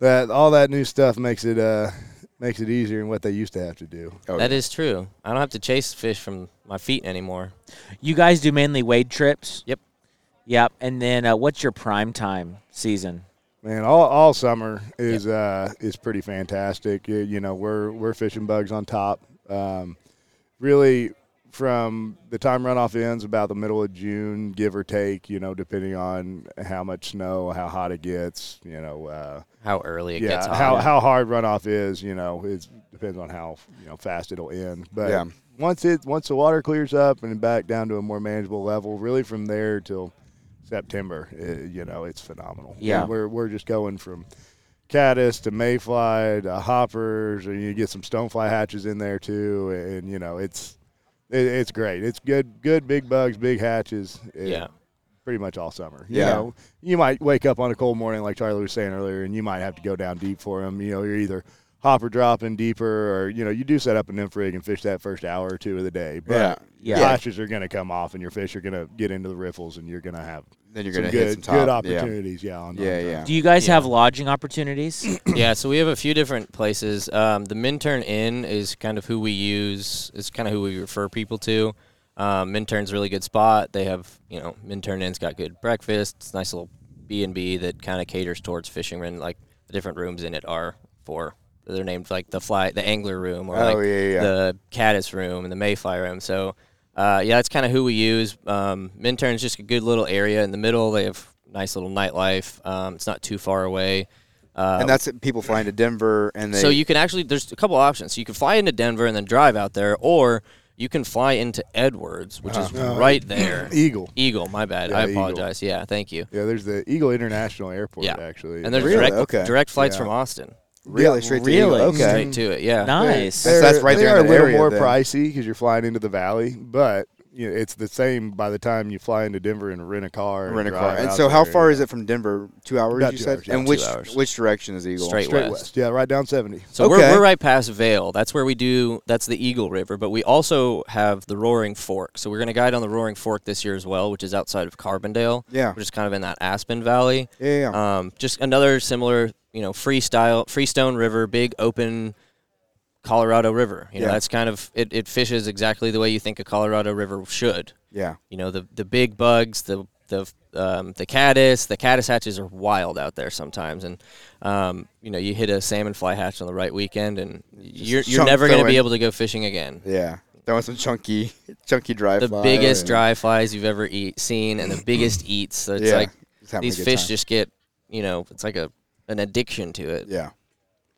Speaker 8: that all that new stuff makes it uh makes it easier than what they used to have to do.
Speaker 4: Oh,
Speaker 7: That
Speaker 4: yeah.
Speaker 7: is true. I don't have to chase fish from my feet anymore.
Speaker 3: You guys do mainly wade trips?
Speaker 7: Yep.
Speaker 3: Yep. And then uh, what's your prime time season?
Speaker 8: Man, all all summer is uh is pretty fantastic. You, you know, we're we're fishing bugs on top. Um, really, from the time runoff ends, about the middle of June, give or take. You know, depending on how much snow, how hot it gets. You know, uh,
Speaker 7: How early it
Speaker 8: yeah,
Speaker 7: gets hot.
Speaker 8: how how hard runoff is, you know, it depends on how you know fast it'll end. But
Speaker 4: Yeah.
Speaker 8: once it once the water clears up and back down to a more manageable level, really from there till September, uh you know, it's phenomenal.
Speaker 3: Yeah.
Speaker 8: we're we're just going from caddis to mayfly to hoppers, and you get some stonefly hatches in there too, and you know, it's it, it's great. It's good good big bugs, big hatches. It-
Speaker 7: Yeah.
Speaker 8: pretty much all summer. You
Speaker 4: Yeah.
Speaker 8: know, you might wake up on a cold morning, like Charlie was saying earlier, and you might have to go down deep for them. You know, you're either hopper dropping deeper, or you know, you do set up an infrig and fish that first hour or two of the day. But
Speaker 4: Yeah.
Speaker 3: Yeah.
Speaker 8: your lashes are going to come off, and your fish are going to get into the riffles, and you're going to have
Speaker 4: Then you're
Speaker 8: some
Speaker 4: gonna hit
Speaker 8: good
Speaker 4: some top.
Speaker 8: good
Speaker 4: Yeah.
Speaker 8: opportunities. Yeah, on,
Speaker 4: Yeah,
Speaker 8: on-
Speaker 4: yeah.
Speaker 3: Do you guys
Speaker 7: Yeah.
Speaker 3: have lodging opportunities?
Speaker 7: yeah, so we have a few different places. Um, the Minturn Inn is kind of who we use. It's kind of who we refer people to. Um, Minturn's a really good spot. They have, you know, Minturn Inn's got good breakfast. It's a nice little B and B that kind of caters towards fishermen. Like the different rooms in it are for they're named like the fly, the angler room, or
Speaker 4: Oh,
Speaker 7: like
Speaker 4: yeah, yeah.
Speaker 7: the caddis room and the mayfly room. So, uh, yeah, that's kind of who we use. Um, Minturn's just a good little area in the middle. They have nice little nightlife. Um, it's not too far away. Uh,
Speaker 4: and that's it. people flying to Denver and they
Speaker 7: so you can actually there's a couple options. You can fly into Denver and then drive out there, or you can fly into Edwards, which is
Speaker 8: Uh-huh.
Speaker 7: right there.
Speaker 8: Uh, Eagle.
Speaker 7: Eagle, my bad.
Speaker 8: Yeah,
Speaker 7: I
Speaker 8: Eagle.
Speaker 7: apologize. Yeah, thank you.
Speaker 8: Yeah, there's the Eagle International Airport
Speaker 7: Yeah.
Speaker 8: actually.
Speaker 7: And there's
Speaker 4: Really?
Speaker 7: direct
Speaker 4: Okay.
Speaker 7: direct flights
Speaker 8: Yeah.
Speaker 7: from Austin.
Speaker 4: really straight to
Speaker 3: Really?
Speaker 4: Eagle. Okay.
Speaker 7: Straight to it. Yeah.
Speaker 3: nice.
Speaker 4: That's- that's right
Speaker 8: they
Speaker 4: there in that
Speaker 8: are a little
Speaker 4: area
Speaker 8: more
Speaker 4: then.
Speaker 8: pricey because you're flying into the valley, but you know, it's the same by the time you fly into Denver and rent a car.
Speaker 4: Rent a
Speaker 8: drive
Speaker 4: car. And
Speaker 8: out
Speaker 4: so how
Speaker 8: there.
Speaker 4: far is it from Denver? 2 hours
Speaker 8: About
Speaker 4: you
Speaker 8: two
Speaker 4: said?
Speaker 8: hours, yeah,
Speaker 4: and
Speaker 7: two
Speaker 4: which
Speaker 7: hours.
Speaker 4: which direction is Eagle?
Speaker 7: Straight,
Speaker 8: Straight
Speaker 7: west.
Speaker 8: west. Yeah, right down 70.
Speaker 7: So
Speaker 4: Okay.
Speaker 7: we're, we're right past Vale. That's where we do. That's the Eagle River, but we also have the Roaring Fork. So we're going to guide on the Roaring Fork this year as well, which is outside of Carbondale.
Speaker 4: Yeah.
Speaker 7: which is kind of in that Aspen Valley.
Speaker 4: Yeah, yeah, yeah.
Speaker 7: Um, just another similar, you know, freestyle Freestone River, big open Colorado River. You know,
Speaker 4: Yeah.
Speaker 7: that's kind of it. It fishes exactly the way you think a Colorado River should.
Speaker 4: Yeah.
Speaker 7: You know, the the big bugs, the the um, the caddis, the caddis hatches are wild out there sometimes, and um, you know you hit a salmon fly hatch on the right weekend, and you're you're
Speaker 4: chunk
Speaker 7: never going to
Speaker 4: throwing.
Speaker 7: be able to go fishing again.
Speaker 4: Yeah. Throwing some chunky chunky dry
Speaker 7: The
Speaker 4: flies
Speaker 7: biggest
Speaker 4: and-
Speaker 7: dry flies you've ever eat, seen, and the biggest eats. So it's
Speaker 4: Yeah.
Speaker 7: like
Speaker 4: Just having a
Speaker 7: these
Speaker 4: good
Speaker 7: fish
Speaker 4: time.
Speaker 7: just get, you know, it's like a an addiction to it.
Speaker 4: Yeah.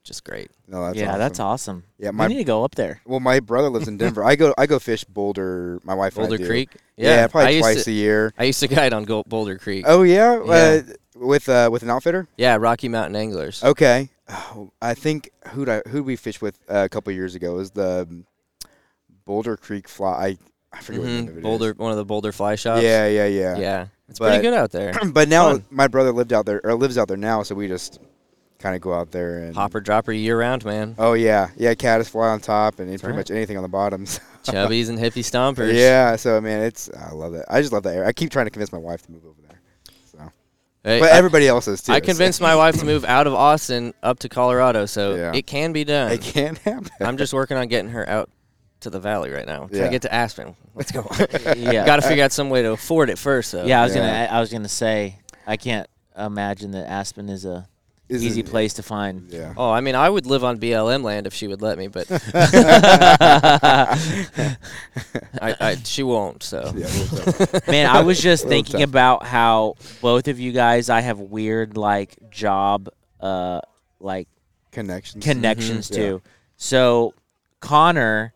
Speaker 7: just great.
Speaker 4: No, that's
Speaker 3: yeah,
Speaker 4: awesome.
Speaker 3: that's awesome.
Speaker 4: Yeah,
Speaker 3: we
Speaker 4: my-
Speaker 3: need to go up there.
Speaker 4: Well, my brother lives in Denver. I go I go fish Boulder. My wife and I
Speaker 7: Boulder
Speaker 4: do.
Speaker 7: Creek.
Speaker 4: Yeah,
Speaker 7: I
Speaker 4: probably
Speaker 7: used
Speaker 4: twice
Speaker 7: to-
Speaker 4: a year.
Speaker 7: I used to guide on Gold Boulder Creek.
Speaker 4: Oh yeah, Uh,
Speaker 7: Yeah.
Speaker 4: with uh, with an outfitter.
Speaker 7: Yeah, Rocky Mountain Anglers.
Speaker 4: Okay, oh, I think who I who we fished with uh, a couple years ago was the um, Boulder Creek fly. I, I forget what the name of it
Speaker 7: Mhm,
Speaker 4: is.
Speaker 7: Boulder, one of the Boulder fly shops.
Speaker 4: Yeah, yeah, yeah.
Speaker 7: yeah, it's
Speaker 4: But-
Speaker 7: pretty good out there.
Speaker 4: But now
Speaker 7: Fun.
Speaker 4: my brother lived out there or lives out there now, so we just kind of go out there and
Speaker 7: Hopper dropper year round, man.
Speaker 4: Oh yeah, yeah. Caddis fly on top and pretty
Speaker 7: right.
Speaker 4: much anything on the bottoms.
Speaker 7: Chubbies and hippie stompers.
Speaker 4: yeah. So I mean, it's I love it. I just love that area. I keep trying to convince my wife to move over there. So,
Speaker 7: Hey,
Speaker 4: but
Speaker 7: I-
Speaker 4: everybody else is too.
Speaker 7: I
Speaker 4: so
Speaker 7: convinced my wife to move out of Austin up to Colorado, so
Speaker 4: Yeah.
Speaker 7: it can be done.
Speaker 4: It can't happen.
Speaker 7: I'm just working on getting her out to the valley right now. Trying
Speaker 4: Yeah. Uh,
Speaker 7: to get to Aspen. Let's go.
Speaker 3: Yeah.
Speaker 7: Got to figure out some way to afford it first, though.
Speaker 3: yeah, I was
Speaker 4: Yeah.
Speaker 3: gonna. I, I was gonna say. I can't imagine that Aspen is a
Speaker 4: Is
Speaker 3: easy
Speaker 4: it-
Speaker 3: place to find.
Speaker 4: Yeah.
Speaker 7: Oh, I mean, I would live on BLM land if she would let me, but I, I, she won't. So
Speaker 3: Man, I was just
Speaker 4: Real
Speaker 3: thinking
Speaker 4: tough.
Speaker 3: about how both of you guys, I have weird like job, uh, like
Speaker 4: Mm-hmm. Connections.
Speaker 3: Mm-hmm. connections
Speaker 4: Yeah.
Speaker 3: to. So Connor,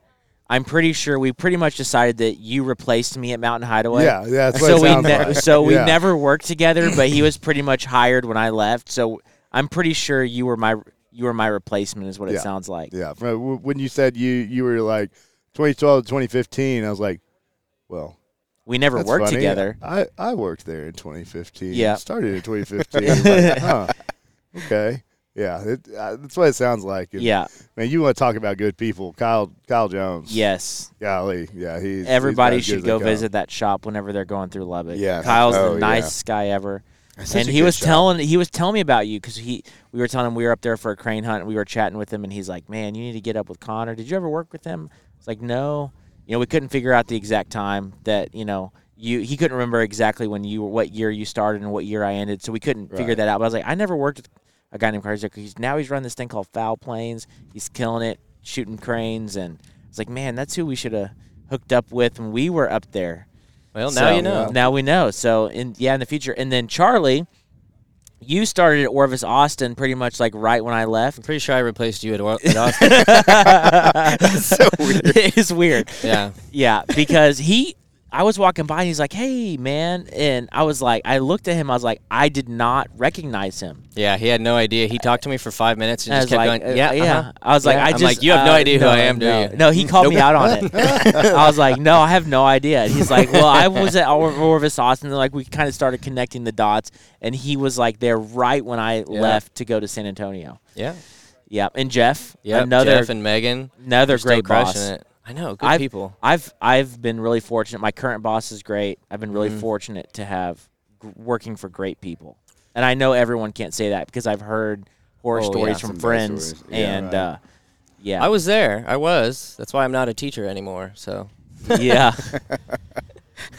Speaker 3: I'm pretty sure we pretty much decided that you replaced me at Mountain Hideaway.
Speaker 8: Yeah, yeah, that's what
Speaker 3: so
Speaker 8: it
Speaker 3: we
Speaker 8: sounds
Speaker 3: ne-
Speaker 8: like.
Speaker 3: so we
Speaker 8: Yeah.
Speaker 3: never worked together, but he was pretty much hired when I left. So I'm pretty sure you were my you were my replacement, is what
Speaker 8: Yeah.
Speaker 3: it sounds like.
Speaker 8: Yeah, from- w- when you said you you were like 2012 to 2015, I was like, well,
Speaker 3: We never
Speaker 8: that's
Speaker 3: worked
Speaker 8: funny.
Speaker 3: together.
Speaker 8: I I worked there in 2015.
Speaker 3: Yeah.
Speaker 8: started in 2015. Like, huh, okay, yeah, it, uh, that's what it sounds like. And,
Speaker 3: Yeah.
Speaker 8: man, you want to talk about good people, Kyle Kyle Jones.
Speaker 3: Yes.
Speaker 8: golly, yeah, he's he's about
Speaker 3: Everybody
Speaker 8: as good as
Speaker 3: should
Speaker 8: they
Speaker 3: go
Speaker 8: come.
Speaker 3: visit that shop whenever they're going through Lubbock.
Speaker 8: Yes.
Speaker 3: Kyle's
Speaker 8: Oh,
Speaker 3: the
Speaker 8: yeah.
Speaker 3: nicest guy ever.
Speaker 4: such
Speaker 3: And
Speaker 4: a
Speaker 3: he
Speaker 4: good
Speaker 3: was
Speaker 4: shop.
Speaker 3: telling he was telling me about you because he we were telling him we were up there for a crane hunt and we were chatting with him and he's like, man, you need to get up with Connor. Did you ever work with him? It's like no, you know we couldn't figure out the exact time that you know you he couldn't remember exactly when you what year you started and what year I ended, so we couldn't figure that out. But I was like, I never worked with a guy named Connor. He's like, he's now he's running this thing called Foul Planes. He's killing it, shooting cranes, and it's like, man, that's who we should have hooked up with when we were up there.
Speaker 7: Well, now
Speaker 3: So,
Speaker 7: you know.
Speaker 3: Now we know. So in yeah, in the future. And then Charlie, you started at Orvis Austin pretty much like right when I left.
Speaker 7: I'm pretty sure I replaced you at, Or- at Austin.
Speaker 3: so weird. it is weird.
Speaker 7: yeah.
Speaker 3: Yeah, because he I was walking by and he's like, "Hey, man." And I was like, I looked at him. I was like, I did not recognize him.
Speaker 7: Yeah, he had no idea. He talked to me for five minutes
Speaker 3: I
Speaker 7: and just
Speaker 3: was
Speaker 7: kept
Speaker 3: like,
Speaker 7: going,
Speaker 3: uh,
Speaker 7: yeah,
Speaker 3: yeah.
Speaker 7: uh-huh.
Speaker 3: I was like,
Speaker 7: Yeah.
Speaker 3: I
Speaker 7: I'm
Speaker 3: just,
Speaker 7: like, you have no
Speaker 3: uh,
Speaker 7: idea who
Speaker 3: no,
Speaker 7: I am, do
Speaker 3: no.
Speaker 7: you?
Speaker 3: No, he called me out on it. I was like, no, I have no idea. And he's like, well, I was at Or- Orvis Austin. And like, we kind of started connecting the dots, and he was like there right when I left to go to San Antonio.
Speaker 7: Yeah.
Speaker 3: Yeah, and Jeff,
Speaker 7: Yeah.
Speaker 3: another
Speaker 7: Jeff and Megan.
Speaker 3: another
Speaker 7: they're
Speaker 3: great
Speaker 7: crushing
Speaker 3: boss.
Speaker 7: It. I know. Good
Speaker 3: I've,
Speaker 7: people.
Speaker 3: I've I've been really fortunate. My current boss is great. I've been really fortunate to have g- working for great people, and I know everyone can't say that because I've heard horror
Speaker 7: Oh, yeah,
Speaker 3: stories
Speaker 4: some
Speaker 3: from
Speaker 4: bad
Speaker 3: friends
Speaker 4: stories. Yeah,
Speaker 3: and.
Speaker 4: right.
Speaker 3: Uh, yeah,
Speaker 7: I was there. I was. That's why I'm not a teacher anymore. So
Speaker 3: yeah.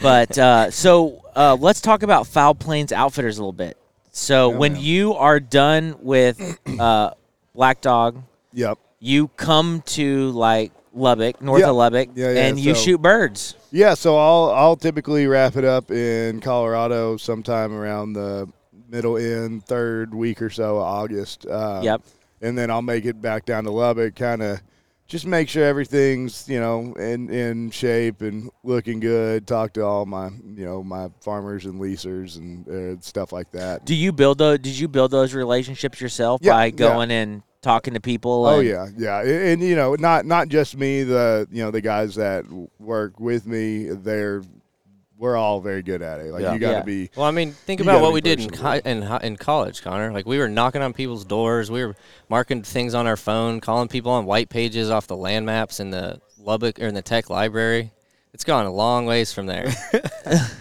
Speaker 3: but uh, so uh, let's talk about Foul Plains Outfitters a little bit. So when you are done with uh, Black Dog,
Speaker 8: Yep.
Speaker 3: you come to like Lubbock, north
Speaker 8: Yeah.
Speaker 3: of Lubbock,
Speaker 8: Yeah, yeah,
Speaker 3: and you
Speaker 8: so-
Speaker 3: shoot birds.
Speaker 8: Yeah, so I'll I'll typically wrap it up in Colorado sometime around the middle end third week or so of August. Uh,
Speaker 3: Yep.
Speaker 8: And then I'll make it back down to Lubbock, kind of just make sure everything's you know in in shape and looking good. Talk to all my you know my farmers and leasers and uh, stuff like that.
Speaker 3: Do you build those? Did you build those relationships yourself
Speaker 8: Yeah,
Speaker 3: by
Speaker 8: yeah.
Speaker 3: going and talking to people?
Speaker 8: Oh
Speaker 3: and-
Speaker 8: yeah, yeah, and, and, you know, not not just me. The you know the guys that work with me, they're we're all very good at it. Like
Speaker 4: Yeah.
Speaker 8: you got to
Speaker 3: Yeah.
Speaker 8: be.
Speaker 7: Well, I mean, think
Speaker 8: You
Speaker 7: about
Speaker 8: gotta
Speaker 7: what
Speaker 8: be
Speaker 7: we did in, co-
Speaker 8: personable.
Speaker 7: in ho- in college, Connor. Like we were knocking on people's doors, we were marking things on our phone, calling people on white pages off the land maps in the Lubbock or in the Tech Library. It's gone a long ways from there.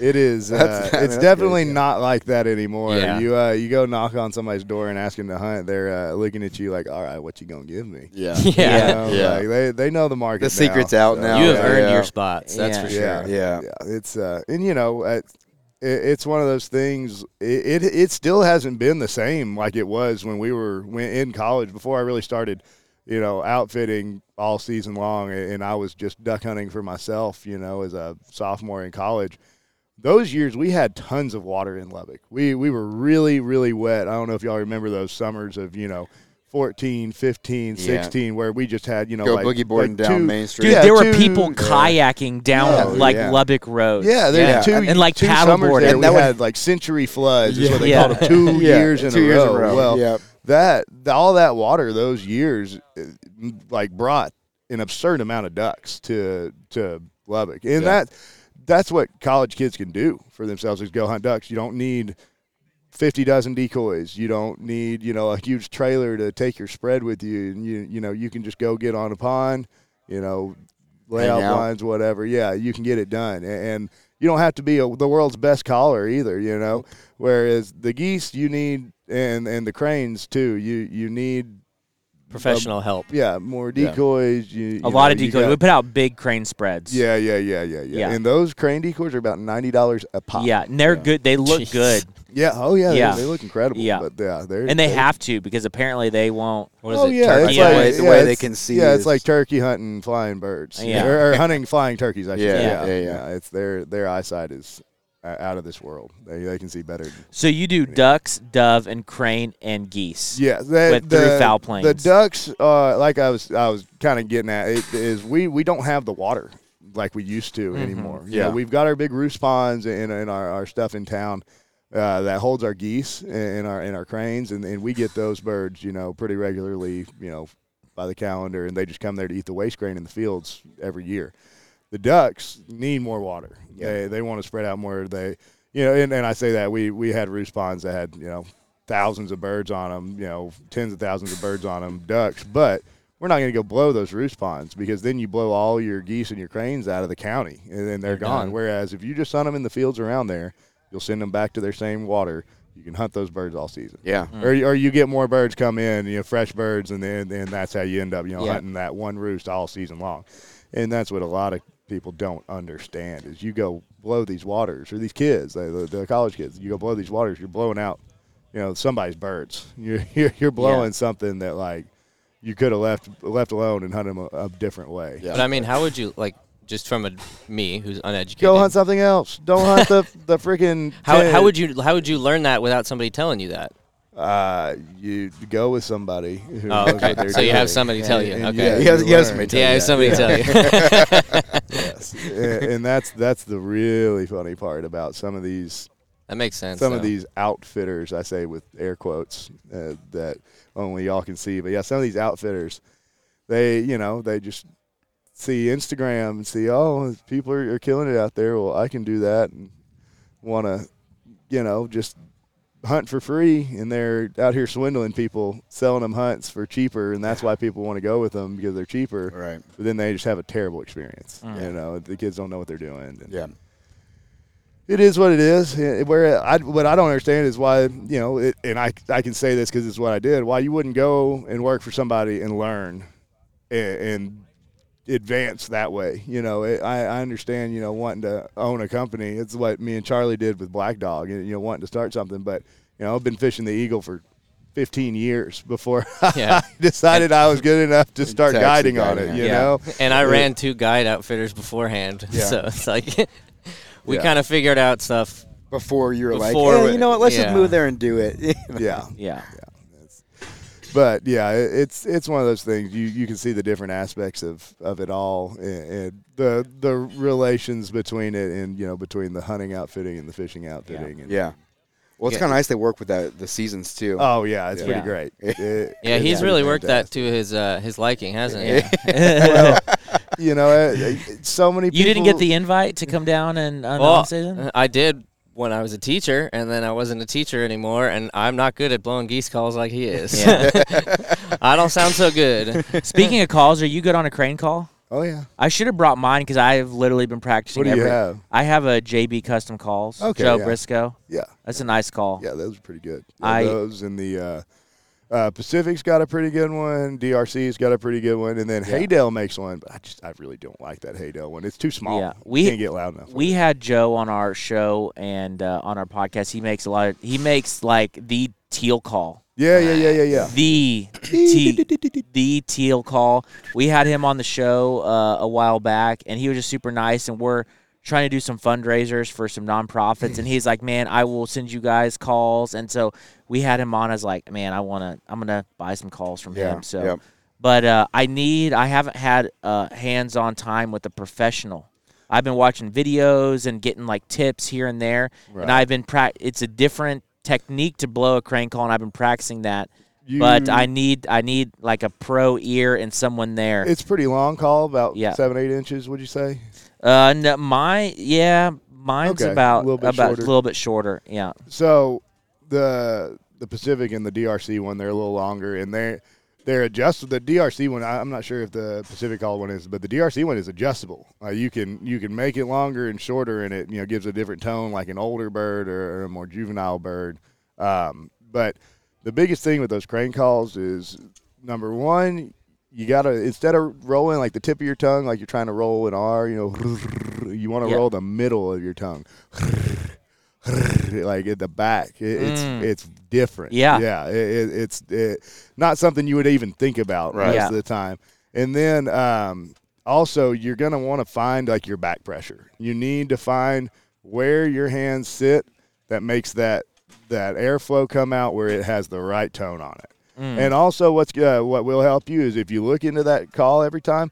Speaker 8: It is. Uh,
Speaker 4: I mean,
Speaker 8: it's
Speaker 4: that's
Speaker 8: definitely
Speaker 4: good, yeah.
Speaker 8: not like that anymore.
Speaker 7: Yeah.
Speaker 8: You uh, you go knock on somebody's door and ask them to hunt. They're uh, looking at you like, all right, what you gonna give me?
Speaker 4: Yeah.
Speaker 8: You
Speaker 7: yeah.
Speaker 8: know,
Speaker 4: Yeah.
Speaker 8: like, they they know the market.
Speaker 4: The secret's out now.
Speaker 7: You have
Speaker 4: Yeah.
Speaker 7: earned
Speaker 4: Yeah.
Speaker 7: your spots. That's for sure.
Speaker 8: Oh, Yeah,
Speaker 4: Yeah.
Speaker 8: yeah. It's uh, and you know, uh, it, it's one of those things. It, it it still hasn't been the same like it was when we were when, in college before I really started, you know, outfitting all season long, a- and I was just duck hunting for myself. You know, as a sophomore in college. Those years we had tons of water in Lubbock. We we were really really wet. I don't know if y'all remember those summers of you know. 14, 15,
Speaker 4: Yeah.
Speaker 8: 16, where we just had, you know,
Speaker 4: Go
Speaker 8: like,
Speaker 4: boogie boarding
Speaker 8: like
Speaker 4: down
Speaker 8: two-
Speaker 4: Main Street.
Speaker 3: Dude,
Speaker 8: yeah,
Speaker 3: there were
Speaker 8: two-
Speaker 3: people
Speaker 8: yeah.
Speaker 3: kayaking down
Speaker 8: Yeah.
Speaker 3: like
Speaker 4: Yeah.
Speaker 3: Lubbock Roads.
Speaker 8: Yeah, there's
Speaker 4: Yeah.
Speaker 8: two
Speaker 3: And, and, like
Speaker 8: two
Speaker 3: paddle
Speaker 8: summers
Speaker 3: boarding.
Speaker 8: There,
Speaker 4: And
Speaker 8: we
Speaker 4: that was-
Speaker 8: had like century floods is what they
Speaker 3: Yeah.
Speaker 8: called them. Two
Speaker 4: Yeah,
Speaker 8: years in
Speaker 4: two
Speaker 8: a
Speaker 4: years in
Speaker 8: row.
Speaker 4: a row,
Speaker 8: Well,
Speaker 4: yep.
Speaker 8: that th- all that water those years uh, like brought an absurd amount of ducks to to Lubbock, and that that's what college kids can do for themselves is go hunt ducks. You don't need. 50 dozen decoys. You don't need, you know, a huge trailer to take your spread with you. And you, you know, you can just go get on a pond, you know, lay
Speaker 4: Hang
Speaker 8: out
Speaker 4: out.
Speaker 8: lines, whatever. Yeah, you can get it done, A- and you don't have to be a, the world's best caller either. You know, whereas the geese, you need and and the cranes too. You you need
Speaker 7: Professional help.
Speaker 8: yeah more decoys. You,
Speaker 3: a lot of decoys. we put out big crane spreads.
Speaker 8: yeah, yeah, yeah, yeah, yeah,
Speaker 3: Yeah.
Speaker 8: And those crane decoys are about ninety dollars a pop.
Speaker 3: yeah, and they're good. They look
Speaker 7: Jeez.
Speaker 3: good,
Speaker 8: yeah. Oh yeah, they-
Speaker 3: Yeah.
Speaker 8: They, look incredible.
Speaker 3: Yeah.
Speaker 8: But yeah, they're
Speaker 3: and they have to because apparently they won't.
Speaker 7: What is
Speaker 8: oh
Speaker 7: it?
Speaker 8: yeah,
Speaker 7: turkey
Speaker 8: it's
Speaker 3: Yeah.
Speaker 8: like-
Speaker 3: The
Speaker 4: way- the way
Speaker 8: yeah,
Speaker 4: they
Speaker 8: it's-
Speaker 4: can see
Speaker 8: Yeah,
Speaker 4: is-
Speaker 8: it's like turkey hunting flying birds.
Speaker 3: Yeah.
Speaker 8: or, or hunting flying turkeys. I should
Speaker 4: Yeah,
Speaker 8: say.
Speaker 4: yeah, yeah.
Speaker 8: It's their their eyesight is uh, out of this world. They, they can see better. than-
Speaker 3: So you do ducks, dove, and crane and geese.
Speaker 8: Yeah, the,
Speaker 3: With three
Speaker 8: the-
Speaker 3: foul
Speaker 8: The
Speaker 3: planes.
Speaker 8: ducks, uh, like I was, I was kind of getting at it, is we we don't have the water like we used to anymore. Yeah,
Speaker 3: Mm-hmm. yeah.
Speaker 8: we've got our big roost ponds and, and our, our stuff in town uh, that holds our geese and our and our cranes, and, and we get those birds, you know, pretty regularly, you know, by the calendar, and they just come there to eat the waste grain in the fields every year. The ducks need more water. They they want to spread out more. They you know, and, and I say that we we had roost ponds that had you know thousands of birds on them, you know, tens of thousands of birds on them, ducks, but we're not going to go blow those roost ponds because then you blow all your geese and your cranes out of the county and then they're, gone. Whereas if you just sun them in the fields around there, you'll send them back to their same water. You can hunt those birds all season.
Speaker 4: Yeah.
Speaker 8: Or, you- or you get more birds come in, you know, fresh birds, and then then that's how you end up, you know,
Speaker 3: Yeah.
Speaker 8: hunting that one roost all season long. And that's what a lot of people don't understand is you go blow these waters or these kids, the, the, the college kids, you go blow these waters, you're blowing out, you know, somebody's birds. You're you're, you're blowing something that like you could have left left alone and hunted them a, a different way.
Speaker 4: Yeah.
Speaker 7: But I mean, how would you like just from a me who's uneducated?
Speaker 8: Go hunt something else. Don't hunt the the freaking.
Speaker 7: How, how would you how would you learn that without somebody telling you that?
Speaker 8: Uh, you go with somebody. Who
Speaker 7: Oh,
Speaker 8: knows
Speaker 7: okay.
Speaker 8: what they're
Speaker 7: So you have
Speaker 8: doing.
Speaker 7: somebody tell you. Okay.
Speaker 8: yeah,
Speaker 4: He has-
Speaker 8: you
Speaker 4: he has
Speaker 8: learn.
Speaker 4: somebody tell
Speaker 7: Yeah,
Speaker 4: you.
Speaker 7: if somebody tell you.
Speaker 8: and, and that's that's the really funny part about some of these
Speaker 7: that makes sense.
Speaker 8: some of
Speaker 7: though.
Speaker 8: these outfitters. I say with air quotes uh, that only y'all can see, but yeah, some of these outfitters, they you know they just see Instagram and see oh people are, are killing it out there. Well, I can do that and want to you know just hunt for free and they're out here swindling people selling them hunts for cheaper and that's why people want to go with them because they're cheaper
Speaker 4: Right.
Speaker 8: but then they just have a terrible experience you know the kids don't know what they're doing and
Speaker 4: Yeah.
Speaker 8: it is what it is. Eh, Where I, what I don't understand is why you know, it, and I I can say this because it's what I did. Why you wouldn't go and work for somebody and learn, and, and advance that way. You know, it, I I understand you know wanting to own a company. It's what me and Charlie did with Black Dog, and you know wanting to start something. But you know, I've been fishing the Eagle for. 15 years before
Speaker 7: Yeah.
Speaker 8: I decided I was good enough to start
Speaker 4: Taxi
Speaker 8: guiding on
Speaker 4: guiding,
Speaker 8: it,
Speaker 4: yeah.
Speaker 8: you know?
Speaker 7: And I ran two guide outfitters beforehand, so it's like we
Speaker 8: Yeah.
Speaker 7: kind of figured out stuff.
Speaker 4: Before you were
Speaker 7: Before
Speaker 4: like, "Eh,
Speaker 7: it-
Speaker 4: you know what? Let's
Speaker 7: yeah.
Speaker 4: just move there and do it.
Speaker 8: Yeah.
Speaker 3: Yeah.
Speaker 8: but yeah, i- it's it's one of those things you, you can see the different aspects of, of it all and, and the the relations between it and you know between the hunting outfitting and the fishing outfitting. And,
Speaker 4: yeah. Well, it's
Speaker 7: Yeah.
Speaker 4: kind of nice they work with that the seasons too.
Speaker 8: Oh yeah, it's
Speaker 3: Yeah.
Speaker 8: pretty great. It-
Speaker 7: Yeah,
Speaker 8: it's
Speaker 7: he's really worked that
Speaker 8: fantastic.
Speaker 7: to his uh, his liking, hasn't he?
Speaker 8: You know, it- it- so many. People,
Speaker 3: You didn't get the invite to come down and uh, on
Speaker 7: Well, uh,
Speaker 3: season.
Speaker 7: I did when I was a teacher, and then I wasn't a teacher anymore, and I'm not good at blowing geese calls like he is. I don't sound so good.
Speaker 3: Speaking of calls, are you good on a crane call?
Speaker 8: Oh yeah.
Speaker 3: I should have brought mine because I have literally been practicing.
Speaker 8: What do you
Speaker 3: every-
Speaker 8: have?
Speaker 3: I have a JB Custom Calls.
Speaker 8: Okay,
Speaker 3: Joe
Speaker 8: yeah.
Speaker 3: Briscoe.
Speaker 8: Yeah.
Speaker 3: That's a nice call.
Speaker 8: Yeah, those are pretty good. Yeah,
Speaker 3: I-
Speaker 8: those and the uh, uh, Pacific's got a pretty good one. DRC's got a pretty good one, and then Haydale makes one, but I just I really don't like that Haydale one. It's too small.
Speaker 3: Yeah.
Speaker 8: we
Speaker 3: We-
Speaker 8: can't get loud enough. with
Speaker 3: We had Joe on our show and uh, on our podcast. He makes a lot. Of, he makes like the teal call.
Speaker 8: it. yeah, yeah, yeah, yeah, yeah.
Speaker 3: the te- the teal call. We had him on the show uh, a while back, and he was just super nice. And we're trying to do some fundraisers for some nonprofits, and he's like, "Man, I will send you guys calls." And so we had him on as like, "Man, I wanna, I'm gonna buy some calls from
Speaker 4: Yeah,
Speaker 3: him." So,
Speaker 4: yep.
Speaker 3: but uh, I need, I haven't had uh, hands-on time with a professional. I've been watching videos and getting like tips here and there, and I've been prac. It's a different technique to blow a crane call, and I've been practicing that. but
Speaker 8: You-
Speaker 3: I need I need like a pro ear and someone there.
Speaker 8: It's pretty long call, about
Speaker 3: Yeah.
Speaker 8: seven, eight inches. Would you say?
Speaker 3: uh, no, my yeah, mine's
Speaker 8: Okay, a
Speaker 3: about
Speaker 8: little bit
Speaker 3: about
Speaker 8: shorter.
Speaker 3: a little bit shorter. Yeah,
Speaker 8: So the the Pacific and the DRC one, they're a little longer, and they're they're adjusted. The DRC one, I, I'm not sure if the Pacific call one is, but the DRC one is adjustable. Uh, you can you can make it longer and shorter, and it you know gives a different tone, like an older bird or, or a more juvenile bird. Um, but the biggest thing with those crane calls is number one. You gotta instead of rolling like the tip of your tongue, like you're trying to roll an R, you know, you want to
Speaker 3: Yeah.
Speaker 8: roll the middle of your tongue like at the back. It, It's it's different.
Speaker 3: Yeah.
Speaker 8: yeah. It, it, it's it, not something you would even think about most
Speaker 3: Yeah.
Speaker 8: of the time. And then um, also, you're gonna want to find like your back pressure. You need to find where your hands sit that makes that that airflow come out where it has the right tone on it. And also, what's uh, what will help you is if you look into that call every time,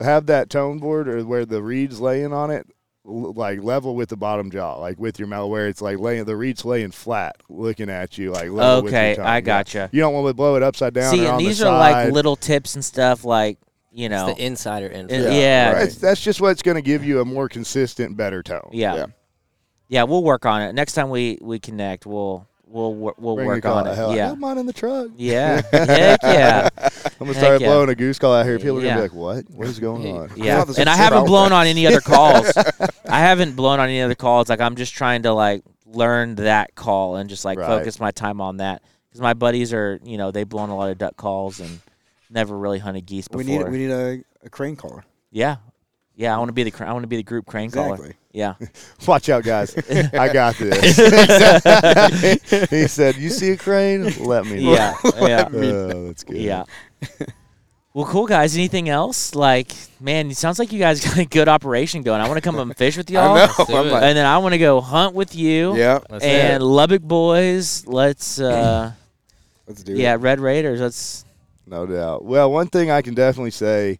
Speaker 8: have that tone board or where the reeds laying on it, l- like level with the bottom jaw, like with your mouth, where it's like laying the reeds laying flat, looking at you, like level with your
Speaker 3: Okay,
Speaker 8: tongue.
Speaker 3: I
Speaker 8: Yeah.
Speaker 3: gotcha.
Speaker 8: You don't want to blow it upside down.
Speaker 3: See,
Speaker 8: or on
Speaker 3: and
Speaker 8: the
Speaker 3: these are like
Speaker 8: side.
Speaker 3: little tips and stuff, like you know,
Speaker 7: It's the insider info.
Speaker 3: Yeah. Yeah.
Speaker 8: Right. That's just what's going to give you a more consistent, better tone.
Speaker 3: Yeah. yeah. we'll work on it. Next time we we connect, we'll we'll wor- we'll
Speaker 8: Bring
Speaker 3: work
Speaker 8: your
Speaker 3: on
Speaker 8: call
Speaker 3: it.
Speaker 8: out.
Speaker 3: Yeah.
Speaker 8: Got mine in the truck.
Speaker 3: Yeah. Heck yeah.
Speaker 8: I'm gonna
Speaker 3: Heck
Speaker 8: start
Speaker 3: yeah.
Speaker 8: blowing a goose call out here. People
Speaker 3: Yeah.
Speaker 8: are gonna be like, "What? What is going on?"
Speaker 3: Yeah.
Speaker 4: thought this
Speaker 3: And I
Speaker 4: was
Speaker 3: haven't
Speaker 4: about
Speaker 3: blown
Speaker 4: that.
Speaker 3: on any other calls. I haven't blown on any other calls. Like I'm just trying to like learn that call and just like
Speaker 8: Right.
Speaker 3: focus my time on that because my buddies are you know they've blown a lot of duck calls and never really hunted geese before.
Speaker 4: We need we need a, a crane caller.
Speaker 3: yeah. Yeah, I want to be the cra- I want to be the group crane caller.
Speaker 4: Exactly.
Speaker 3: Yeah,
Speaker 8: Watch out, guys. I got this. he said, "You see a crane? Let me." know."
Speaker 3: yeah, yeah.
Speaker 8: Oh, that's good.
Speaker 3: Yeah. well, cool guys. Anything else? Like, man, it sounds like you guys got a good operation going. I want to come and fish with y'all,
Speaker 4: I
Speaker 7: Oh, do
Speaker 4: know. I'm
Speaker 7: it.
Speaker 4: like,
Speaker 3: and then I want to go hunt with you.
Speaker 4: yeah,
Speaker 7: Let's do
Speaker 3: And
Speaker 7: it.
Speaker 3: Lubbock boys, let's uh,
Speaker 4: let's do
Speaker 3: yeah,
Speaker 4: it.
Speaker 3: Red Raiders. Let's
Speaker 8: No doubt. Well, one thing I can definitely say,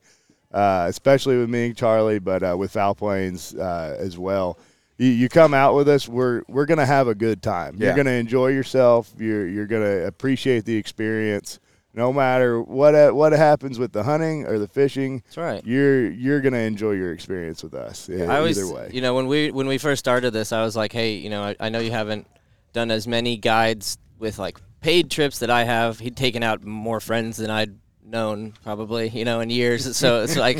Speaker 8: uh, especially with me and Charlie, but uh, with Foul Plains uh, as well, you, you come out with us, we're we're gonna have a good time. You're
Speaker 4: Yeah.
Speaker 8: gonna enjoy yourself. You're you're gonna appreciate the experience, no matter what uh, what happens with the hunting or the fishing.
Speaker 7: That's right.
Speaker 8: You're you're gonna enjoy your experience with us. e-
Speaker 7: I always,
Speaker 8: either way.
Speaker 7: you know, when we when we first started this, I was like, hey, you know, I, I know you haven't done as many guides with like paid trips that I have. He'd taken out more friends than I'd known probably, you know, in years. So it's like,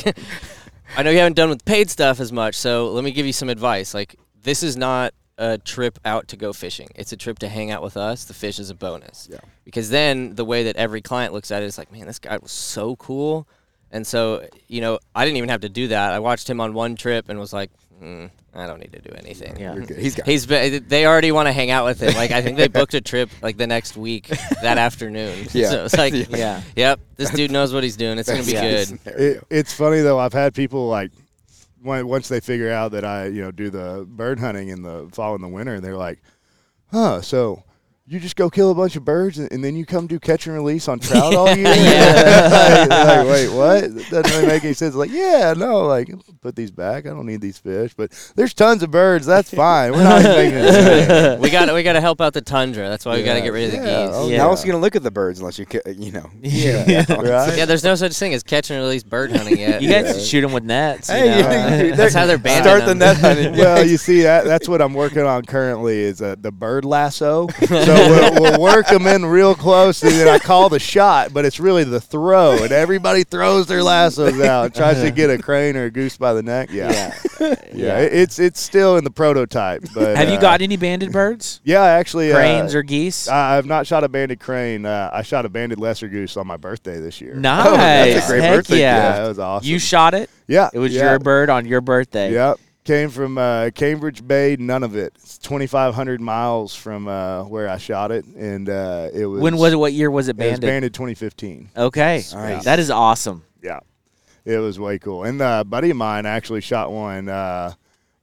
Speaker 7: I know you haven't done with paid stuff as much. So let me give you some advice. Like, this is not a trip out to go fishing. It's a trip to hang out with us. The fish is a bonus. Yeah. Because then the way that every client looks at it is like, man, this guy was so cool. And so, you know, I didn't even have to do that. I watched him on one trip and was like, mm, I don't need to do anything.
Speaker 3: yeah.
Speaker 4: You're good. He's got.
Speaker 7: He's been, they already want to hang out with him. Like I think they booked a trip like the next week that afternoon.
Speaker 4: Yeah.
Speaker 7: So it's like
Speaker 3: Yeah.
Speaker 7: Yep. This dude knows what he's doing. It's gonna be good.
Speaker 8: It, it's funny though. I've had people like when, once they figure out that I you know do the bird hunting in the fall and the winter, and they're like, "Huh? So you just go kill a bunch of birds and, and then you come do catch and release on trout all year?" like, like, wait, what? That doesn't really make any sense. Like, yeah, no, like put these back. I don't need these fish, but there's tons of birds. That's fine. We're not even making a thing.
Speaker 7: We got we got to help out the tundra. That's why we got to get rid of the
Speaker 8: Yeah.
Speaker 7: geese.
Speaker 8: Oh,
Speaker 3: Yeah.
Speaker 4: How else you gonna look at the birds unless you ca- uh, you know?
Speaker 3: Yeah.
Speaker 8: Right?
Speaker 7: Yeah, there's no such thing as catch and release bird hunting yet.
Speaker 3: You guys should shoot them with nets. you know? uh,
Speaker 7: That's how they're banning
Speaker 4: Start the
Speaker 7: them.
Speaker 4: net hunting.
Speaker 8: well, you see that that's what I'm working on currently is uh, the bird lasso. So we'll, we'll work them in real close, and then I call the shot, but it's really the throw, and everybody throws their lassos out and tries to get a crane or a goose by the neck. Yeah, yeah, it- it's it's still in the prototype. But
Speaker 3: Have you
Speaker 8: uh,
Speaker 3: got any banded birds,
Speaker 8: Yeah, actually,
Speaker 3: cranes
Speaker 8: uh,
Speaker 3: or geese?
Speaker 8: I- I've not shot a banded crane. Uh, I shot a banded lesser goose on my birthday this year.
Speaker 3: nice.
Speaker 4: that's a great
Speaker 3: Heck
Speaker 4: birthday
Speaker 3: yeah.
Speaker 8: gift. Yeah, that was awesome.
Speaker 3: You shot it.
Speaker 8: Yeah,
Speaker 3: It was
Speaker 8: yeah.
Speaker 3: your bird on your birthday.
Speaker 8: Yep. Came from uh, Cambridge Bay, none of it. It's 2,500 miles from uh, where I shot it. And uh, it was.
Speaker 3: When was it? What year was it
Speaker 8: It was
Speaker 3: banded?
Speaker 8: banded 2015.
Speaker 3: Okay,
Speaker 4: Nice.
Speaker 3: that is awesome.
Speaker 8: Yeah. It was way cool. And uh, a buddy of mine actually shot one uh,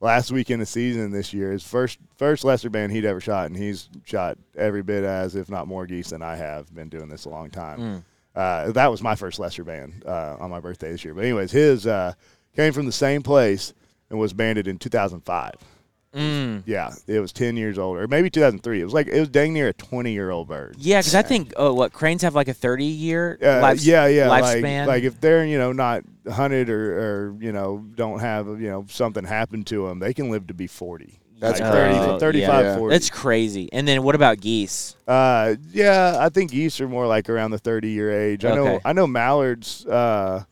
Speaker 8: last week in the season this year. His first first lesser band he'd ever shot. And he's shot every bit as, if not more geese than I have. Been doing this a long time. Uh, that was my first lesser band uh, on my birthday this year. But, anyways, his uh, came from the same place and was banded in 2005. Yeah, it was ten years old, or maybe two thousand three. It was like it was dang near a twenty year old bird.
Speaker 3: Yeah, because I think oh, what cranes have like a thirty-year
Speaker 8: Uh,
Speaker 3: life,
Speaker 8: yeah, yeah, like-
Speaker 3: lifespan.
Speaker 8: Like, if they're you know not hunted or, or you know don't have you know something happen to them, they can live to be forty.
Speaker 4: That's
Speaker 8: like
Speaker 4: crazy.
Speaker 8: 30,
Speaker 3: Oh,
Speaker 8: 35,
Speaker 4: yeah.
Speaker 8: 40.
Speaker 3: that's crazy. And then what about geese?
Speaker 8: Uh, yeah, I think geese are more like around the thirty year age. I know
Speaker 3: Okay.
Speaker 8: I know mallards. Uh,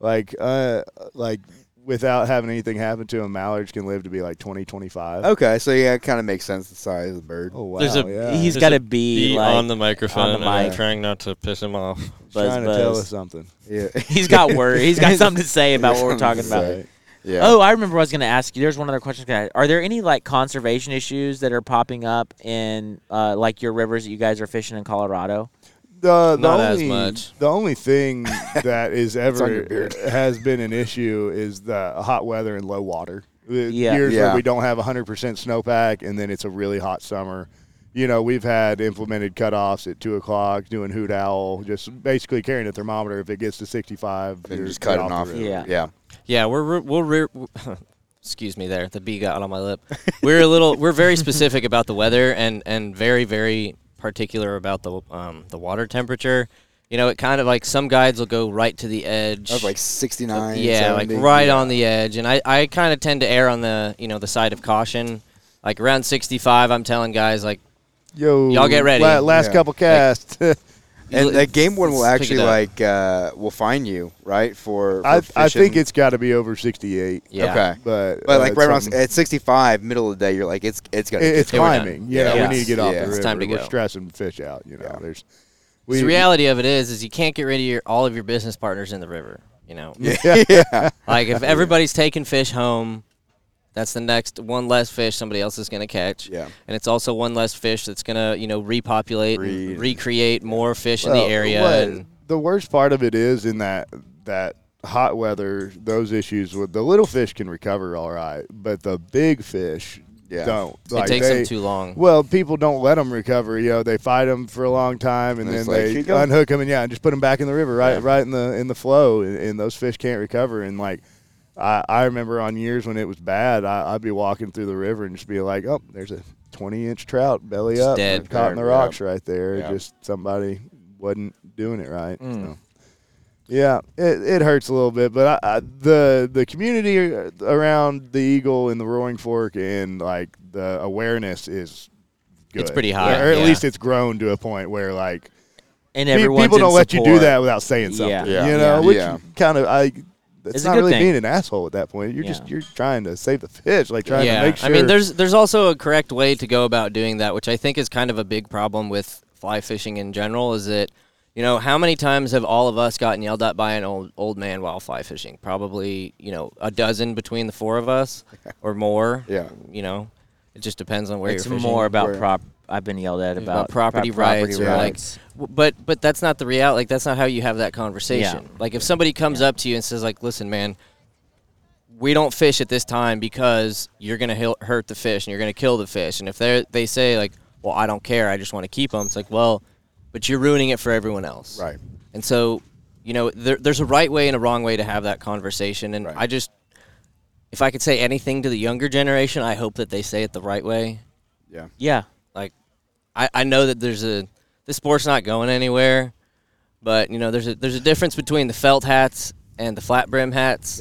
Speaker 8: like uh, like without having anything happen to them, mallards can live to be like 20, 25.
Speaker 3: Oh,
Speaker 4: Okay, so yeah, it kind of makes sense the size of the bird.
Speaker 8: Oh wow!
Speaker 9: There's a-
Speaker 8: yeah.
Speaker 3: He's
Speaker 9: There's
Speaker 3: got
Speaker 9: a
Speaker 3: to be
Speaker 9: bee
Speaker 3: like,
Speaker 9: on the microphone. and I'm
Speaker 3: mic.
Speaker 9: trying not to piss him off.
Speaker 3: buzz,
Speaker 8: trying to tell
Speaker 3: buzz.
Speaker 8: us something.
Speaker 4: Yeah,
Speaker 3: He's got word. He's got something to say about what we're talking
Speaker 4: Something to
Speaker 3: about.
Speaker 4: say. yeah.
Speaker 3: Oh, I remember what I was going to ask you. There's one other question. I was gonna- Are there any like conservation issues that are popping up in uh, like your rivers that you guys are fishing in Colorado?
Speaker 8: The, the
Speaker 7: Not as
Speaker 8: only,
Speaker 7: much.
Speaker 8: The only thing that is
Speaker 4: on
Speaker 8: ever
Speaker 4: your beard.
Speaker 8: has been an issue is the hot weather and low water. The
Speaker 3: Yeah.
Speaker 8: Years
Speaker 4: Yeah.
Speaker 8: where we don't have 100% snowpack and then it's a really hot summer. You know, we've had implemented cutoffs at 2 o'clock, doing hoot owl, just basically carrying a thermometer. If it gets to 65,
Speaker 4: and
Speaker 8: you're
Speaker 4: just cutting
Speaker 8: off the
Speaker 4: off.
Speaker 8: road.
Speaker 3: Yeah.
Speaker 4: yeah.
Speaker 7: Yeah, we're re- we'll re- excuse me there. The bee got on my lip. We're a little we're very specific about the weather and and very very particular about the um, the water temperature. You know, it kind of like some guides will go right to the edge.
Speaker 4: That was like 69.
Speaker 7: yeah, like
Speaker 4: 70.
Speaker 7: right on the edge. And I I kind of tend to err on the you know the side of caution. Like around 65, I'm telling guys like
Speaker 8: Yo,
Speaker 7: Y'all get ready.
Speaker 8: la- last
Speaker 4: Yeah.
Speaker 8: couple casts.
Speaker 4: And
Speaker 7: Let's-
Speaker 4: that game one will
Speaker 7: let's pick
Speaker 4: actually
Speaker 7: it up.
Speaker 4: like uh, will find you right for. for
Speaker 8: I, I think
Speaker 4: fishing.
Speaker 8: it's got to be over 68.
Speaker 7: Yeah.
Speaker 4: okay,
Speaker 8: But,
Speaker 4: but
Speaker 8: uh,
Speaker 4: like right around
Speaker 8: something-
Speaker 4: at 65, middle of the day, you're like it's it's gonna.
Speaker 8: It- it's
Speaker 7: Yeah, we're done.
Speaker 8: climbing. Yeah,
Speaker 4: Yeah.
Speaker 8: we need to get off
Speaker 4: Yeah.
Speaker 8: the river.
Speaker 7: It's time to
Speaker 8: We're
Speaker 7: go.
Speaker 8: stressing fish out. You know,
Speaker 4: Yeah.
Speaker 8: there's
Speaker 7: the reality of it is is you can't get rid of your, all of your business partners in the river. You know,
Speaker 4: get yeah.
Speaker 7: Like if everybody's taking fish home, that's the next one less fish somebody else is going to catch.
Speaker 4: Yeah.
Speaker 7: And it's also one less fish that's going to, you know, repopulate
Speaker 4: Breed.
Speaker 7: and recreate more fish in
Speaker 8: Well,
Speaker 7: the area
Speaker 8: uh, what-
Speaker 7: and
Speaker 8: the worst part of it is in that that hot weather, those issues with the little fish can recover all right, but the big fish
Speaker 4: Yeah.
Speaker 8: don't.
Speaker 7: it takes them too long.
Speaker 8: Well, people don't let them recover. You know, they fight them for a long time, and,
Speaker 4: And it's
Speaker 8: then
Speaker 4: like, "Here
Speaker 8: they
Speaker 4: you go."
Speaker 8: unhook them, and yeah, and just put them back in the river, right,
Speaker 4: Yeah.
Speaker 8: right in the in the flow, and, and those fish can't recover. And like, I, I remember on years when it was bad, I, I'd be walking through the river and just be like, oh, there's a 20 inch trout belly
Speaker 7: Just
Speaker 8: up,
Speaker 7: dead.
Speaker 8: caught in the
Speaker 4: Yeah.
Speaker 8: rocks right there.
Speaker 4: Yeah.
Speaker 8: Just somebody wasn't doing it right.
Speaker 7: Mm.
Speaker 8: So. Yeah, it, it hurts a little bit, but I, I, the the community around the Eagle and the Roaring Fork and like the awareness is good.
Speaker 7: It's pretty high,
Speaker 8: or, at
Speaker 7: yeah.
Speaker 8: least it's grown to a point where like
Speaker 3: and
Speaker 8: pe-
Speaker 3: everyone's
Speaker 8: people
Speaker 3: in
Speaker 8: don't let you do
Speaker 3: support.
Speaker 8: that without saying
Speaker 3: Yeah.
Speaker 8: something.
Speaker 4: Yeah.
Speaker 8: You
Speaker 4: Yeah.
Speaker 8: know, which
Speaker 4: Yeah.
Speaker 8: kind of I. That's
Speaker 3: It's a
Speaker 8: not
Speaker 3: good
Speaker 8: really
Speaker 3: thing.
Speaker 8: being an asshole at that point. You're just
Speaker 3: Yeah.
Speaker 8: you're trying to save the fish, like trying
Speaker 7: yeah.
Speaker 8: to make sure.
Speaker 7: I mean, there's there's also a correct way to go about doing that, which I think is kind of a big problem with fly fishing in general. Is that you know how many times have all of us gotten yelled at by an old old man while fly fishing? Probably you know a dozen between the four of us or more.
Speaker 4: Yeah.
Speaker 7: You know, it just depends on where
Speaker 3: It's
Speaker 7: you're fishing.
Speaker 3: more about
Speaker 4: Where-
Speaker 3: prop. I've been yelled at about,
Speaker 7: about property
Speaker 3: pro-
Speaker 7: rights or, like,
Speaker 3: rights.
Speaker 7: W- but but that's not the reality. Like that's not how you have that conversation.
Speaker 3: Yeah.
Speaker 7: Like if somebody comes up to you and says like, "Listen, man, we don't fish at this time because you're gonna hil- hurt the fish and you're gonna kill the fish," and if they they say like, "Well, I don't care. I just want to keep them," it's like, well, but you're ruining it for everyone else.
Speaker 4: Right.
Speaker 7: And so, you know, there, there's a right way and a wrong way to have that conversation. And I just, if I could say anything to the younger generation, I hope that they say it the right way
Speaker 3: yeah,
Speaker 7: like I, I know that there's a this sport's not going anywhere, but you know there's a there's a difference between the felt hats and the flat brim hats,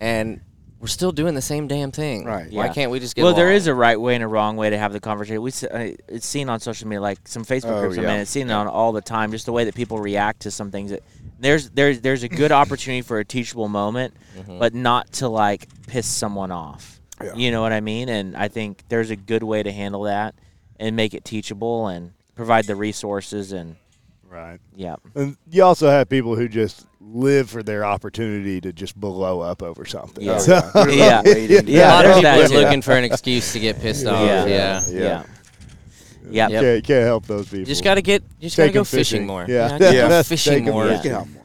Speaker 7: and we're still doing the same damn thing.
Speaker 4: Right,
Speaker 7: Why
Speaker 3: yeah.
Speaker 7: can't we just get?
Speaker 3: well, there
Speaker 7: along?
Speaker 3: is a right way and a wrong way to have the conversation. We s- uh, it's seen on social media, like some Facebook
Speaker 4: Oh,
Speaker 3: groups. I
Speaker 4: yeah.
Speaker 3: mean, it's seen on all the time. Just the way that people react to some things. That there's there's there's a good opportunity for a teachable moment,
Speaker 7: Mm-hmm.
Speaker 3: but not to like piss someone off.
Speaker 4: Yeah.
Speaker 3: You know what I mean? And I think there's a good way to handle that and make it teachable and provide the resources and
Speaker 8: right.
Speaker 3: yeah.
Speaker 8: And you also have people who just live for their opportunity to just blow up over something.
Speaker 3: Yeah.
Speaker 8: So-
Speaker 3: Yeah.
Speaker 4: Waiting.
Speaker 7: a
Speaker 3: Yeah,
Speaker 7: lot
Speaker 3: there's
Speaker 7: of people
Speaker 3: that
Speaker 7: are
Speaker 3: too.
Speaker 7: looking for an excuse to get pissed off. Yeah.
Speaker 3: Yeah.
Speaker 4: Yeah.
Speaker 3: Yeah. Yeah.
Speaker 7: Yep.
Speaker 8: Can't, can't help those people.
Speaker 7: You just gotta get you just gotta
Speaker 8: Take
Speaker 7: go
Speaker 8: 'em
Speaker 7: fishing,
Speaker 8: fishing.
Speaker 7: more.
Speaker 8: Yeah.
Speaker 7: You gotta
Speaker 4: Yeah.
Speaker 7: go
Speaker 8: That's-
Speaker 7: fishing
Speaker 8: take 'em
Speaker 7: more.
Speaker 3: fishing.
Speaker 4: Get out more.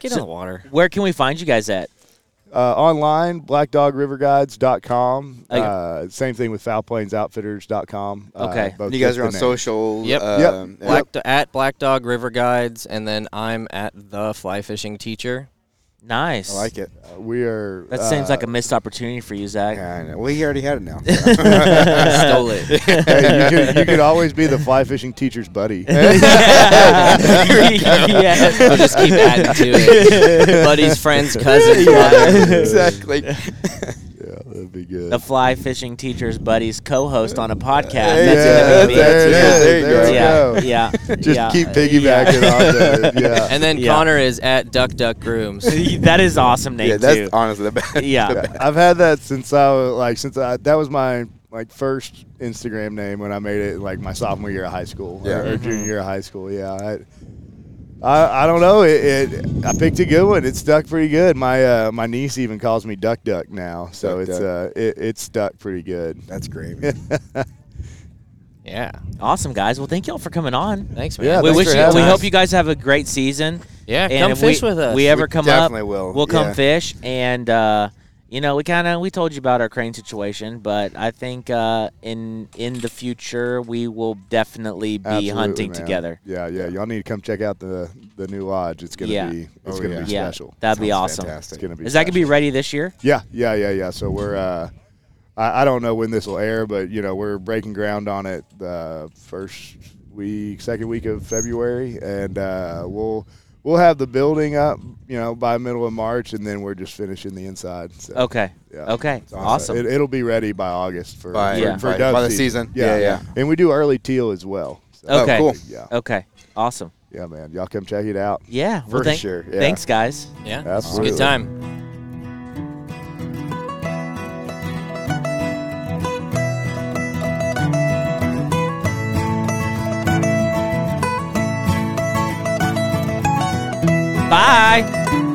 Speaker 7: Get on the water.
Speaker 3: Where can we find you guys at?
Speaker 8: uh, online blackdogriverguides.com
Speaker 3: Okay.
Speaker 8: uh, same thing with foulplainsoutfitters.com uh,
Speaker 3: Okay.
Speaker 8: both
Speaker 4: And you guys
Speaker 8: just
Speaker 4: are on
Speaker 8: the name.
Speaker 4: social.
Speaker 7: Yep.
Speaker 8: Yep.
Speaker 4: Um,
Speaker 7: Black at Black Dog River Guides, and then I'm at the Fly Fishing Teacher.
Speaker 3: Nice.
Speaker 4: I like it.
Speaker 8: Uh, we are
Speaker 3: That
Speaker 8: uh,
Speaker 3: seems like a missed opportunity for you, Zach.
Speaker 4: Yeah, I know. Well, he already had it now.
Speaker 7: Stole it.
Speaker 8: hey, you, could, you could always be the fly fishing teacher's buddy
Speaker 3: yeah.
Speaker 7: I'll just keep adding to it. Buddies, friends, cousins. whatever.
Speaker 4: exactly.
Speaker 8: yeah that'd be good
Speaker 3: The fly fishing teacher's buddies co-host on a podcast.
Speaker 8: yeah,
Speaker 3: That's
Speaker 8: there
Speaker 3: it.
Speaker 8: it is
Speaker 4: There you
Speaker 8: there
Speaker 4: go.
Speaker 8: you
Speaker 3: yeah,
Speaker 8: go
Speaker 3: yeah.
Speaker 8: just
Speaker 3: yeah.
Speaker 8: keep piggybacking on that yeah
Speaker 7: And then
Speaker 3: Yeah.
Speaker 7: Connor is at Duck Duck Grooms.
Speaker 3: that is awesome, Nate.
Speaker 4: Yeah, that's
Speaker 3: too.
Speaker 4: honestly the best.
Speaker 3: yeah.
Speaker 8: I've had that since I was like since I that was my like first Instagram name when I made it like my sophomore year of high school or-
Speaker 4: Yeah.
Speaker 8: or, junior
Speaker 3: Mm-hmm.
Speaker 8: year of high school. Yeah, I I, I don't know. It, it I picked a good one. It stuck pretty good. My uh, my niece even calls me Duck Duck now, so
Speaker 4: Duck
Speaker 8: it's
Speaker 4: Duck.
Speaker 8: uh it, it stuck pretty good.
Speaker 4: That's great. man.
Speaker 7: Yeah.
Speaker 3: Awesome, guys. Well, thank y'all for coming on.
Speaker 7: Thanks, man.
Speaker 8: Yeah,
Speaker 3: We
Speaker 8: thanks
Speaker 3: wish
Speaker 8: for
Speaker 3: you,
Speaker 8: having
Speaker 3: we
Speaker 8: us.
Speaker 3: hope you guys have a great season.
Speaker 7: Yeah,
Speaker 3: and
Speaker 7: come
Speaker 3: if
Speaker 7: fish
Speaker 3: we,
Speaker 7: with us.
Speaker 3: We ever come
Speaker 4: definitely
Speaker 3: up,
Speaker 4: will,
Speaker 3: We'll come
Speaker 4: yeah.
Speaker 3: fish and uh, you know, we kind of we told you about our crane situation, but I think uh, in in the future we will definitely be
Speaker 8: Absolutely,
Speaker 3: hunting
Speaker 8: man.
Speaker 3: together.
Speaker 8: Yeah, yeah. Y'all need to come check out the the new lodge. It's gonna
Speaker 3: Yeah.
Speaker 8: be it's
Speaker 4: Oh,
Speaker 8: gonna
Speaker 4: yeah.
Speaker 8: be
Speaker 3: Yeah,
Speaker 8: special.
Speaker 3: that'd be
Speaker 4: Sounds
Speaker 3: awesome.
Speaker 8: It's
Speaker 4: Fantastic.
Speaker 8: gonna be.
Speaker 3: Is that gonna be
Speaker 8: special.
Speaker 3: ready this year?
Speaker 8: Yeah, yeah, yeah, yeah. So we're. uh I, I don't know when this will air, but you know we're breaking ground on it the first week, second week of February, and uh, we'll we'll have the building up, you know, by middle of March, and then we're just finishing the inside. So,
Speaker 3: Okay.
Speaker 8: Yeah.
Speaker 3: Oh, Okay.
Speaker 8: It's
Speaker 3: Awesome.
Speaker 8: It, it'll be ready by August for
Speaker 4: By-
Speaker 8: for,
Speaker 3: Yeah.
Speaker 8: for
Speaker 4: by-
Speaker 8: dove
Speaker 4: by the season. Yeah, yeah.
Speaker 8: And we do early teal as well. So,
Speaker 3: Okay.
Speaker 4: Oh, cool.
Speaker 8: Yeah,
Speaker 3: Okay. Awesome.
Speaker 8: yeah, man. Y'all come check it out.
Speaker 3: Yeah. well,
Speaker 8: For
Speaker 3: thank-
Speaker 8: sure, yeah.
Speaker 3: Thanks, guys.
Speaker 7: Yeah,
Speaker 8: Absolutely.
Speaker 7: it's a good time.
Speaker 3: Bye.